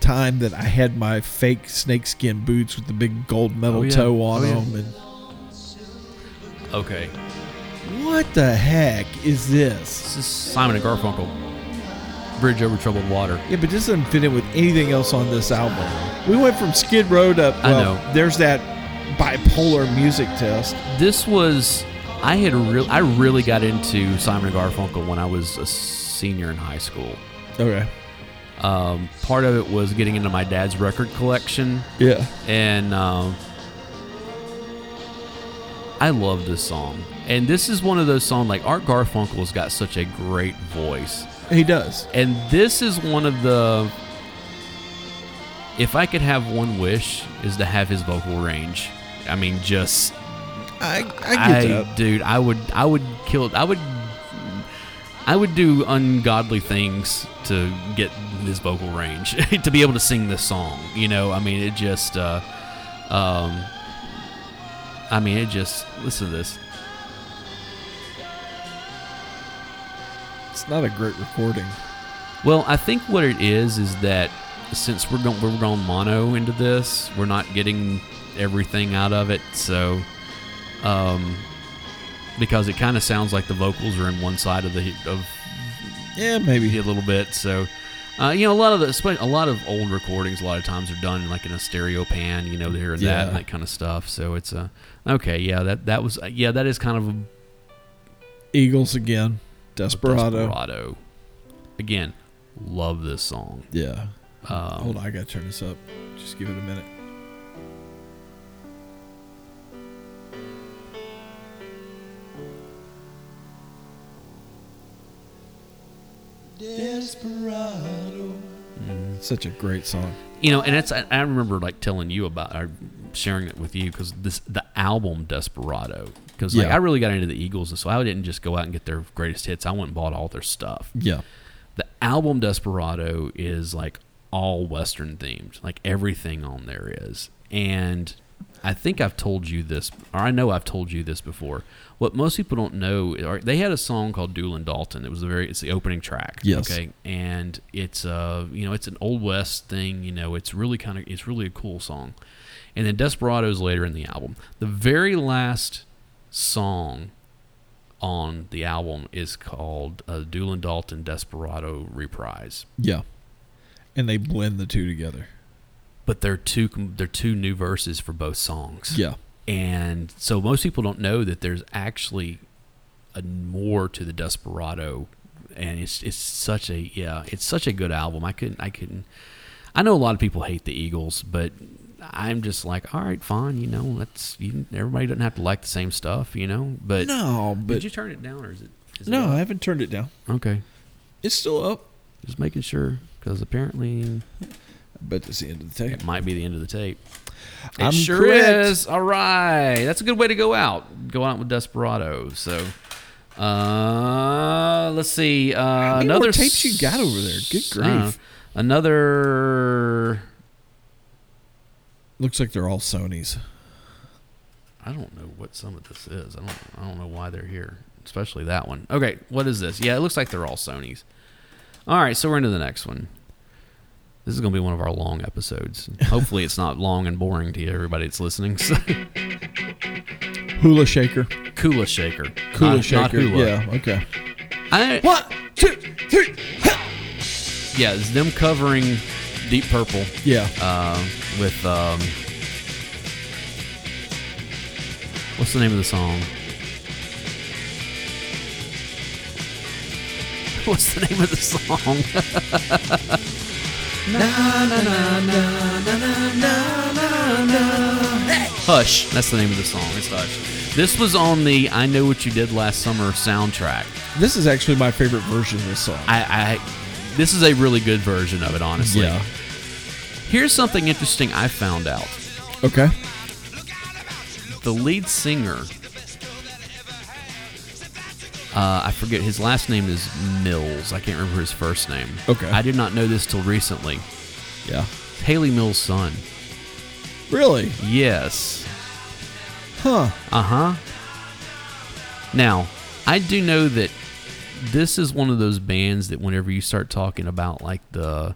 [SPEAKER 2] time that I had my fake snakeskin boots with the big gold metal
[SPEAKER 1] Oh, yeah.
[SPEAKER 2] toe on
[SPEAKER 1] Oh, yeah.
[SPEAKER 2] them. And
[SPEAKER 1] Okay,
[SPEAKER 2] what the heck is this?
[SPEAKER 1] this is Simon and Garfunkel, "Bridge Over Troubled Water."
[SPEAKER 2] Yeah, but this doesn't fit in with anything else on this album. We went from Skid Row to
[SPEAKER 1] I
[SPEAKER 2] well,
[SPEAKER 1] know.
[SPEAKER 2] there's that bipolar music test.
[SPEAKER 1] this was I had real I really got into Simon and Garfunkel when I was a senior in high school.
[SPEAKER 2] Okay.
[SPEAKER 1] Um, part of it was getting into my dad's record collection,
[SPEAKER 2] Yeah.
[SPEAKER 1] and um, I love this song. And this is one of those songs like Art Garfunkel's got such a great voice,
[SPEAKER 2] He does.
[SPEAKER 1] and this is one of the. If I could have one wish, is to have his vocal range. I mean, just
[SPEAKER 2] I, I get
[SPEAKER 1] I,
[SPEAKER 2] that.
[SPEAKER 1] dude, I would, I would kill, I would, I would do ungodly things to get this vocal range to be able to sing this song. You know, I mean, it just, uh, um, I mean, it just. Listen to this.
[SPEAKER 2] It's not a great recording.
[SPEAKER 1] Well, I think what it is is that since we're going, we're going mono into this, we're not getting everything out of it. So, um, because it kind of sounds like the vocals are in one side of the of
[SPEAKER 2] Yeah, maybe.
[SPEAKER 1] a little bit. So, uh, you know, a lot of the spe- a lot of old recordings, a lot of times are done like in a stereo pan, you know, here and that
[SPEAKER 2] Yeah.
[SPEAKER 1] and that kind of stuff. So it's a okay, yeah, that that was uh, yeah, that is kind of a
[SPEAKER 2] Eagles again. Desperado.
[SPEAKER 1] Desperado. Again, love this song.
[SPEAKER 2] Yeah.
[SPEAKER 1] Um,
[SPEAKER 2] Hold on, I gotta turn this up. Just give it a minute. Desperado. Such a great song. Mm,
[SPEAKER 1] you know, and that's I, I remember like telling you about or sharing it with you because this the album Desperado. Because like
[SPEAKER 2] Yeah.
[SPEAKER 1] I really got into the Eagles, so I didn't just go out and get their greatest hits. I went and bought all their stuff.
[SPEAKER 2] Yeah.
[SPEAKER 1] The album Desperado is like all Western themed. Like everything on there is. And I think I've told you this, or I know I've told you this before. What most people don't know, or they had a song called Doolin Dalton. It was the very, it's the opening track.
[SPEAKER 2] Yes.
[SPEAKER 1] Okay. And it's uh, you know, it's an old west thing. You know, it's really kind of, it's really a cool song. And then Desperado's later in the album. The very last song on the album is called uh, Doolin Dalton Desperado Reprise.
[SPEAKER 2] Yeah. And they blend the two together.
[SPEAKER 1] But they're two com- they're two new verses for both songs.
[SPEAKER 2] Yeah.
[SPEAKER 1] And so most people don't know that there's actually a more to the Desperado and it's it's such a yeah, it's such a good album. I couldn't I couldn't I know a lot of people hate the Eagles, but I'm just like, all right, fine, you know, that's you, everybody doesn't have to like the same stuff, you know. But
[SPEAKER 2] No, but
[SPEAKER 1] did you turn it down or is it? Is
[SPEAKER 2] no, I
[SPEAKER 1] it
[SPEAKER 2] haven't turned it down.
[SPEAKER 1] up? okay,
[SPEAKER 2] It's still up,
[SPEAKER 1] just making sure because apparently
[SPEAKER 2] but it's the end of the tape.
[SPEAKER 1] It might be the end of the tape. It
[SPEAKER 2] I'm
[SPEAKER 1] sure
[SPEAKER 2] correct.
[SPEAKER 1] is. All right. That's a good way to go out. Go out with Desperado. So uh let's see. Uh
[SPEAKER 2] many more
[SPEAKER 1] another
[SPEAKER 2] tapes you got over there? Good
[SPEAKER 1] I don't know.
[SPEAKER 2] grief.
[SPEAKER 1] another
[SPEAKER 2] Looks like they're all Sony's.
[SPEAKER 1] I don't know what some of this is. I don't I don't know why they're here. Especially that one. Okay, what is this? Yeah, it looks like they're all Sony's. All right, so we're into the next one. This is going to be one of our long episodes. Hopefully, it's not long and boring to everybody that's listening. So.
[SPEAKER 2] Hula shaker.
[SPEAKER 1] Kula Shaker. Not-
[SPEAKER 2] Hula
[SPEAKER 1] not
[SPEAKER 2] shaker.
[SPEAKER 1] hula.
[SPEAKER 2] Yeah. Okay.
[SPEAKER 1] I,
[SPEAKER 2] One, two, three.
[SPEAKER 1] Yeah, it's them covering Deep Purple
[SPEAKER 2] Yeah.
[SPEAKER 1] uh, with. Um, what's the name of the song? What's the name of the song? Hush. That's the name of the song. It's Hush. This was on the I Know What You Did Last Summer soundtrack.
[SPEAKER 2] this is actually my favorite version of this song.
[SPEAKER 1] I, I this is a really good version of it, honestly.
[SPEAKER 2] yeah.
[SPEAKER 1] Here's something interesting I found out.
[SPEAKER 2] Okay.
[SPEAKER 1] The lead singer, uh, I forget his last name is Mills. I can't remember his first name.
[SPEAKER 2] Okay.
[SPEAKER 1] I did not know this till recently.
[SPEAKER 2] Yeah.
[SPEAKER 1] Haley Mills' son.
[SPEAKER 2] Really?
[SPEAKER 1] Yes.
[SPEAKER 2] Huh.
[SPEAKER 1] Uh huh. Now, I do know that this is one of those bands that whenever you start talking about like the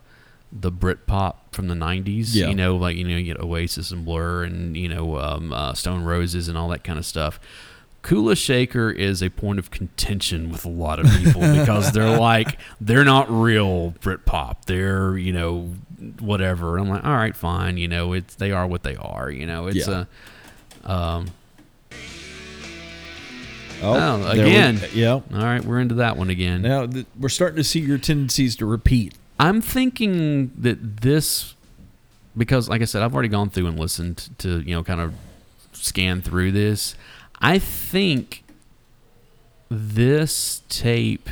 [SPEAKER 1] the Britpop from the '90s,
[SPEAKER 2] Yeah.
[SPEAKER 1] you know, like you know, you get Oasis and Blur and you know um, uh, Stone Roses and all that kind of stuff. Kula Shaker is a point of contention with a lot of people because they're like they're not real Britpop. They're you know whatever. And I'm like, all right, fine. You know, it's they are what they are. You know, it's
[SPEAKER 2] Yeah.
[SPEAKER 1] a um, Oh,
[SPEAKER 2] there we-
[SPEAKER 1] again.
[SPEAKER 2] yeah.
[SPEAKER 1] All right, we're into that one again.
[SPEAKER 2] Now th- we're starting to see your tendencies to repeat.
[SPEAKER 1] I'm thinking that this, because like I said, I've already gone through and listened to, you know, kind of scan through this. I think this tape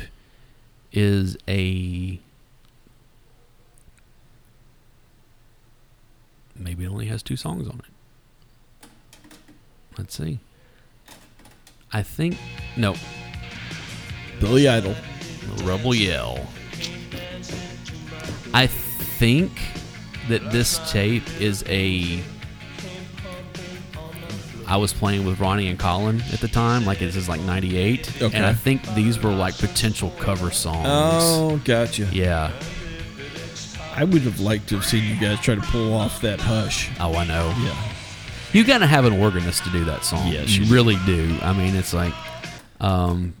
[SPEAKER 1] is a. Maybe it only has two songs on it. Let's see. I think. No,
[SPEAKER 2] Billy Idol.
[SPEAKER 1] Rebel Yell. I think that this tape is a. I was playing with Ronnie and Colin at the time, like this is like '98,
[SPEAKER 2] Okay.
[SPEAKER 1] and I think these were like potential cover songs.
[SPEAKER 2] Oh, gotcha.
[SPEAKER 1] Yeah.
[SPEAKER 2] I would have liked to have seen you guys try to pull off that hush.
[SPEAKER 1] Oh, I know.
[SPEAKER 2] Yeah.
[SPEAKER 1] You gotta have an organist to do that song.
[SPEAKER 2] Yes,
[SPEAKER 1] you
[SPEAKER 2] you do.
[SPEAKER 1] really do. I mean, it's like, um,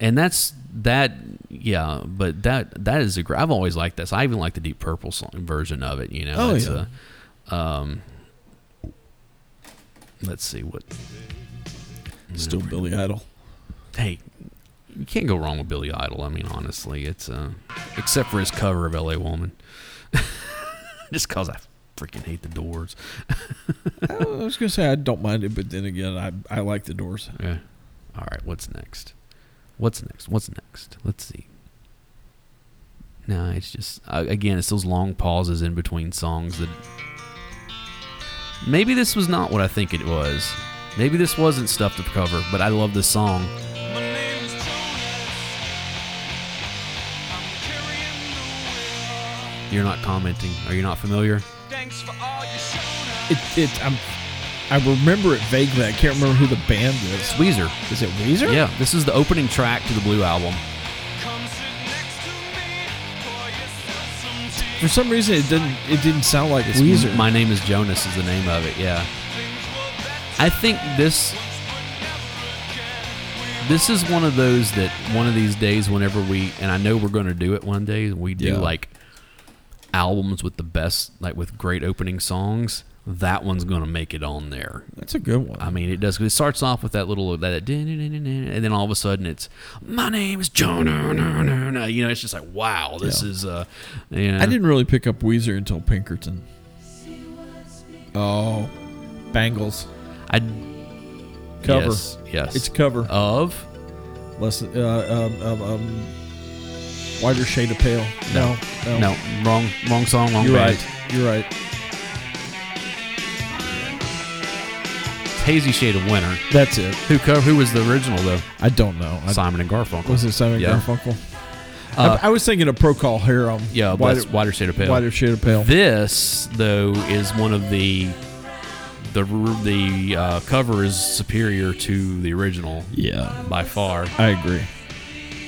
[SPEAKER 1] and that's that. Yeah, but that that is a great. I've always liked this. I even like the Deep Purple song version of it. You know,
[SPEAKER 2] Oh,
[SPEAKER 1] it's
[SPEAKER 2] yeah.
[SPEAKER 1] a, um, let's see what.
[SPEAKER 2] Still
[SPEAKER 1] Mm-hmm.
[SPEAKER 2] Billy Idol.
[SPEAKER 1] Hey, you can't go wrong with Billy Idol. I mean, honestly, it's uh, except for his cover of "L.A. Woman," just cause I freaking hate the Doors.
[SPEAKER 2] I was gonna say I don't mind it, but then again, I I like the Doors.
[SPEAKER 1] Yeah. All right. What's next? What's next? What's next? Let's see. No, it's just uh, again, it's those long pauses in between songs that Maybe this was not what I think it was. Maybe this wasn't stuff to cover, but I love this song.
[SPEAKER 6] My name is Jonas. I'm carrying the wheel.
[SPEAKER 1] You're not commenting. Are you not familiar?
[SPEAKER 6] Thanks for all you showed us.
[SPEAKER 2] It, it, I'm, I remember it vaguely. I can't remember who the band
[SPEAKER 1] It's
[SPEAKER 2] was.
[SPEAKER 1] Weezer.
[SPEAKER 2] Is it Weezer?
[SPEAKER 1] Yeah, this is the opening track to the Blue album.
[SPEAKER 6] Come sit next to me. Pour yourself some tea.
[SPEAKER 2] For some reason, it didn't. It didn't sound like
[SPEAKER 1] It's
[SPEAKER 2] Weezer.
[SPEAKER 1] My name is Jonas is the name of it. Yeah. I think this this is one of those that one of these days, whenever we and I know we're going to do it one day, we do
[SPEAKER 2] Yeah.
[SPEAKER 1] like albums with the best, like with great opening songs. That one's going to make it on there.
[SPEAKER 2] That's a good one.
[SPEAKER 1] I mean, it does. 'cause It starts off with that little that, and then all of a sudden it's my name is Jonah. no, no, no." You know, it's just like wow, this
[SPEAKER 2] Yeah.
[SPEAKER 1] is uh, yeah.
[SPEAKER 2] I didn't really pick up Weezer until Pinkerton. Oh, Bangles
[SPEAKER 1] I
[SPEAKER 2] cover.
[SPEAKER 1] Yes, yes.
[SPEAKER 2] It's cover.
[SPEAKER 1] of
[SPEAKER 2] Less uh, um, um, um, wider shade of pale. No, no,
[SPEAKER 1] no wrong wrong song wrong
[SPEAKER 2] You're
[SPEAKER 1] band.
[SPEAKER 2] right. You're right.
[SPEAKER 1] It's Hazy Shade of Winter.
[SPEAKER 2] That's it.
[SPEAKER 1] Who cover? Who was the original though?
[SPEAKER 2] I don't know. I,
[SPEAKER 1] Simon and Garfunkel.
[SPEAKER 2] was it Simon
[SPEAKER 1] Yeah.
[SPEAKER 2] Garfunkel?
[SPEAKER 1] Uh,
[SPEAKER 2] I, I was thinking of Procol Harum.
[SPEAKER 1] Yeah, but
[SPEAKER 2] wider,
[SPEAKER 1] it's Wider Shade of Pale.
[SPEAKER 2] wider shade of pale.
[SPEAKER 1] This though is one of the the the uh, cover is superior to the original
[SPEAKER 2] yeah,
[SPEAKER 1] by far.
[SPEAKER 2] I agree.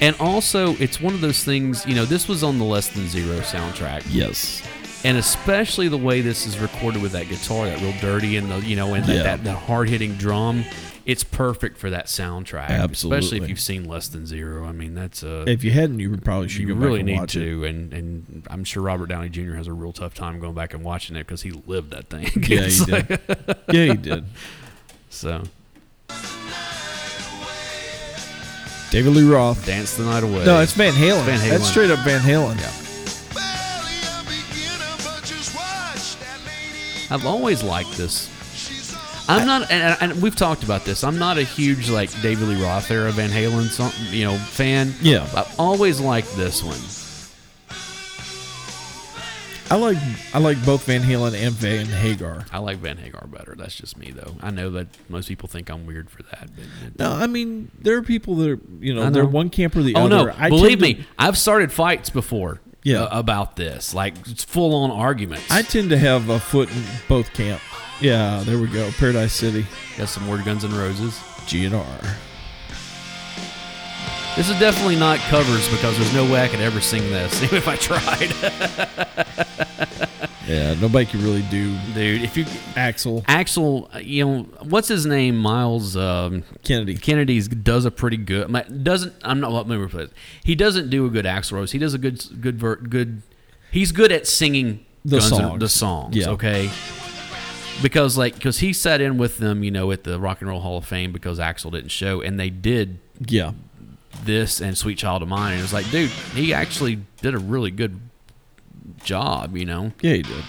[SPEAKER 1] And also, it's one of those things, you know, this was on the Less Than Zero soundtrack.
[SPEAKER 2] Yes.
[SPEAKER 1] And especially the way this is recorded with that guitar, that real dirty and the, you know, and that,
[SPEAKER 2] Yeah.
[SPEAKER 1] that, that hard hitting drum. It's perfect for that soundtrack. Especially
[SPEAKER 2] Absolutely.
[SPEAKER 1] if you've seen Less Than Zero. I mean, that's a.
[SPEAKER 2] If you hadn't, you would probably should
[SPEAKER 1] you
[SPEAKER 2] go back
[SPEAKER 1] really
[SPEAKER 2] and
[SPEAKER 1] need
[SPEAKER 2] watch it.
[SPEAKER 1] to, and and I'm sure Robert Downey Jr. has a real tough time going back and watching it because he lived that thing.
[SPEAKER 2] Yeah,
[SPEAKER 1] It's
[SPEAKER 2] he
[SPEAKER 1] like-
[SPEAKER 2] did. yeah, he did.
[SPEAKER 1] So
[SPEAKER 2] David Lee Roth.
[SPEAKER 1] dance the night away.
[SPEAKER 2] No, it's Van Halen.
[SPEAKER 1] Van
[SPEAKER 2] That's
[SPEAKER 1] Halen.
[SPEAKER 2] straight up Van Halen.
[SPEAKER 6] Barely a beginner, but just watch that lady.
[SPEAKER 1] I've always liked this
[SPEAKER 6] She's on
[SPEAKER 1] I'm not, and, and we've talked about this. I'm not a huge like David Lee Roth era Van Halen, song, you know, fan.
[SPEAKER 2] Yeah.
[SPEAKER 1] I've always liked this one.
[SPEAKER 2] I like I like both Van Halen and Van Hagar.
[SPEAKER 1] I like Van Hagar better. That's just me, though. I know that most people think I'm weird for that. But
[SPEAKER 2] No, I mean there are people that are you know,
[SPEAKER 1] I know.
[SPEAKER 2] they're one camp or the
[SPEAKER 1] oh
[SPEAKER 2] other.
[SPEAKER 1] no!
[SPEAKER 2] I
[SPEAKER 1] Believe
[SPEAKER 2] tend to-
[SPEAKER 1] me, I've started fights before.
[SPEAKER 2] Yeah.
[SPEAKER 1] uh, about this, like it's full on arguments.
[SPEAKER 2] I tend to have a foot in both camp. Yeah, there we go. Paradise City,
[SPEAKER 1] got some more Guns N' Roses.
[SPEAKER 2] GNR.
[SPEAKER 1] This is definitely not covers because there's no way I could ever sing this, even if I tried,
[SPEAKER 2] Yeah, nobody can really do
[SPEAKER 1] dude. If you
[SPEAKER 2] Axel
[SPEAKER 1] Axel, uh, you know what's his name, Miles. Um,
[SPEAKER 2] Kennedy.
[SPEAKER 1] Kennedy's does a pretty good. my- Doesn't I'm not what movie plays. He doesn't do a good Axl Rose. He does a good good ver- good. He's good at singing
[SPEAKER 2] The
[SPEAKER 1] Guns N'
[SPEAKER 2] songs.
[SPEAKER 1] the songs.
[SPEAKER 2] Yeah.
[SPEAKER 1] Okay. Because like because he sat in with them, you know, at the Rock and Roll Hall of Fame because Axel didn't show, and they did
[SPEAKER 2] Yeah.
[SPEAKER 1] this and Sweet Child of Mine, and it was like, dude, he actually did a really good job, you know.
[SPEAKER 2] Yeah, he did.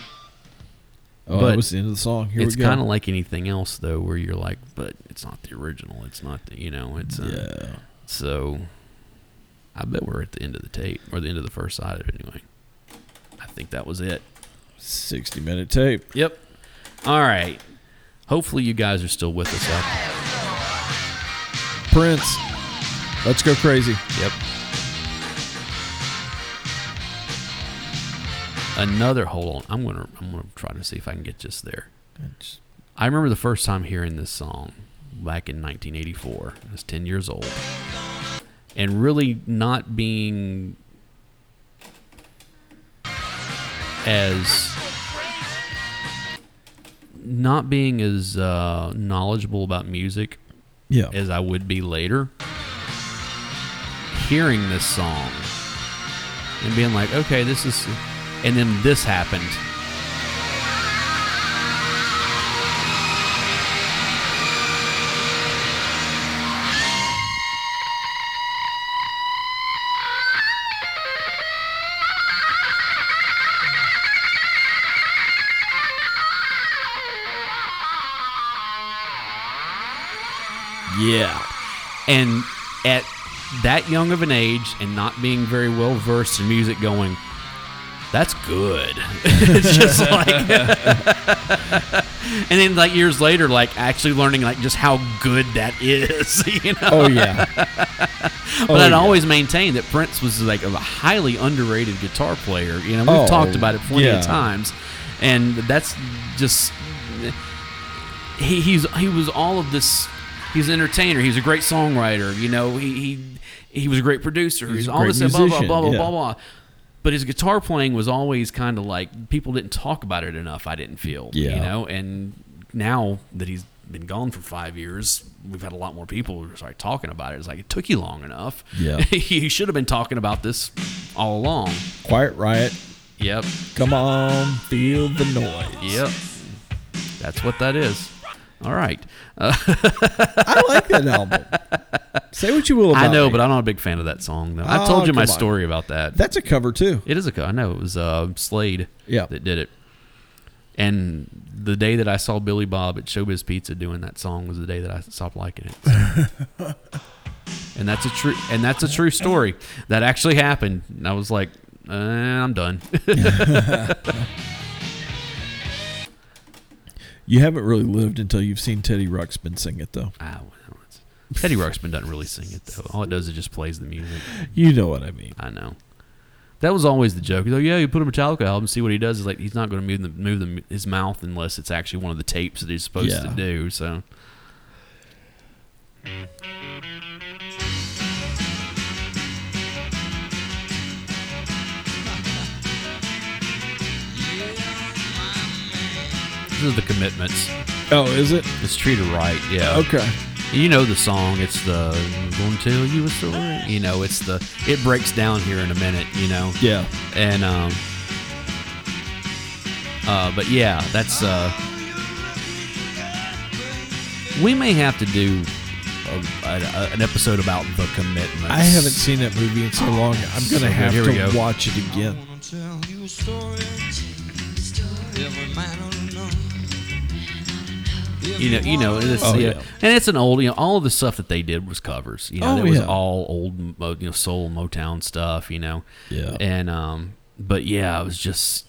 [SPEAKER 2] Oh,
[SPEAKER 1] But
[SPEAKER 2] that was the end of the song. Here
[SPEAKER 1] it's
[SPEAKER 2] we go.
[SPEAKER 1] kind of like anything else though, where you're like, but it's not the original. It's not the you know. It's uh,
[SPEAKER 2] yeah.
[SPEAKER 1] So I bet we're at the end of the tape or the end of the first side of it anyway. I think that was it.
[SPEAKER 2] 60 minute tape.
[SPEAKER 1] Yep. All right. Hopefully you guys are still with us. Out.
[SPEAKER 2] Prince. Let's go crazy.
[SPEAKER 1] Yep. Another hold on. I'm gonna I'm gonna try to see if I can get just there. I remember the first time hearing this song back in 1984. I was 10 years old. And really not being as not being as uh, knowledgeable about music
[SPEAKER 2] Yeah.
[SPEAKER 1] as I would be later. Hearing this song and being like, okay, this is, and then this happened.
[SPEAKER 2] yeah.
[SPEAKER 1] and at that young of an age and not being very well versed in music going that's good. it's just like, and then like years later, like actually learning like just how good that is, you know.
[SPEAKER 2] Oh yeah. Oh,
[SPEAKER 1] But I'd
[SPEAKER 2] yeah.
[SPEAKER 1] always maintained that Prince was like a highly underrated guitar player. You know, we've
[SPEAKER 2] Oh,
[SPEAKER 1] talked about it plenty
[SPEAKER 2] yeah.
[SPEAKER 1] of times, and that's just he, he's he was all of this. He's an entertainer. He was a great songwriter. You know, he he, he was a great producer. He's,
[SPEAKER 2] a
[SPEAKER 1] all
[SPEAKER 2] great
[SPEAKER 1] this blah blah
[SPEAKER 2] musician,
[SPEAKER 1] blah blah
[SPEAKER 2] yeah.
[SPEAKER 1] blah blah. But his guitar playing was always kind of like people didn't talk about it enough. I didn't feel, you
[SPEAKER 2] Yeah.
[SPEAKER 1] know. And now that he's been gone for five years, we've had a lot more people who are like talking about it. It's like it took you long enough.
[SPEAKER 2] Yeah.
[SPEAKER 1] you should have been talking about this all along.
[SPEAKER 2] Quiet Riot.
[SPEAKER 1] Yep,
[SPEAKER 2] Come on, feel the noise.
[SPEAKER 1] yep. That's what that is. All right.
[SPEAKER 2] I like that album. Say what you will about
[SPEAKER 1] I know,
[SPEAKER 2] me.
[SPEAKER 1] but I'm not a big fan of that song. Though I told
[SPEAKER 2] Oh,
[SPEAKER 1] you my
[SPEAKER 2] come on.
[SPEAKER 1] story about that.
[SPEAKER 2] that's a cover too.
[SPEAKER 1] It is a co- I know it was uh, Slade.
[SPEAKER 2] Yeah.
[SPEAKER 1] that did it. And the day that I saw Billy Bob at Showbiz Pizza doing that song was the day that I stopped liking it. so. and that's a true and that's a true story that actually happened. And I was like, uh, I'm done.
[SPEAKER 2] You haven't really lived until you've seen Teddy Ruxpin sing it though.
[SPEAKER 1] Ah, well, it's- Teddy Ruxpin doesn't really sing it though. All it does is just plays the music.
[SPEAKER 2] You know what I mean.
[SPEAKER 1] I know. That was always the joke. He's like, yeah, you put a Metallica album, see what he does. Is like he's not going to move the, move the, his mouth unless it's actually one of the tapes that he's supposed to
[SPEAKER 2] Yeah.
[SPEAKER 1] do. So this is the commitments.
[SPEAKER 2] Oh, is it?
[SPEAKER 1] It's treated right. Yeah.
[SPEAKER 2] Okay.
[SPEAKER 1] You know the song. It's the "Gonna Tell You a Story." You know, it's the. It breaks down here in a minute. You know,
[SPEAKER 2] Yeah.
[SPEAKER 1] and um. Uh, but yeah, that's uh. We may have to do a, a- a- an episode about the commitments.
[SPEAKER 2] I haven't seen that movie in so long. I'm
[SPEAKER 1] So
[SPEAKER 2] gonna have
[SPEAKER 1] here we
[SPEAKER 2] to
[SPEAKER 1] go.
[SPEAKER 2] watch it again.
[SPEAKER 6] I wanna tell you a story. Every man ought to know.
[SPEAKER 1] You know, you know, and it's,
[SPEAKER 2] Oh,
[SPEAKER 1] yeah.
[SPEAKER 2] yeah.
[SPEAKER 1] and it's an old. You know, all of the stuff that they did was covers. You know,
[SPEAKER 2] Oh,
[SPEAKER 1] it was
[SPEAKER 2] yeah.
[SPEAKER 1] all old, mo- you know, soul Motown stuff. You know,
[SPEAKER 2] Yeah.
[SPEAKER 1] and um, but yeah, it was just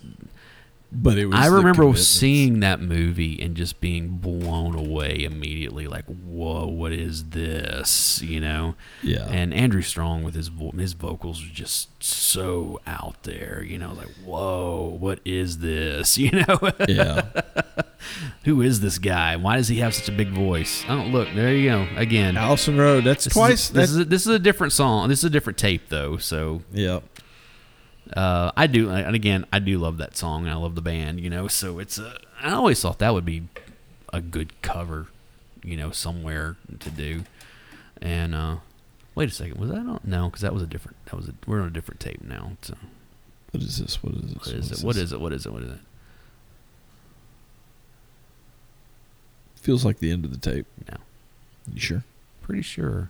[SPEAKER 2] But it was.
[SPEAKER 1] I
[SPEAKER 2] the
[SPEAKER 1] remember
[SPEAKER 2] commitments.
[SPEAKER 1] seeing that movie and just being blown away immediately. Like, whoa, what is this? You know?
[SPEAKER 2] Yeah.
[SPEAKER 1] And Andrew Strong with his vo- his vocals are just so out there. You know, like, whoa, what is this? You know,
[SPEAKER 2] Yeah.
[SPEAKER 1] who is this guy? Why does he have such a big voice? Oh, look, there you go again.
[SPEAKER 2] Allison Road. That's
[SPEAKER 1] This is a-
[SPEAKER 2] twice.
[SPEAKER 1] this is
[SPEAKER 2] that-
[SPEAKER 1] a, this is a different song. This is a different tape though. So
[SPEAKER 2] yeah.
[SPEAKER 1] uh, I do, and again, I do love that song. and I love the band, you know. So it's, uh, I always thought that would be a good cover, you know, somewhere to do. And uh, wait a second, was that on? No, because that was a different. That was a, we're on a different tape now. So
[SPEAKER 2] What is this? What is this?
[SPEAKER 1] what is
[SPEAKER 2] this?
[SPEAKER 1] it? What is it? What is it? What is it?
[SPEAKER 2] Feels like the end of the tape.
[SPEAKER 1] No,
[SPEAKER 2] You sure?
[SPEAKER 1] pretty sure.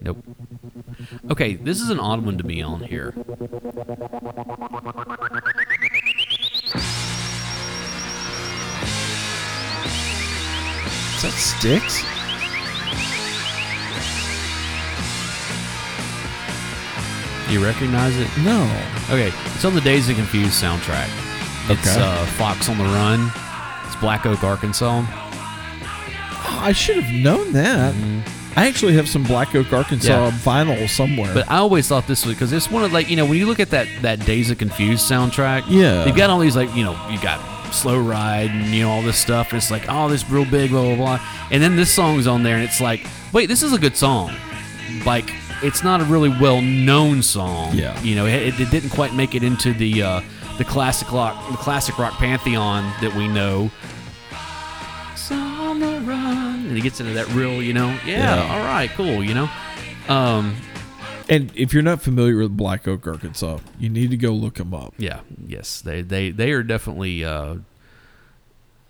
[SPEAKER 1] Nope. Okay, this is an odd one to be on here.
[SPEAKER 2] Is that sticks?
[SPEAKER 1] You recognize it?
[SPEAKER 2] No.
[SPEAKER 1] Okay, it's on the Days of Confused soundtrack. It's
[SPEAKER 2] Okay.
[SPEAKER 1] uh, Fox on the Run. It's Black Oak, Arkansas.
[SPEAKER 2] Oh, I should have known that. I actually have some Black Oak, Arkansas
[SPEAKER 1] Mm-hmm. Yeah.
[SPEAKER 2] vinyl somewhere.
[SPEAKER 1] But I always thought this was because it's one of like you know when you look at that that Days of Confused soundtrack.
[SPEAKER 2] Yeah.
[SPEAKER 1] you've got all these like you know you got Slow Ride and you know all this stuff. And it's like oh this real big blah blah blah, and then this song's on there and it's like wait this is a good song, like it's not a really well known song.
[SPEAKER 2] Yeah.
[SPEAKER 1] you know it, it didn't quite make it into the uh, the classic rock the classic rock pantheon that we know. So on the run, and he gets into that real you know yeah,
[SPEAKER 2] Yeah.
[SPEAKER 1] all right cool you know. Um,
[SPEAKER 2] and if you're not familiar with Black Oak, Arkansas, you need to go look them up.
[SPEAKER 1] Yeah. Yes. They they they are definitely uh,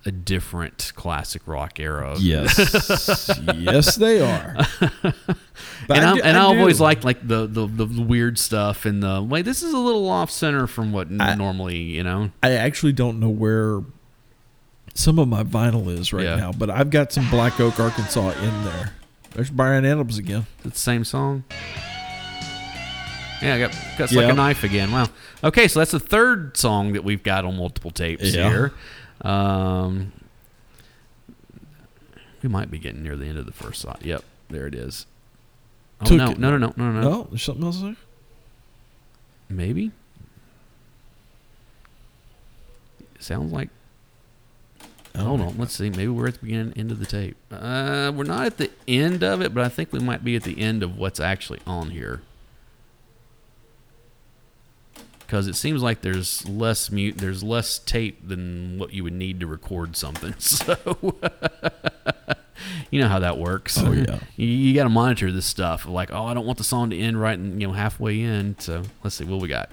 [SPEAKER 1] a different classic rock era.
[SPEAKER 2] Yes, yes, they are. But
[SPEAKER 1] And, I,
[SPEAKER 2] do-
[SPEAKER 1] and I,
[SPEAKER 2] do.
[SPEAKER 1] always liked like the, the, the weird stuff and the like. This is a little off center from what n-
[SPEAKER 2] I-
[SPEAKER 1] normally you know.
[SPEAKER 2] I actually don't know where some of my vinyl is right
[SPEAKER 1] Yeah.
[SPEAKER 2] now, but I've got some Black Oak, Arkansas in there. There's Brian Adams again.
[SPEAKER 1] It's the same song. Yeah, I got cuts like
[SPEAKER 2] Yeah.
[SPEAKER 1] a knife again. Wow. Okay, so that's the third song that we've got on multiple tapes
[SPEAKER 2] Yeah.
[SPEAKER 1] here. Um, we might be getting near the end of the first song. Yep, there it is. Oh
[SPEAKER 2] Took
[SPEAKER 1] no,
[SPEAKER 2] it.
[SPEAKER 1] no, no, no, no, no,
[SPEAKER 2] Oh, there's something else there?
[SPEAKER 1] Maybe. Sounds like. Hold on, let's see. Maybe we're at the beginning end of the tape. Uh, we're not at the end of it, but I think we might be at the end of what's actually on here. Because it seems like there's less mute, there's less tape than what you would need to record something. So, you know how that works.
[SPEAKER 2] Oh, yeah.
[SPEAKER 1] you, you got to monitor this stuff. Like, oh, I don't want the song to end right, and you know, halfway in. So, let's see what we got.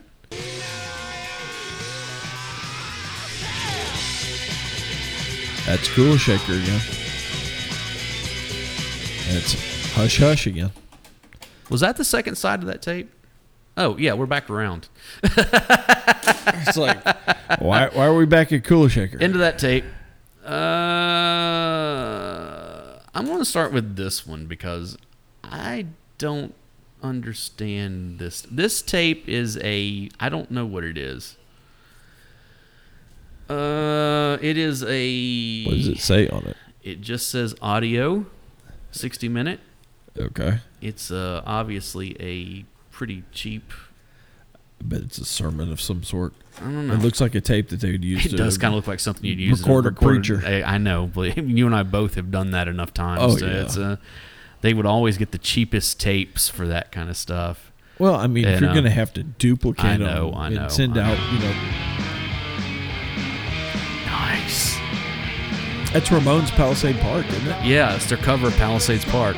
[SPEAKER 2] That's Cool Shaker again. That's Hush Hush again.
[SPEAKER 1] Was that the second side of that tape? Oh yeah, we're back around.
[SPEAKER 2] It's like, why, why are we back at Cool Shaker?
[SPEAKER 1] End of that tape. Uh, I'm going to start with this one because I don't understand this. This tape is a I don't know what it is. Uh, it is a.
[SPEAKER 2] what does it say on it?
[SPEAKER 1] It just says audio, 60 minute.
[SPEAKER 2] Okay.
[SPEAKER 1] It's uh, obviously a pretty cheap.
[SPEAKER 2] I bet it's a sermon of some sort. I don't know. It looks like a tape that they would use
[SPEAKER 1] It
[SPEAKER 2] to
[SPEAKER 1] does kind of look like something you'd use. in
[SPEAKER 2] record a
[SPEAKER 1] recorded-
[SPEAKER 2] preacher.
[SPEAKER 1] I, I know, but you and I both have done that enough times.
[SPEAKER 2] Oh,
[SPEAKER 1] so
[SPEAKER 2] yeah.
[SPEAKER 1] it's, uh, they would always get the cheapest tapes for that kind of stuff.
[SPEAKER 2] Well, I mean,
[SPEAKER 1] Yeah,
[SPEAKER 2] if you're
[SPEAKER 1] no.
[SPEAKER 2] going to have to duplicate
[SPEAKER 1] I know,
[SPEAKER 2] them
[SPEAKER 1] I know,
[SPEAKER 2] and send
[SPEAKER 1] I
[SPEAKER 2] out, you know,
[SPEAKER 1] Nice.
[SPEAKER 2] that's Ramones Palisade Park, isn't it?
[SPEAKER 1] Yeah, it's their cover of Palisades Park.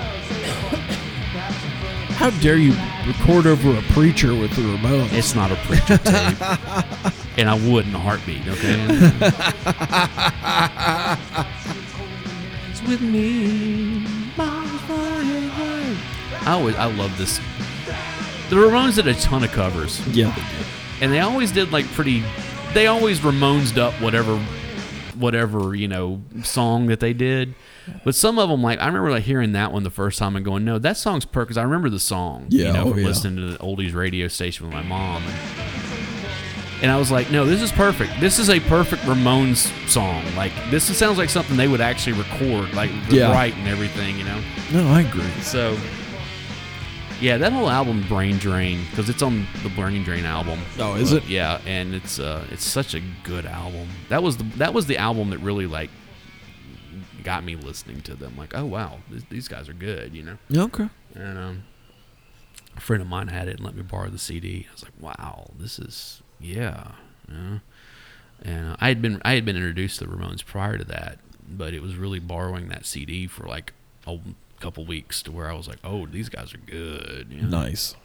[SPEAKER 2] How dare you record over a preacher with the Ramones?
[SPEAKER 1] It's not a preacher tape, and I would in a heartbeat. Okay. it's with me. I always, I love this. The Ramones did a ton of covers.
[SPEAKER 2] yeah.
[SPEAKER 1] and they always did like pretty they always ramones up whatever whatever you know song that they did but some of them like i remember like hearing that one the first time and going no that song's per because i remember the song you
[SPEAKER 2] Yeah,
[SPEAKER 1] know
[SPEAKER 2] oh,
[SPEAKER 1] from
[SPEAKER 2] yeah.
[SPEAKER 1] listening to the oldies radio station with my mom and, and i was like no this is perfect this is a perfect ramones song like this sounds like something they would actually record like
[SPEAKER 2] Yeah.
[SPEAKER 1] write and everything you know
[SPEAKER 2] No, I agree.
[SPEAKER 1] so, yeah, that whole album Brain Drain because it's on the Brain Drain album.
[SPEAKER 2] Oh, is
[SPEAKER 1] But,
[SPEAKER 2] it?
[SPEAKER 1] Yeah, and it's uh, it's such a good album. That was the that was the album that really like got me listening to them. Like, oh wow, th- these guys are good, you know.
[SPEAKER 2] Okay.
[SPEAKER 1] And um, a friend of mine had it and let me borrow the CD. I was like, wow, this is yeah. yeah. And uh, I had been I had been introduced to the Ramones prior to that, but it was really borrowing that CD for like a couple weeks to where I was like, oh, these guys are good. you know?
[SPEAKER 2] Nice.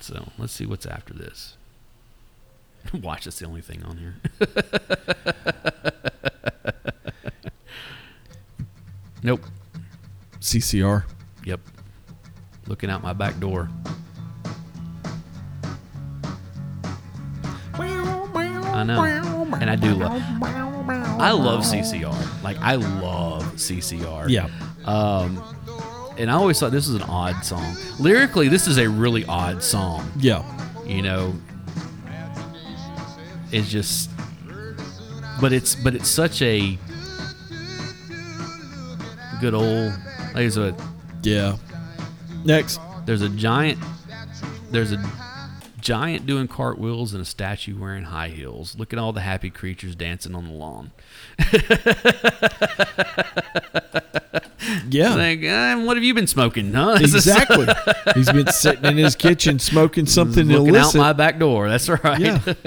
[SPEAKER 1] So let's see what's after this. Watch, that's the only thing on here. nope.
[SPEAKER 2] CCR.
[SPEAKER 1] Yep. Looking out my back door. I know. And I do love I love CCR. Like I love CCR.
[SPEAKER 2] Yeah.
[SPEAKER 1] And I always thought this was an odd song. Lyrically, this is a really odd song.
[SPEAKER 2] Yeah.
[SPEAKER 1] you know it's just but it's but it's such a good old like, there's a
[SPEAKER 2] Yeah. Next.
[SPEAKER 1] there's a giant there's a giant doing cartwheels and a statue wearing high heels look at all the happy creatures dancing on the lawn
[SPEAKER 2] Yeah.
[SPEAKER 1] like eh, what have you been smoking huh This is-
[SPEAKER 2] Exactly. He's been sitting in his kitchen smoking something
[SPEAKER 1] looking out
[SPEAKER 2] illicit.
[SPEAKER 1] my back door that's right
[SPEAKER 2] Yeah.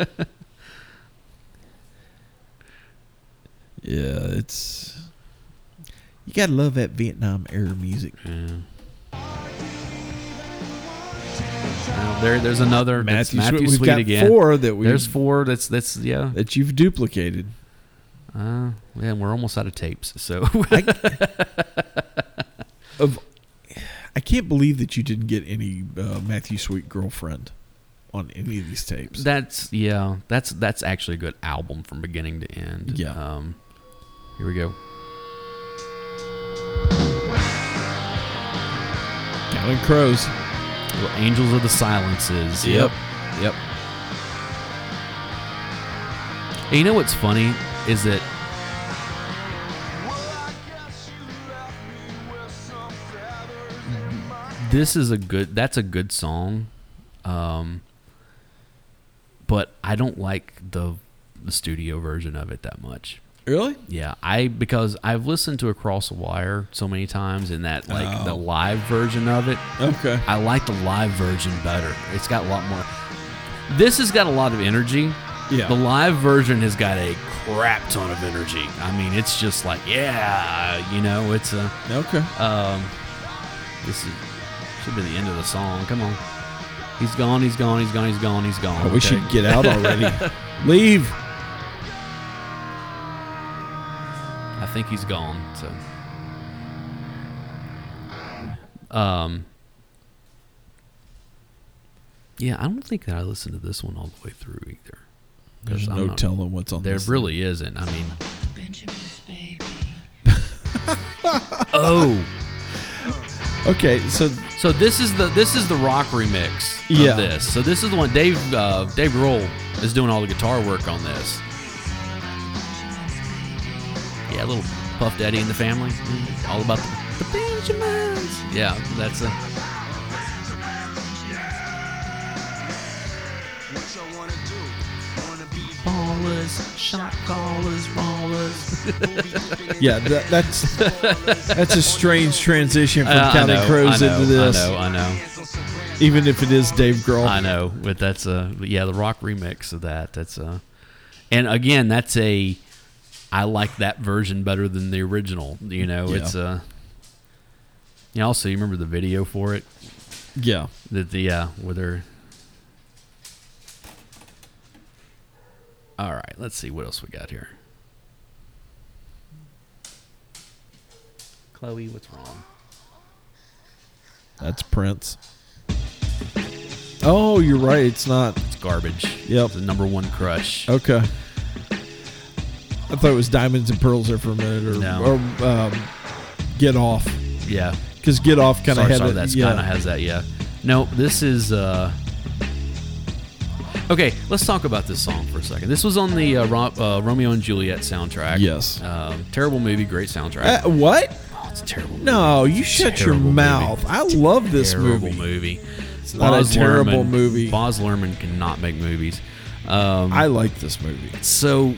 [SPEAKER 2] yeah, it's. You gotta love that Vietnam era music.
[SPEAKER 1] Now, there, there's another Matthew,
[SPEAKER 2] Matthew
[SPEAKER 1] Matthew
[SPEAKER 2] Sweet-
[SPEAKER 1] Sweet,
[SPEAKER 2] we've got
[SPEAKER 1] again
[SPEAKER 2] four that we-
[SPEAKER 1] there's four that's that's yeah
[SPEAKER 2] That you've duplicated.
[SPEAKER 1] Uh, yeah, we're almost out of tapes, so
[SPEAKER 2] Of, I can't believe that you didn't get any uh, Matthew Sweet girlfriend on any of these tapes.
[SPEAKER 1] that's yeah, that's that's actually a good album from beginning to end.
[SPEAKER 2] Yeah.
[SPEAKER 1] Um, here we go.
[SPEAKER 2] Counting Crows.
[SPEAKER 1] Little Angels of the Silences.
[SPEAKER 2] Yep.
[SPEAKER 1] Yep. And you know what's funny is that
[SPEAKER 6] Oh,
[SPEAKER 1] this is a good that's a good song um but i don't like the the studio version of it that much
[SPEAKER 2] Really?
[SPEAKER 1] yeah i because i've listened to across the wire so many times and that like
[SPEAKER 2] Oh.
[SPEAKER 1] the live version of it
[SPEAKER 2] Okay.
[SPEAKER 1] i like the live version better it's got a lot more this has got a lot of energy
[SPEAKER 2] Yeah.
[SPEAKER 1] the live version has got a crap ton of energy i mean it's just like yeah you know it's a
[SPEAKER 2] Okay.
[SPEAKER 1] um, this is, should be the end of the song. Come on. He's gone, he's gone, he's gone, he's gone, he's gone.
[SPEAKER 2] Oh, We
[SPEAKER 1] okay?
[SPEAKER 2] should get out already. Leave.
[SPEAKER 1] I think he's gone, so. Um. Yeah, I don't think that I listened to this one all the way through either. 'Cause
[SPEAKER 2] There's
[SPEAKER 1] I'm
[SPEAKER 2] no
[SPEAKER 1] not-
[SPEAKER 2] telling what's on
[SPEAKER 1] There
[SPEAKER 2] this.
[SPEAKER 1] really isn't. I mean,
[SPEAKER 8] Benjamin's baby.
[SPEAKER 1] oh,
[SPEAKER 2] Okay, so
[SPEAKER 1] so this is the this is the rock remix of
[SPEAKER 2] Yeah.
[SPEAKER 1] this. So this is the one Dave uh, Dave Grohl is doing all the guitar work on this.
[SPEAKER 8] Benjamin's baby.
[SPEAKER 1] Yeah, a little Puff Daddy in the family. Mm-hmm. All about the, the Benjamins. Yeah, that's a. Ballers, shot callers, ballers.
[SPEAKER 2] yeah, that, that's that's a strange transition from
[SPEAKER 1] Uh, I
[SPEAKER 2] Counting
[SPEAKER 1] know,
[SPEAKER 2] Crows
[SPEAKER 1] I know,
[SPEAKER 2] into this. Oh.
[SPEAKER 1] I know, I know,
[SPEAKER 2] Even if it is Dave Grohl.
[SPEAKER 1] I know. But that's a yeah, the rock remix of that. That's a, and again, that's a. I like that version better than the original. You know,
[SPEAKER 2] Yeah.
[SPEAKER 1] it's a. Yeah. Also, you remember the video for it?
[SPEAKER 2] Yeah.
[SPEAKER 1] The, the yeah, where they're. All right, let's see what else we got here. Chloe, what's wrong?
[SPEAKER 2] That's Prince. Oh, you're right. It's not.
[SPEAKER 1] It's garbage.
[SPEAKER 2] Yep. Oh,
[SPEAKER 1] It's the number one crush.
[SPEAKER 2] Okay. I thought it was Diamonds and Pearls there for a minute, or,
[SPEAKER 1] No.
[SPEAKER 2] or um, Get Off,
[SPEAKER 1] Yeah.
[SPEAKER 2] because Get Off kind of
[SPEAKER 1] sorry,
[SPEAKER 2] had
[SPEAKER 1] sorry,
[SPEAKER 2] it.
[SPEAKER 1] that's
[SPEAKER 2] yeah.
[SPEAKER 1] kind of has that. Yeah. No, this is. uh Okay, let's talk about this song for a second. This was on the uh, Ro- uh, Romeo and Juliet soundtrack.
[SPEAKER 2] Yes.
[SPEAKER 1] Um, terrible movie, great soundtrack.
[SPEAKER 2] Uh, what?
[SPEAKER 1] Oh, it's a terrible. Movie.
[SPEAKER 2] No, you shut your
[SPEAKER 1] Terrible movie.
[SPEAKER 2] mouth. I love this
[SPEAKER 1] terrible
[SPEAKER 2] movie.
[SPEAKER 1] movie. It's
[SPEAKER 2] not a terrible movie.
[SPEAKER 1] Boz Lerman cannot make movies. Um,
[SPEAKER 2] I like this movie.
[SPEAKER 1] so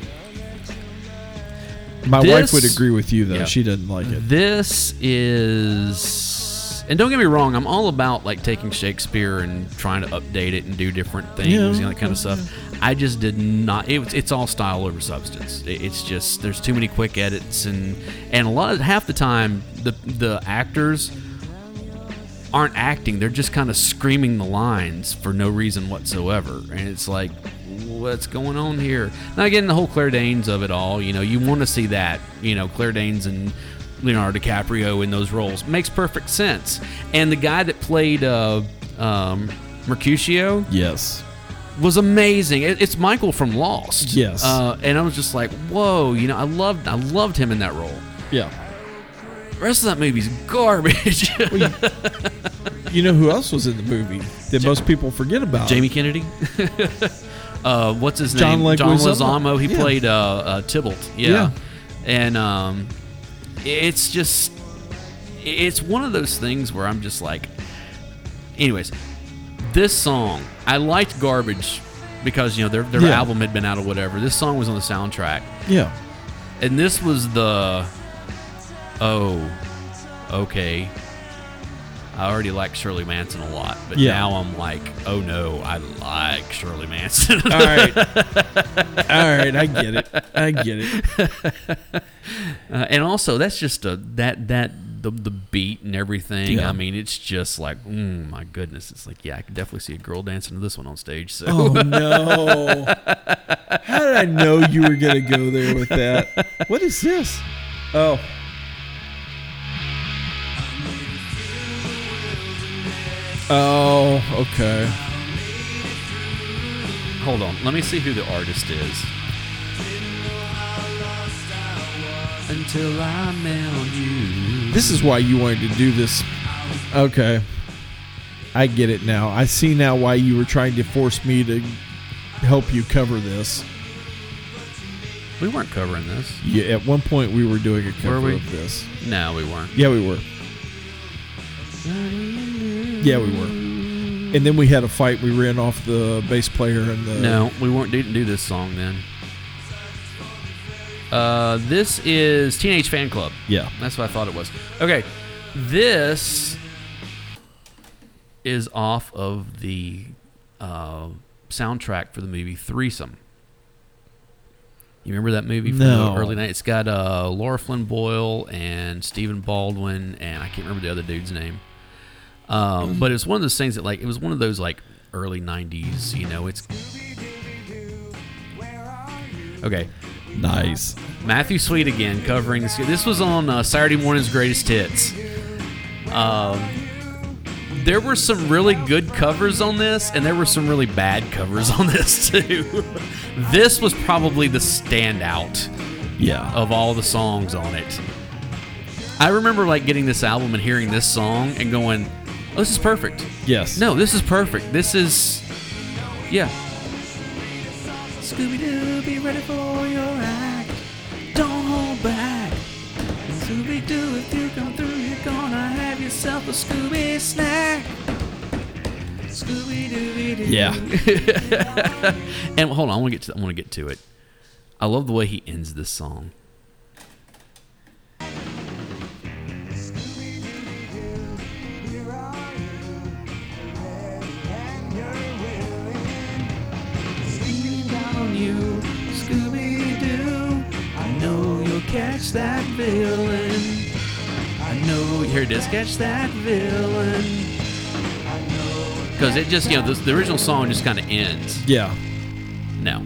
[SPEAKER 2] My
[SPEAKER 1] This-
[SPEAKER 2] wife would agree with you though.
[SPEAKER 1] Yeah.
[SPEAKER 2] She doesn't like it.
[SPEAKER 1] this is, and don't get me wrong, I'm all about like taking Shakespeare and trying to update it and do different things
[SPEAKER 2] Yeah,
[SPEAKER 1] and that kind of stuff. I just did not. It, was- it's all style over substance. It, it's just there's too many quick edits and and a lot of half the time the the actors aren't acting. They're just kind of screaming the lines for no reason whatsoever. And it's like, what's going on here? Now, again, the whole Claire Danes of it all, you know, you want to see that, you know, Claire Danes and Leonardo DiCaprio in those roles. Makes perfect sense. And the guy that played uh, um, Mercutio
[SPEAKER 2] Yes.
[SPEAKER 1] was amazing. It, it's Michael from Lost.
[SPEAKER 2] Yes.
[SPEAKER 1] Uh, and I was just like, whoa, you know, I loved, I loved him in that role.
[SPEAKER 2] Yeah.
[SPEAKER 1] The rest of that movie's garbage.
[SPEAKER 2] You know who else was in the movie that most people forget about?
[SPEAKER 1] Jamie Kennedy. uh, what's his
[SPEAKER 2] John
[SPEAKER 1] name? John
[SPEAKER 2] Leguizamo.
[SPEAKER 1] Leguizamo. He
[SPEAKER 2] Yeah.
[SPEAKER 1] played uh, uh, Tybalt. Yeah.
[SPEAKER 2] Yeah.
[SPEAKER 1] And um, it's just, it's one of those things where I'm just like, anyways, this song I liked Garbage because you know their their
[SPEAKER 2] Yeah.
[SPEAKER 1] album had been out or whatever. This song was on the soundtrack,
[SPEAKER 2] Yeah.
[SPEAKER 1] and this was the, oh, okay. I already like Shirley Manson a lot, but
[SPEAKER 2] Yeah.
[SPEAKER 1] now I'm like, oh no, I like Shirley Manson.
[SPEAKER 2] All right. All right. I get it. I get it.
[SPEAKER 1] Uh, and also, that's just a that that the the beat and everything.
[SPEAKER 2] Yeah.
[SPEAKER 1] I mean, it's just like, mm, my goodness, it's like, yeah, I could definitely see a girl dancing to this one on stage. So
[SPEAKER 2] Oh no! How did I know you were gonna go there with that? What is this? Oh, oh, okay.
[SPEAKER 1] hold on, let me see who the artist is. Until I met you.
[SPEAKER 2] This is why you wanted to do this. Okay. I get it now. I see now why you were trying to force me to help you cover this.
[SPEAKER 1] We weren't covering this.
[SPEAKER 2] Yeah, at one point we were doing a cover
[SPEAKER 1] Were we?
[SPEAKER 2] of this.
[SPEAKER 1] No, we weren't.
[SPEAKER 2] Yeah, we were. Yeah, we were. And then we had a fight. We ran off the bass player and the
[SPEAKER 1] No, we weren't. Didn't do this song then. Uh, this is Teenage Fan Club.
[SPEAKER 2] Yeah,
[SPEAKER 1] That's what I thought it was. Okay, this is off of the uh, soundtrack for the movie Threesome. You remember that movie from
[SPEAKER 2] No.
[SPEAKER 1] the early night? It's got uh, Laura Flynn Boyle and Stephen Baldwin, and I can't remember the other dude's name. Um, but it's one of those things that, like, it was one of those like early '90s. You know, it's okay.
[SPEAKER 2] nice.
[SPEAKER 1] Matthew Sweet again covering this. This was on uh, Saturday morning's greatest hits. Um, there were some really good covers on this, and there were some really bad covers on this too. this was probably the standout
[SPEAKER 2] Yeah,
[SPEAKER 1] of all the songs on it. I remember like getting this album and hearing this song and going, "Oh, this is perfect."
[SPEAKER 2] yes.
[SPEAKER 1] No, this is perfect. This is, yeah. Scooby Doo, be ready for your act. Don't hold back. Scooby Doo, if you come through, you're gonna have yourself a Scooby snack. Scooby Doo, Doo.
[SPEAKER 2] Yeah.
[SPEAKER 1] And hold on, I want to get to. I want to get to it. I love the way he ends this song. Here it is. Catch that villain. Because it just, you know, the, the original song just kind of ends.
[SPEAKER 2] Yeah.
[SPEAKER 1] No.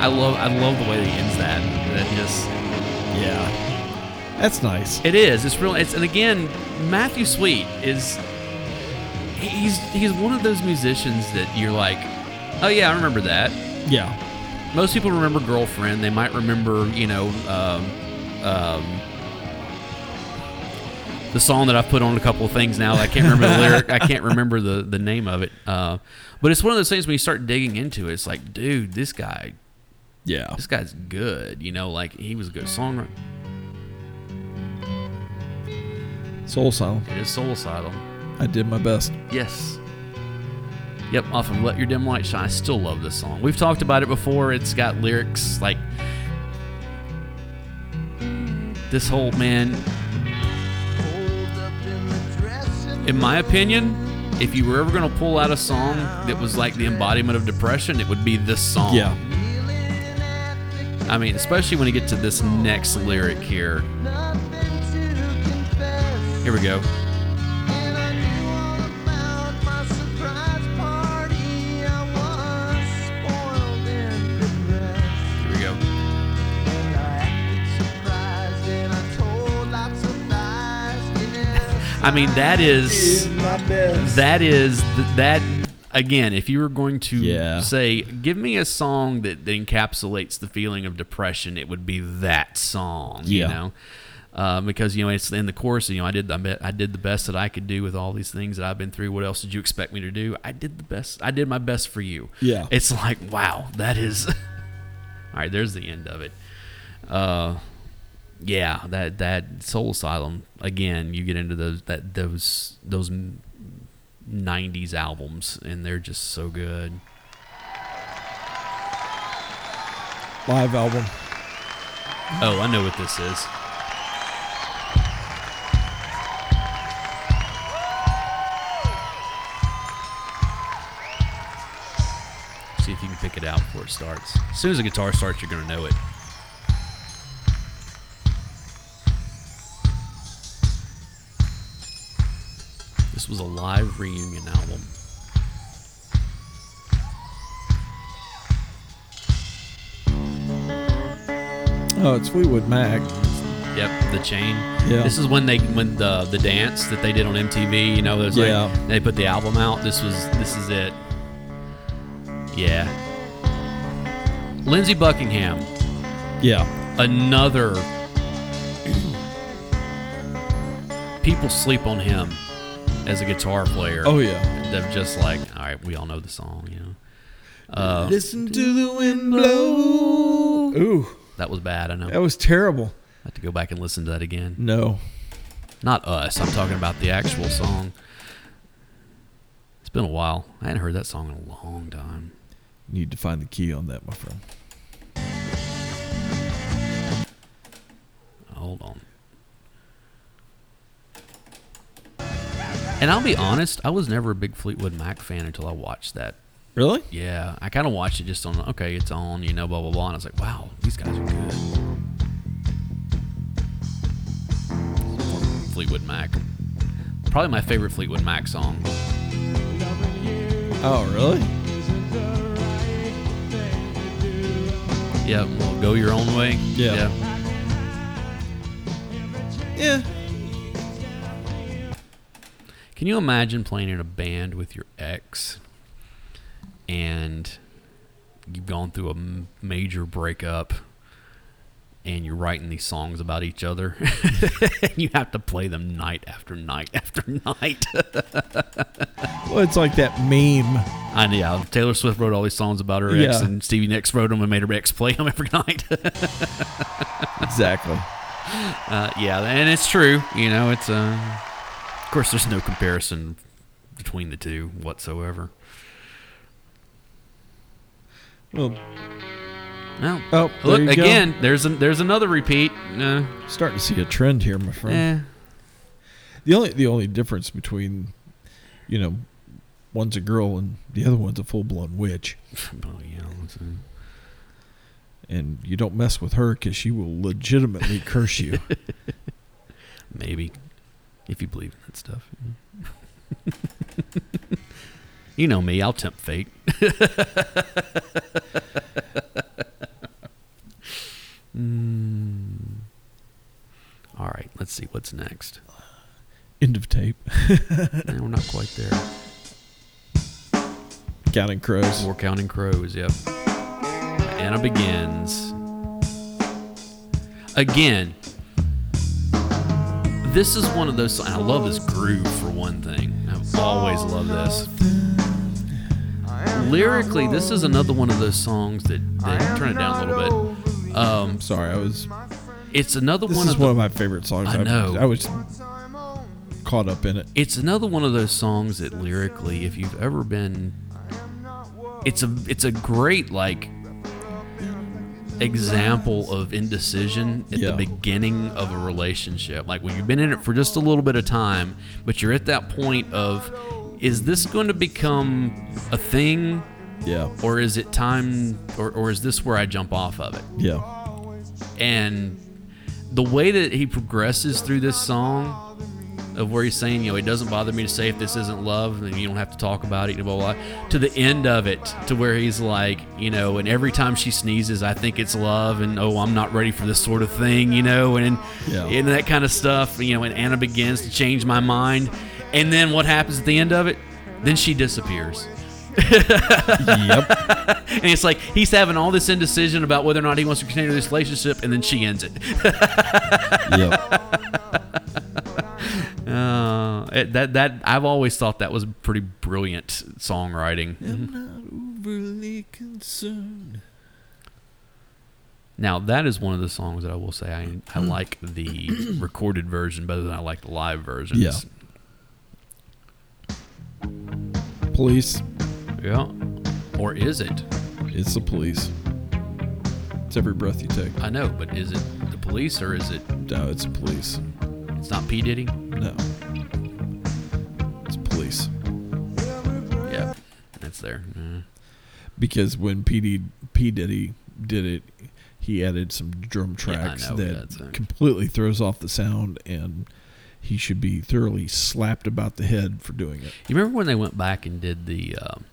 [SPEAKER 1] I love I love the way he ends that. That just
[SPEAKER 2] Yeah. That's nice.
[SPEAKER 1] it is. It's real. It's and again, Matthew Sweet is he- he's he's one of those musicians that you're like, oh yeah, I remember that.
[SPEAKER 2] Yeah.
[SPEAKER 1] Most people remember girlfriend. They might remember, you know, um, um, the song that I've put on a couple of things now. that I can't remember the lyric. I can't remember the, the name of it. Uh, but it's one of those things when you start digging into it. It's like, dude, this guy,
[SPEAKER 2] Yeah.
[SPEAKER 1] this guy's good. You know, like he was a good songwriter.
[SPEAKER 2] Soul Asylum.
[SPEAKER 1] It is suicidal.
[SPEAKER 2] I did my best.
[SPEAKER 1] Yes. Yep, off of Let Your Dim Light Shine. I still love this song. We've talked about it before. It's got lyrics like this whole man. In my opinion, if you were ever going to pull out a song that was like the embodiment of depression, it would be this song.
[SPEAKER 2] Yeah.
[SPEAKER 1] I mean, especially when you get to this next lyric here. Here we go. Here we go. I mean, that is that is th- that again. If you were going to
[SPEAKER 2] Yeah.
[SPEAKER 1] say, give me a song that, that encapsulates the feeling of depression, it would be that song.
[SPEAKER 2] Yeah.
[SPEAKER 1] You know. Uh, because you know it's in the course. You know, I did I, bet, I did the best that I could do with all these things that I've been through. What else did you expect me to do? I did the best. I did my best for you.
[SPEAKER 2] Yeah.
[SPEAKER 1] It's like wow, that is. all right, there's the end of it. Uh, yeah, that that Soul Asylum again. You get into those that those those '90s albums, and they're just so good.
[SPEAKER 2] Live album.
[SPEAKER 1] Oh, I know what this is. See if you can pick it out before it starts. As soon as the guitar starts, you're gonna know it. This was a live reunion album.
[SPEAKER 2] Oh, it's Fleetwood Mac.
[SPEAKER 1] Yep, the chain.
[SPEAKER 2] Yeah.
[SPEAKER 1] This is when they when the the dance that they did on MTV. You know, those
[SPEAKER 2] Yeah.
[SPEAKER 1] like, they put the album out. This was this is it. Yeah. Lindsey Buckingham.
[SPEAKER 2] Yeah.
[SPEAKER 1] another. People sleep on him as a guitar player.
[SPEAKER 2] Oh yeah.
[SPEAKER 1] They're just like, all right, we all know the song, you know.
[SPEAKER 2] Listen to the wind blow. Uh, Ooh,
[SPEAKER 1] That was bad. I know.
[SPEAKER 2] that was terrible.
[SPEAKER 1] I have to go back and listen to that again.
[SPEAKER 2] No.
[SPEAKER 1] Not us. I'm talking about the actual song. It's been a while. I hadn't heard that song in a long time.
[SPEAKER 2] Need to find the key on that, my friend.
[SPEAKER 1] Hold on. And I'll be honest, I was never a big Fleetwood Mac fan until I watched that.
[SPEAKER 2] Really?
[SPEAKER 1] Yeah, I kind of watched it just on, okay, it's on, you know, blah, blah, blah. And I was like, wow, these guys are good. Fleetwood Mac. Probably my favorite Fleetwood Mac song.
[SPEAKER 2] Oh, really?
[SPEAKER 1] Yeah, well, go your own way.
[SPEAKER 2] Yeah. Yeah.
[SPEAKER 1] Can you imagine playing in a band with your ex and you've gone through a m- major breakup and you're writing these songs about each other and you have to play them night after night after night?
[SPEAKER 2] Well, it's like that meme.
[SPEAKER 1] I know yeah, Taylor Swift wrote all these songs about her ex
[SPEAKER 2] Yeah.
[SPEAKER 1] and Stevie Nicks wrote them and made her ex play them every night.
[SPEAKER 2] Exactly.
[SPEAKER 1] uh, yeah, and it's true. You know, it's, uh, of course, there's no comparison between the two whatsoever.
[SPEAKER 2] Well,
[SPEAKER 1] No.
[SPEAKER 2] Oh, there
[SPEAKER 1] look
[SPEAKER 2] you go.
[SPEAKER 1] again. There's an, there's another repeat. No.
[SPEAKER 2] starting to see a trend here, my friend.
[SPEAKER 1] Eh.
[SPEAKER 2] The only the only difference between, you know, one's a girl and the other one's a full blown witch,
[SPEAKER 1] Oh, yeah, let's see.
[SPEAKER 2] and you don't mess with her because she will legitimately curse you.
[SPEAKER 1] Maybe, if you believe in that stuff. you know me. I'll tempt fate. Mm. All right. Let's see what's next.
[SPEAKER 2] End of tape.
[SPEAKER 1] No, we're not quite there.
[SPEAKER 2] Counting crows.
[SPEAKER 1] Four Counting Crows, yep. Anna begins. Again, this is one of those. I love this groove for one thing. I've always loved this. Lyrically, this is another one of those songs that, that turn it down a little bit. Um,
[SPEAKER 2] I'm sorry, I was.
[SPEAKER 1] it's another
[SPEAKER 2] This
[SPEAKER 1] one
[SPEAKER 2] is
[SPEAKER 1] of the,
[SPEAKER 2] one of my favorite songs.
[SPEAKER 1] I know.
[SPEAKER 2] I was caught up in it.
[SPEAKER 1] it's another one of those songs that lyrically, if you've ever been, it's a it's a great like example of indecision at
[SPEAKER 2] Yeah.
[SPEAKER 1] the beginning of a relationship. Like when you've been in it for just a little bit of time, but you're at that point of, is this going to become a thing,
[SPEAKER 2] Yeah.
[SPEAKER 1] or is it time, or, or is this where I jump off of it?
[SPEAKER 2] Yeah.
[SPEAKER 1] and the way that he progresses through this song of where he's saying, you know, it doesn't bother me to say if this isn't love, and you don't have to talk about it, blah, blah, blah, to the end of it, to where he's like, you know, and every time she sneezes, I think it's love, and oh, I'm not ready for this sort of thing, you know, and,
[SPEAKER 2] Yeah.
[SPEAKER 1] and that kind of stuff, you know, and Anna begins to change my mind. And then what happens at the end of it? Then she disappears.
[SPEAKER 2] yep.
[SPEAKER 1] And it's like he's having all this indecision about whether or not he wants to continue this relationship, and then she ends it.
[SPEAKER 2] Yep.
[SPEAKER 1] Uh, it- that that I've always thought that was pretty brilliant songwriting. Mm-hmm.
[SPEAKER 2] I'm not overly concerned.
[SPEAKER 1] Now that is one of the songs that I will say I I like the recorded version better than I like the live version.
[SPEAKER 2] Yeah. Police.
[SPEAKER 1] Yeah. Or is it?
[SPEAKER 2] It's the police. It's every breath you take.
[SPEAKER 1] I know, but is it the police or is it?
[SPEAKER 2] No, it's the police.
[SPEAKER 1] It's not P Diddy.
[SPEAKER 2] No. It's police.
[SPEAKER 1] Yeah, that's there. Mm-hmm. Yeah.
[SPEAKER 2] Because when P. D. P. Diddy did it, he added some drum tracks
[SPEAKER 1] know, that's
[SPEAKER 2] that
[SPEAKER 1] it.
[SPEAKER 2] completely throws off the sound, and he should be thoroughly slapped about the head for doing it.
[SPEAKER 1] You remember when they went back and did the? Um,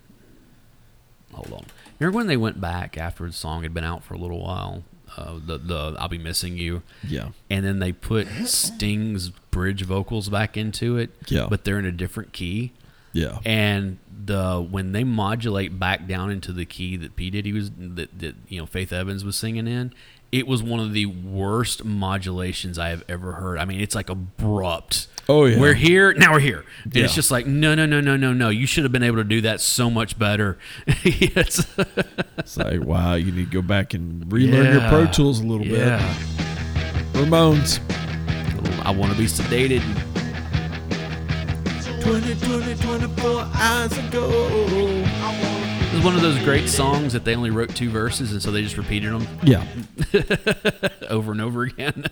[SPEAKER 1] hold on. Remember when they went back after the song had been out for a little while? Uh, the the I'll be missing you.
[SPEAKER 2] Yeah.
[SPEAKER 1] and then they put Sting's bridge vocals back into it.
[SPEAKER 2] Yeah.
[SPEAKER 1] But they're in a different key.
[SPEAKER 2] Yeah.
[SPEAKER 1] And the when they modulate back down into the key that P Diddy was that, that you know Faith Evans was singing in, It was one of the worst modulations I have ever heard. I mean, it's like abrupt.
[SPEAKER 2] Oh, yeah.
[SPEAKER 1] We're here now. We're here. And
[SPEAKER 2] Yeah.
[SPEAKER 1] It's just like no, no, no, no, no, no. You should have been able to do that so much better. Yes.
[SPEAKER 2] It's like, wow, you need to go back and relearn your Pro
[SPEAKER 1] Yeah.
[SPEAKER 2] Tools a little
[SPEAKER 1] yeah.
[SPEAKER 2] bit. Ramones.
[SPEAKER 1] I want to be sedated.
[SPEAKER 2] 20, 20, 24 hours ago.
[SPEAKER 1] It was one of those great songs that they only wrote two verses, and so they just repeated them
[SPEAKER 2] Yeah.
[SPEAKER 1] over and over again.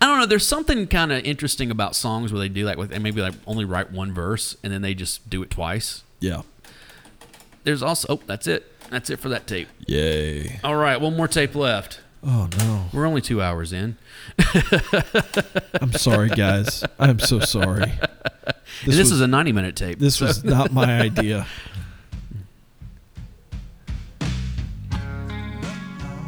[SPEAKER 1] I don't know. There's something kind of interesting about songs where they do like, with- and maybe like only write one verse and then they just do it twice.
[SPEAKER 2] Yeah.
[SPEAKER 1] There's also, oh, that's it. That's it for that tape.
[SPEAKER 2] Yay.
[SPEAKER 1] All right, one more tape left.
[SPEAKER 2] Oh, no.
[SPEAKER 1] We're only two hours in.
[SPEAKER 2] I'm sorry, guys. I'm so sorry.
[SPEAKER 1] This,
[SPEAKER 2] was,
[SPEAKER 1] is a 90 minute tape.
[SPEAKER 2] this was not my idea.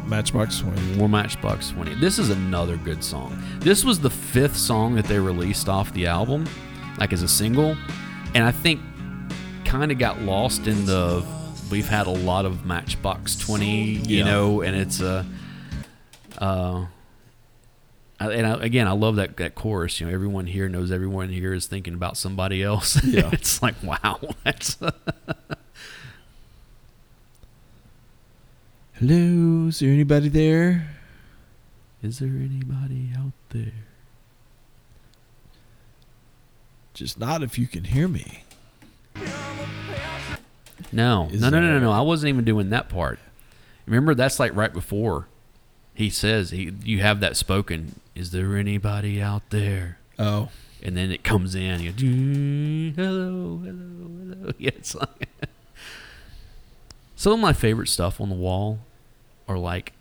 [SPEAKER 2] Matchbox 20.
[SPEAKER 1] More Matchbox 20. This is another good song. This was the fifth song that they released off the album, like as a single, and I think kind of got lost in the. We've had a lot of Matchbox 20, you
[SPEAKER 2] Yeah.
[SPEAKER 1] know, and it's a. Uh, I- and I, again, I love that, that chorus. You know, everyone here knows everyone here is thinking about somebody else.
[SPEAKER 2] Yeah.
[SPEAKER 1] it's like wow, that's
[SPEAKER 2] Hello, is there anybody there?
[SPEAKER 1] is there anybody out there?
[SPEAKER 2] Just not if you can hear me.
[SPEAKER 1] No,
[SPEAKER 2] Is
[SPEAKER 1] no, no, no, no,
[SPEAKER 2] there-
[SPEAKER 1] no. I wasn't even doing that part. Remember, that's like right before he says he, you have that spoken. Is there anybody out there?
[SPEAKER 2] Oh.
[SPEAKER 1] And then it comes in. You go, "Doo, hello, hello, hello. Yeah, it's like some of my favorite stuff on the wall are like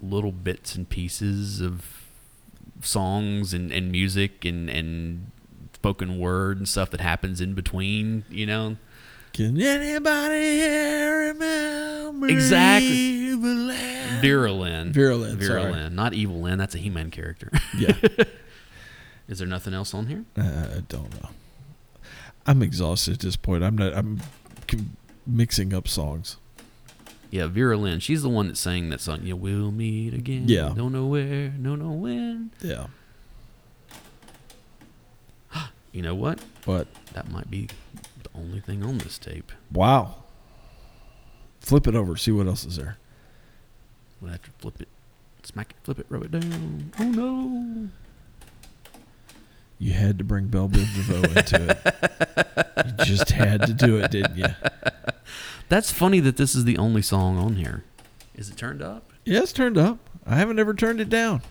[SPEAKER 1] little bits and pieces of songs and, and music and, and spoken word and stuff that happens in between, you know?
[SPEAKER 2] Can anybody here remember?
[SPEAKER 1] Exactly.
[SPEAKER 2] Evil Lynn?
[SPEAKER 1] Vera Lynn.
[SPEAKER 2] Vera Lynn,
[SPEAKER 1] Vera
[SPEAKER 2] sorry.
[SPEAKER 1] Lynn. Not Evil Lynn. That's a He Man character.
[SPEAKER 2] Yeah.
[SPEAKER 1] Is there nothing else on here?
[SPEAKER 2] Uh, I don't know. I'm exhausted at this point. I'm not. I'm com- mixing up songs.
[SPEAKER 1] Yeah, Vera Lynn. She's the one that sang that song. You will meet again.
[SPEAKER 2] Yeah.
[SPEAKER 1] Don't know where. Don't know when.
[SPEAKER 2] Yeah.
[SPEAKER 1] You know what?
[SPEAKER 2] But
[SPEAKER 1] That might be the only thing on this tape.
[SPEAKER 2] wow. Flip it over. See what else is there.
[SPEAKER 1] We'll have to flip it. Smack it, flip it, rub it down. Oh no.
[SPEAKER 2] You had to bring Belle Biv DeVoe into it. You just had to do it, didn't you?
[SPEAKER 1] That's funny that this is the only song on here. Is it turned up?
[SPEAKER 2] Yeah, it's turned up. I haven't ever turned it down.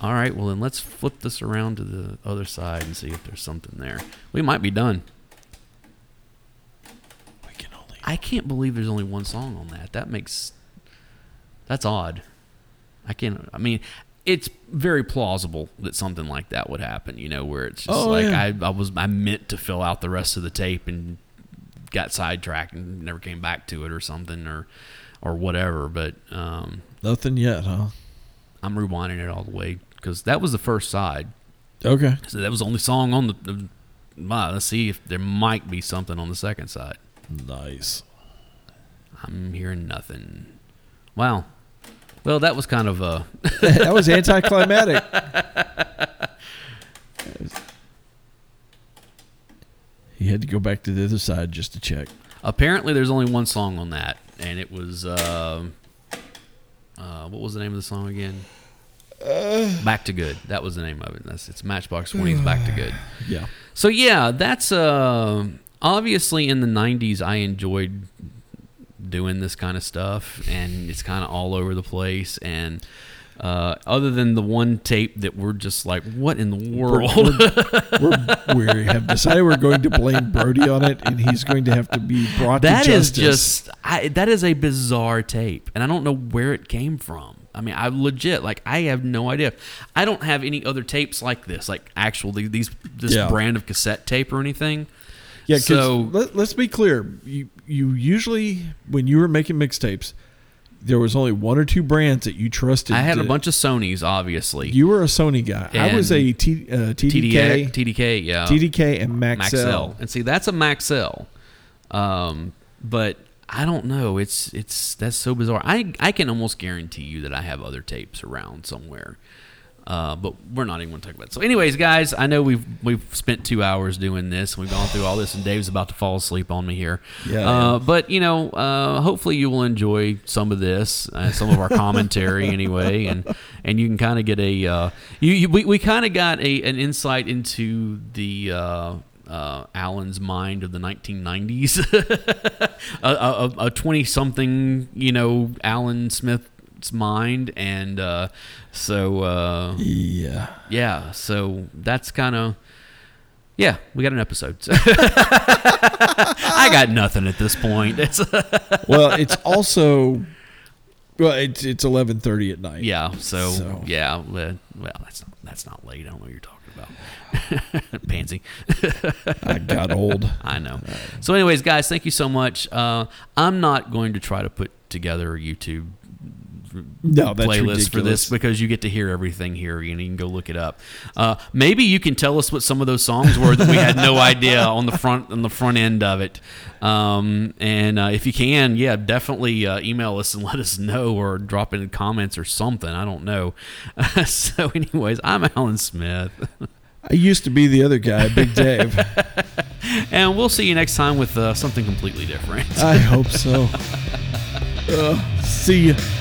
[SPEAKER 1] All right, well, then let's flip this around to the other side and see if there's something there. We might be done.
[SPEAKER 2] We can only.
[SPEAKER 1] I can't believe there's only one song on that. That makes that's odd. I can't. I mean, it's very plausible that something like that would happen. You know, where it's just
[SPEAKER 2] Oh,
[SPEAKER 1] like
[SPEAKER 2] yeah.
[SPEAKER 1] I, I was I meant to fill out the rest of the tape and got sidetracked and never came back to it or something or or whatever. But um,
[SPEAKER 2] Nothing yet, huh?
[SPEAKER 1] I'm rewinding it all the way because that was the first side.
[SPEAKER 2] Okay.
[SPEAKER 1] So that was the only song on the. the wow, let's see if there might be something on the second side.
[SPEAKER 2] Nice.
[SPEAKER 1] I'm hearing nothing. Wow. Well, that was kind of uh, a.
[SPEAKER 2] that was anticlimactic. he had to go back to the other side just to check.
[SPEAKER 1] Apparently, there's only one song on that, and it was. um uh, what was the name of the song again? Back to Good. That was the name of it. That's it's Matchbox 20's Back to Good.
[SPEAKER 2] Yeah.
[SPEAKER 1] So yeah, that's uh, obviously in the '90s. I enjoyed doing this kind of stuff, and it's kind of all over the place. And uh, other than the one tape that we're just like, what in the world?
[SPEAKER 2] We're, we have decided we're going to blame Brody on it, and he's going to have to be brought
[SPEAKER 1] That
[SPEAKER 2] to
[SPEAKER 1] is
[SPEAKER 2] justice.
[SPEAKER 1] just I, that is a bizarre tape, and I don't know where it came from. I mean, I legit like I have no idea. I don't have any other tapes like this, like actual the- these this
[SPEAKER 2] Yeah.
[SPEAKER 1] brand of cassette tape or anything.
[SPEAKER 2] yeah. 'cause
[SPEAKER 1] so-
[SPEAKER 2] let, us be clear. You you usually when you were making mixtapes, there was only one or two brands that you trusted.
[SPEAKER 1] I had a
[SPEAKER 2] to-
[SPEAKER 1] bunch of Sony's, obviously.
[SPEAKER 2] You were a Sony guy. I was
[SPEAKER 1] And
[SPEAKER 2] a T, uh, TDK,
[SPEAKER 1] TDK, TDK, yeah,
[SPEAKER 2] TDK, and uh, Maxell.
[SPEAKER 1] Maxell, and see that's a Maxell. Um, but I don't know. It's it's that's so bizarre. I I can almost guarantee you that I have other tapes around somewhere. Uh, but we're not even going to talk about it. So, anyways, guys, I know we've we've spent two hours doing this. We've gone through all this, and Dave's about to fall asleep on me here.
[SPEAKER 2] Yeah,
[SPEAKER 1] Uh, but you know, uh, hopefully you will enjoy some of this, uh, some of our commentary anyway, and and you can kind of get a uh, you, you we, we kind of got a an insight into the. Uh, uh, Alan's mind of the 1990s, a- a twenty-something, you know, Alan Smith's mind, and uh, so uh,
[SPEAKER 2] Yeah.
[SPEAKER 1] yeah, so that's kind of yeah, we got an episode. So- I got nothing at this point. It's-
[SPEAKER 2] Well, it's also well, it's it's eleven thirty at night.
[SPEAKER 1] yeah, so,
[SPEAKER 2] So.
[SPEAKER 1] yeah, le- well, that's not, that's not late. I don't know what you're talking about, pansy.
[SPEAKER 2] I got old.
[SPEAKER 1] I know. So, anyways, guys, thank you so much. Uh, I'm not going to try to put together a YouTube
[SPEAKER 2] No, that's
[SPEAKER 1] playlist
[SPEAKER 2] ridiculous.
[SPEAKER 1] for this because you get to hear everything here and you can go look it up. Uh, maybe you can tell us what some of those songs were that we had no idea on the front on the front end of it. Um, and uh, if you can, yeah, definitely uh, email us and let us know or drop in comments or something. I don't know. so, anyways, I'm Alan Smith,
[SPEAKER 2] I used to be the other guy, Big Dave.
[SPEAKER 1] and we'll see you next time with uh, something completely different.
[SPEAKER 2] I hope so. Uh, see ya.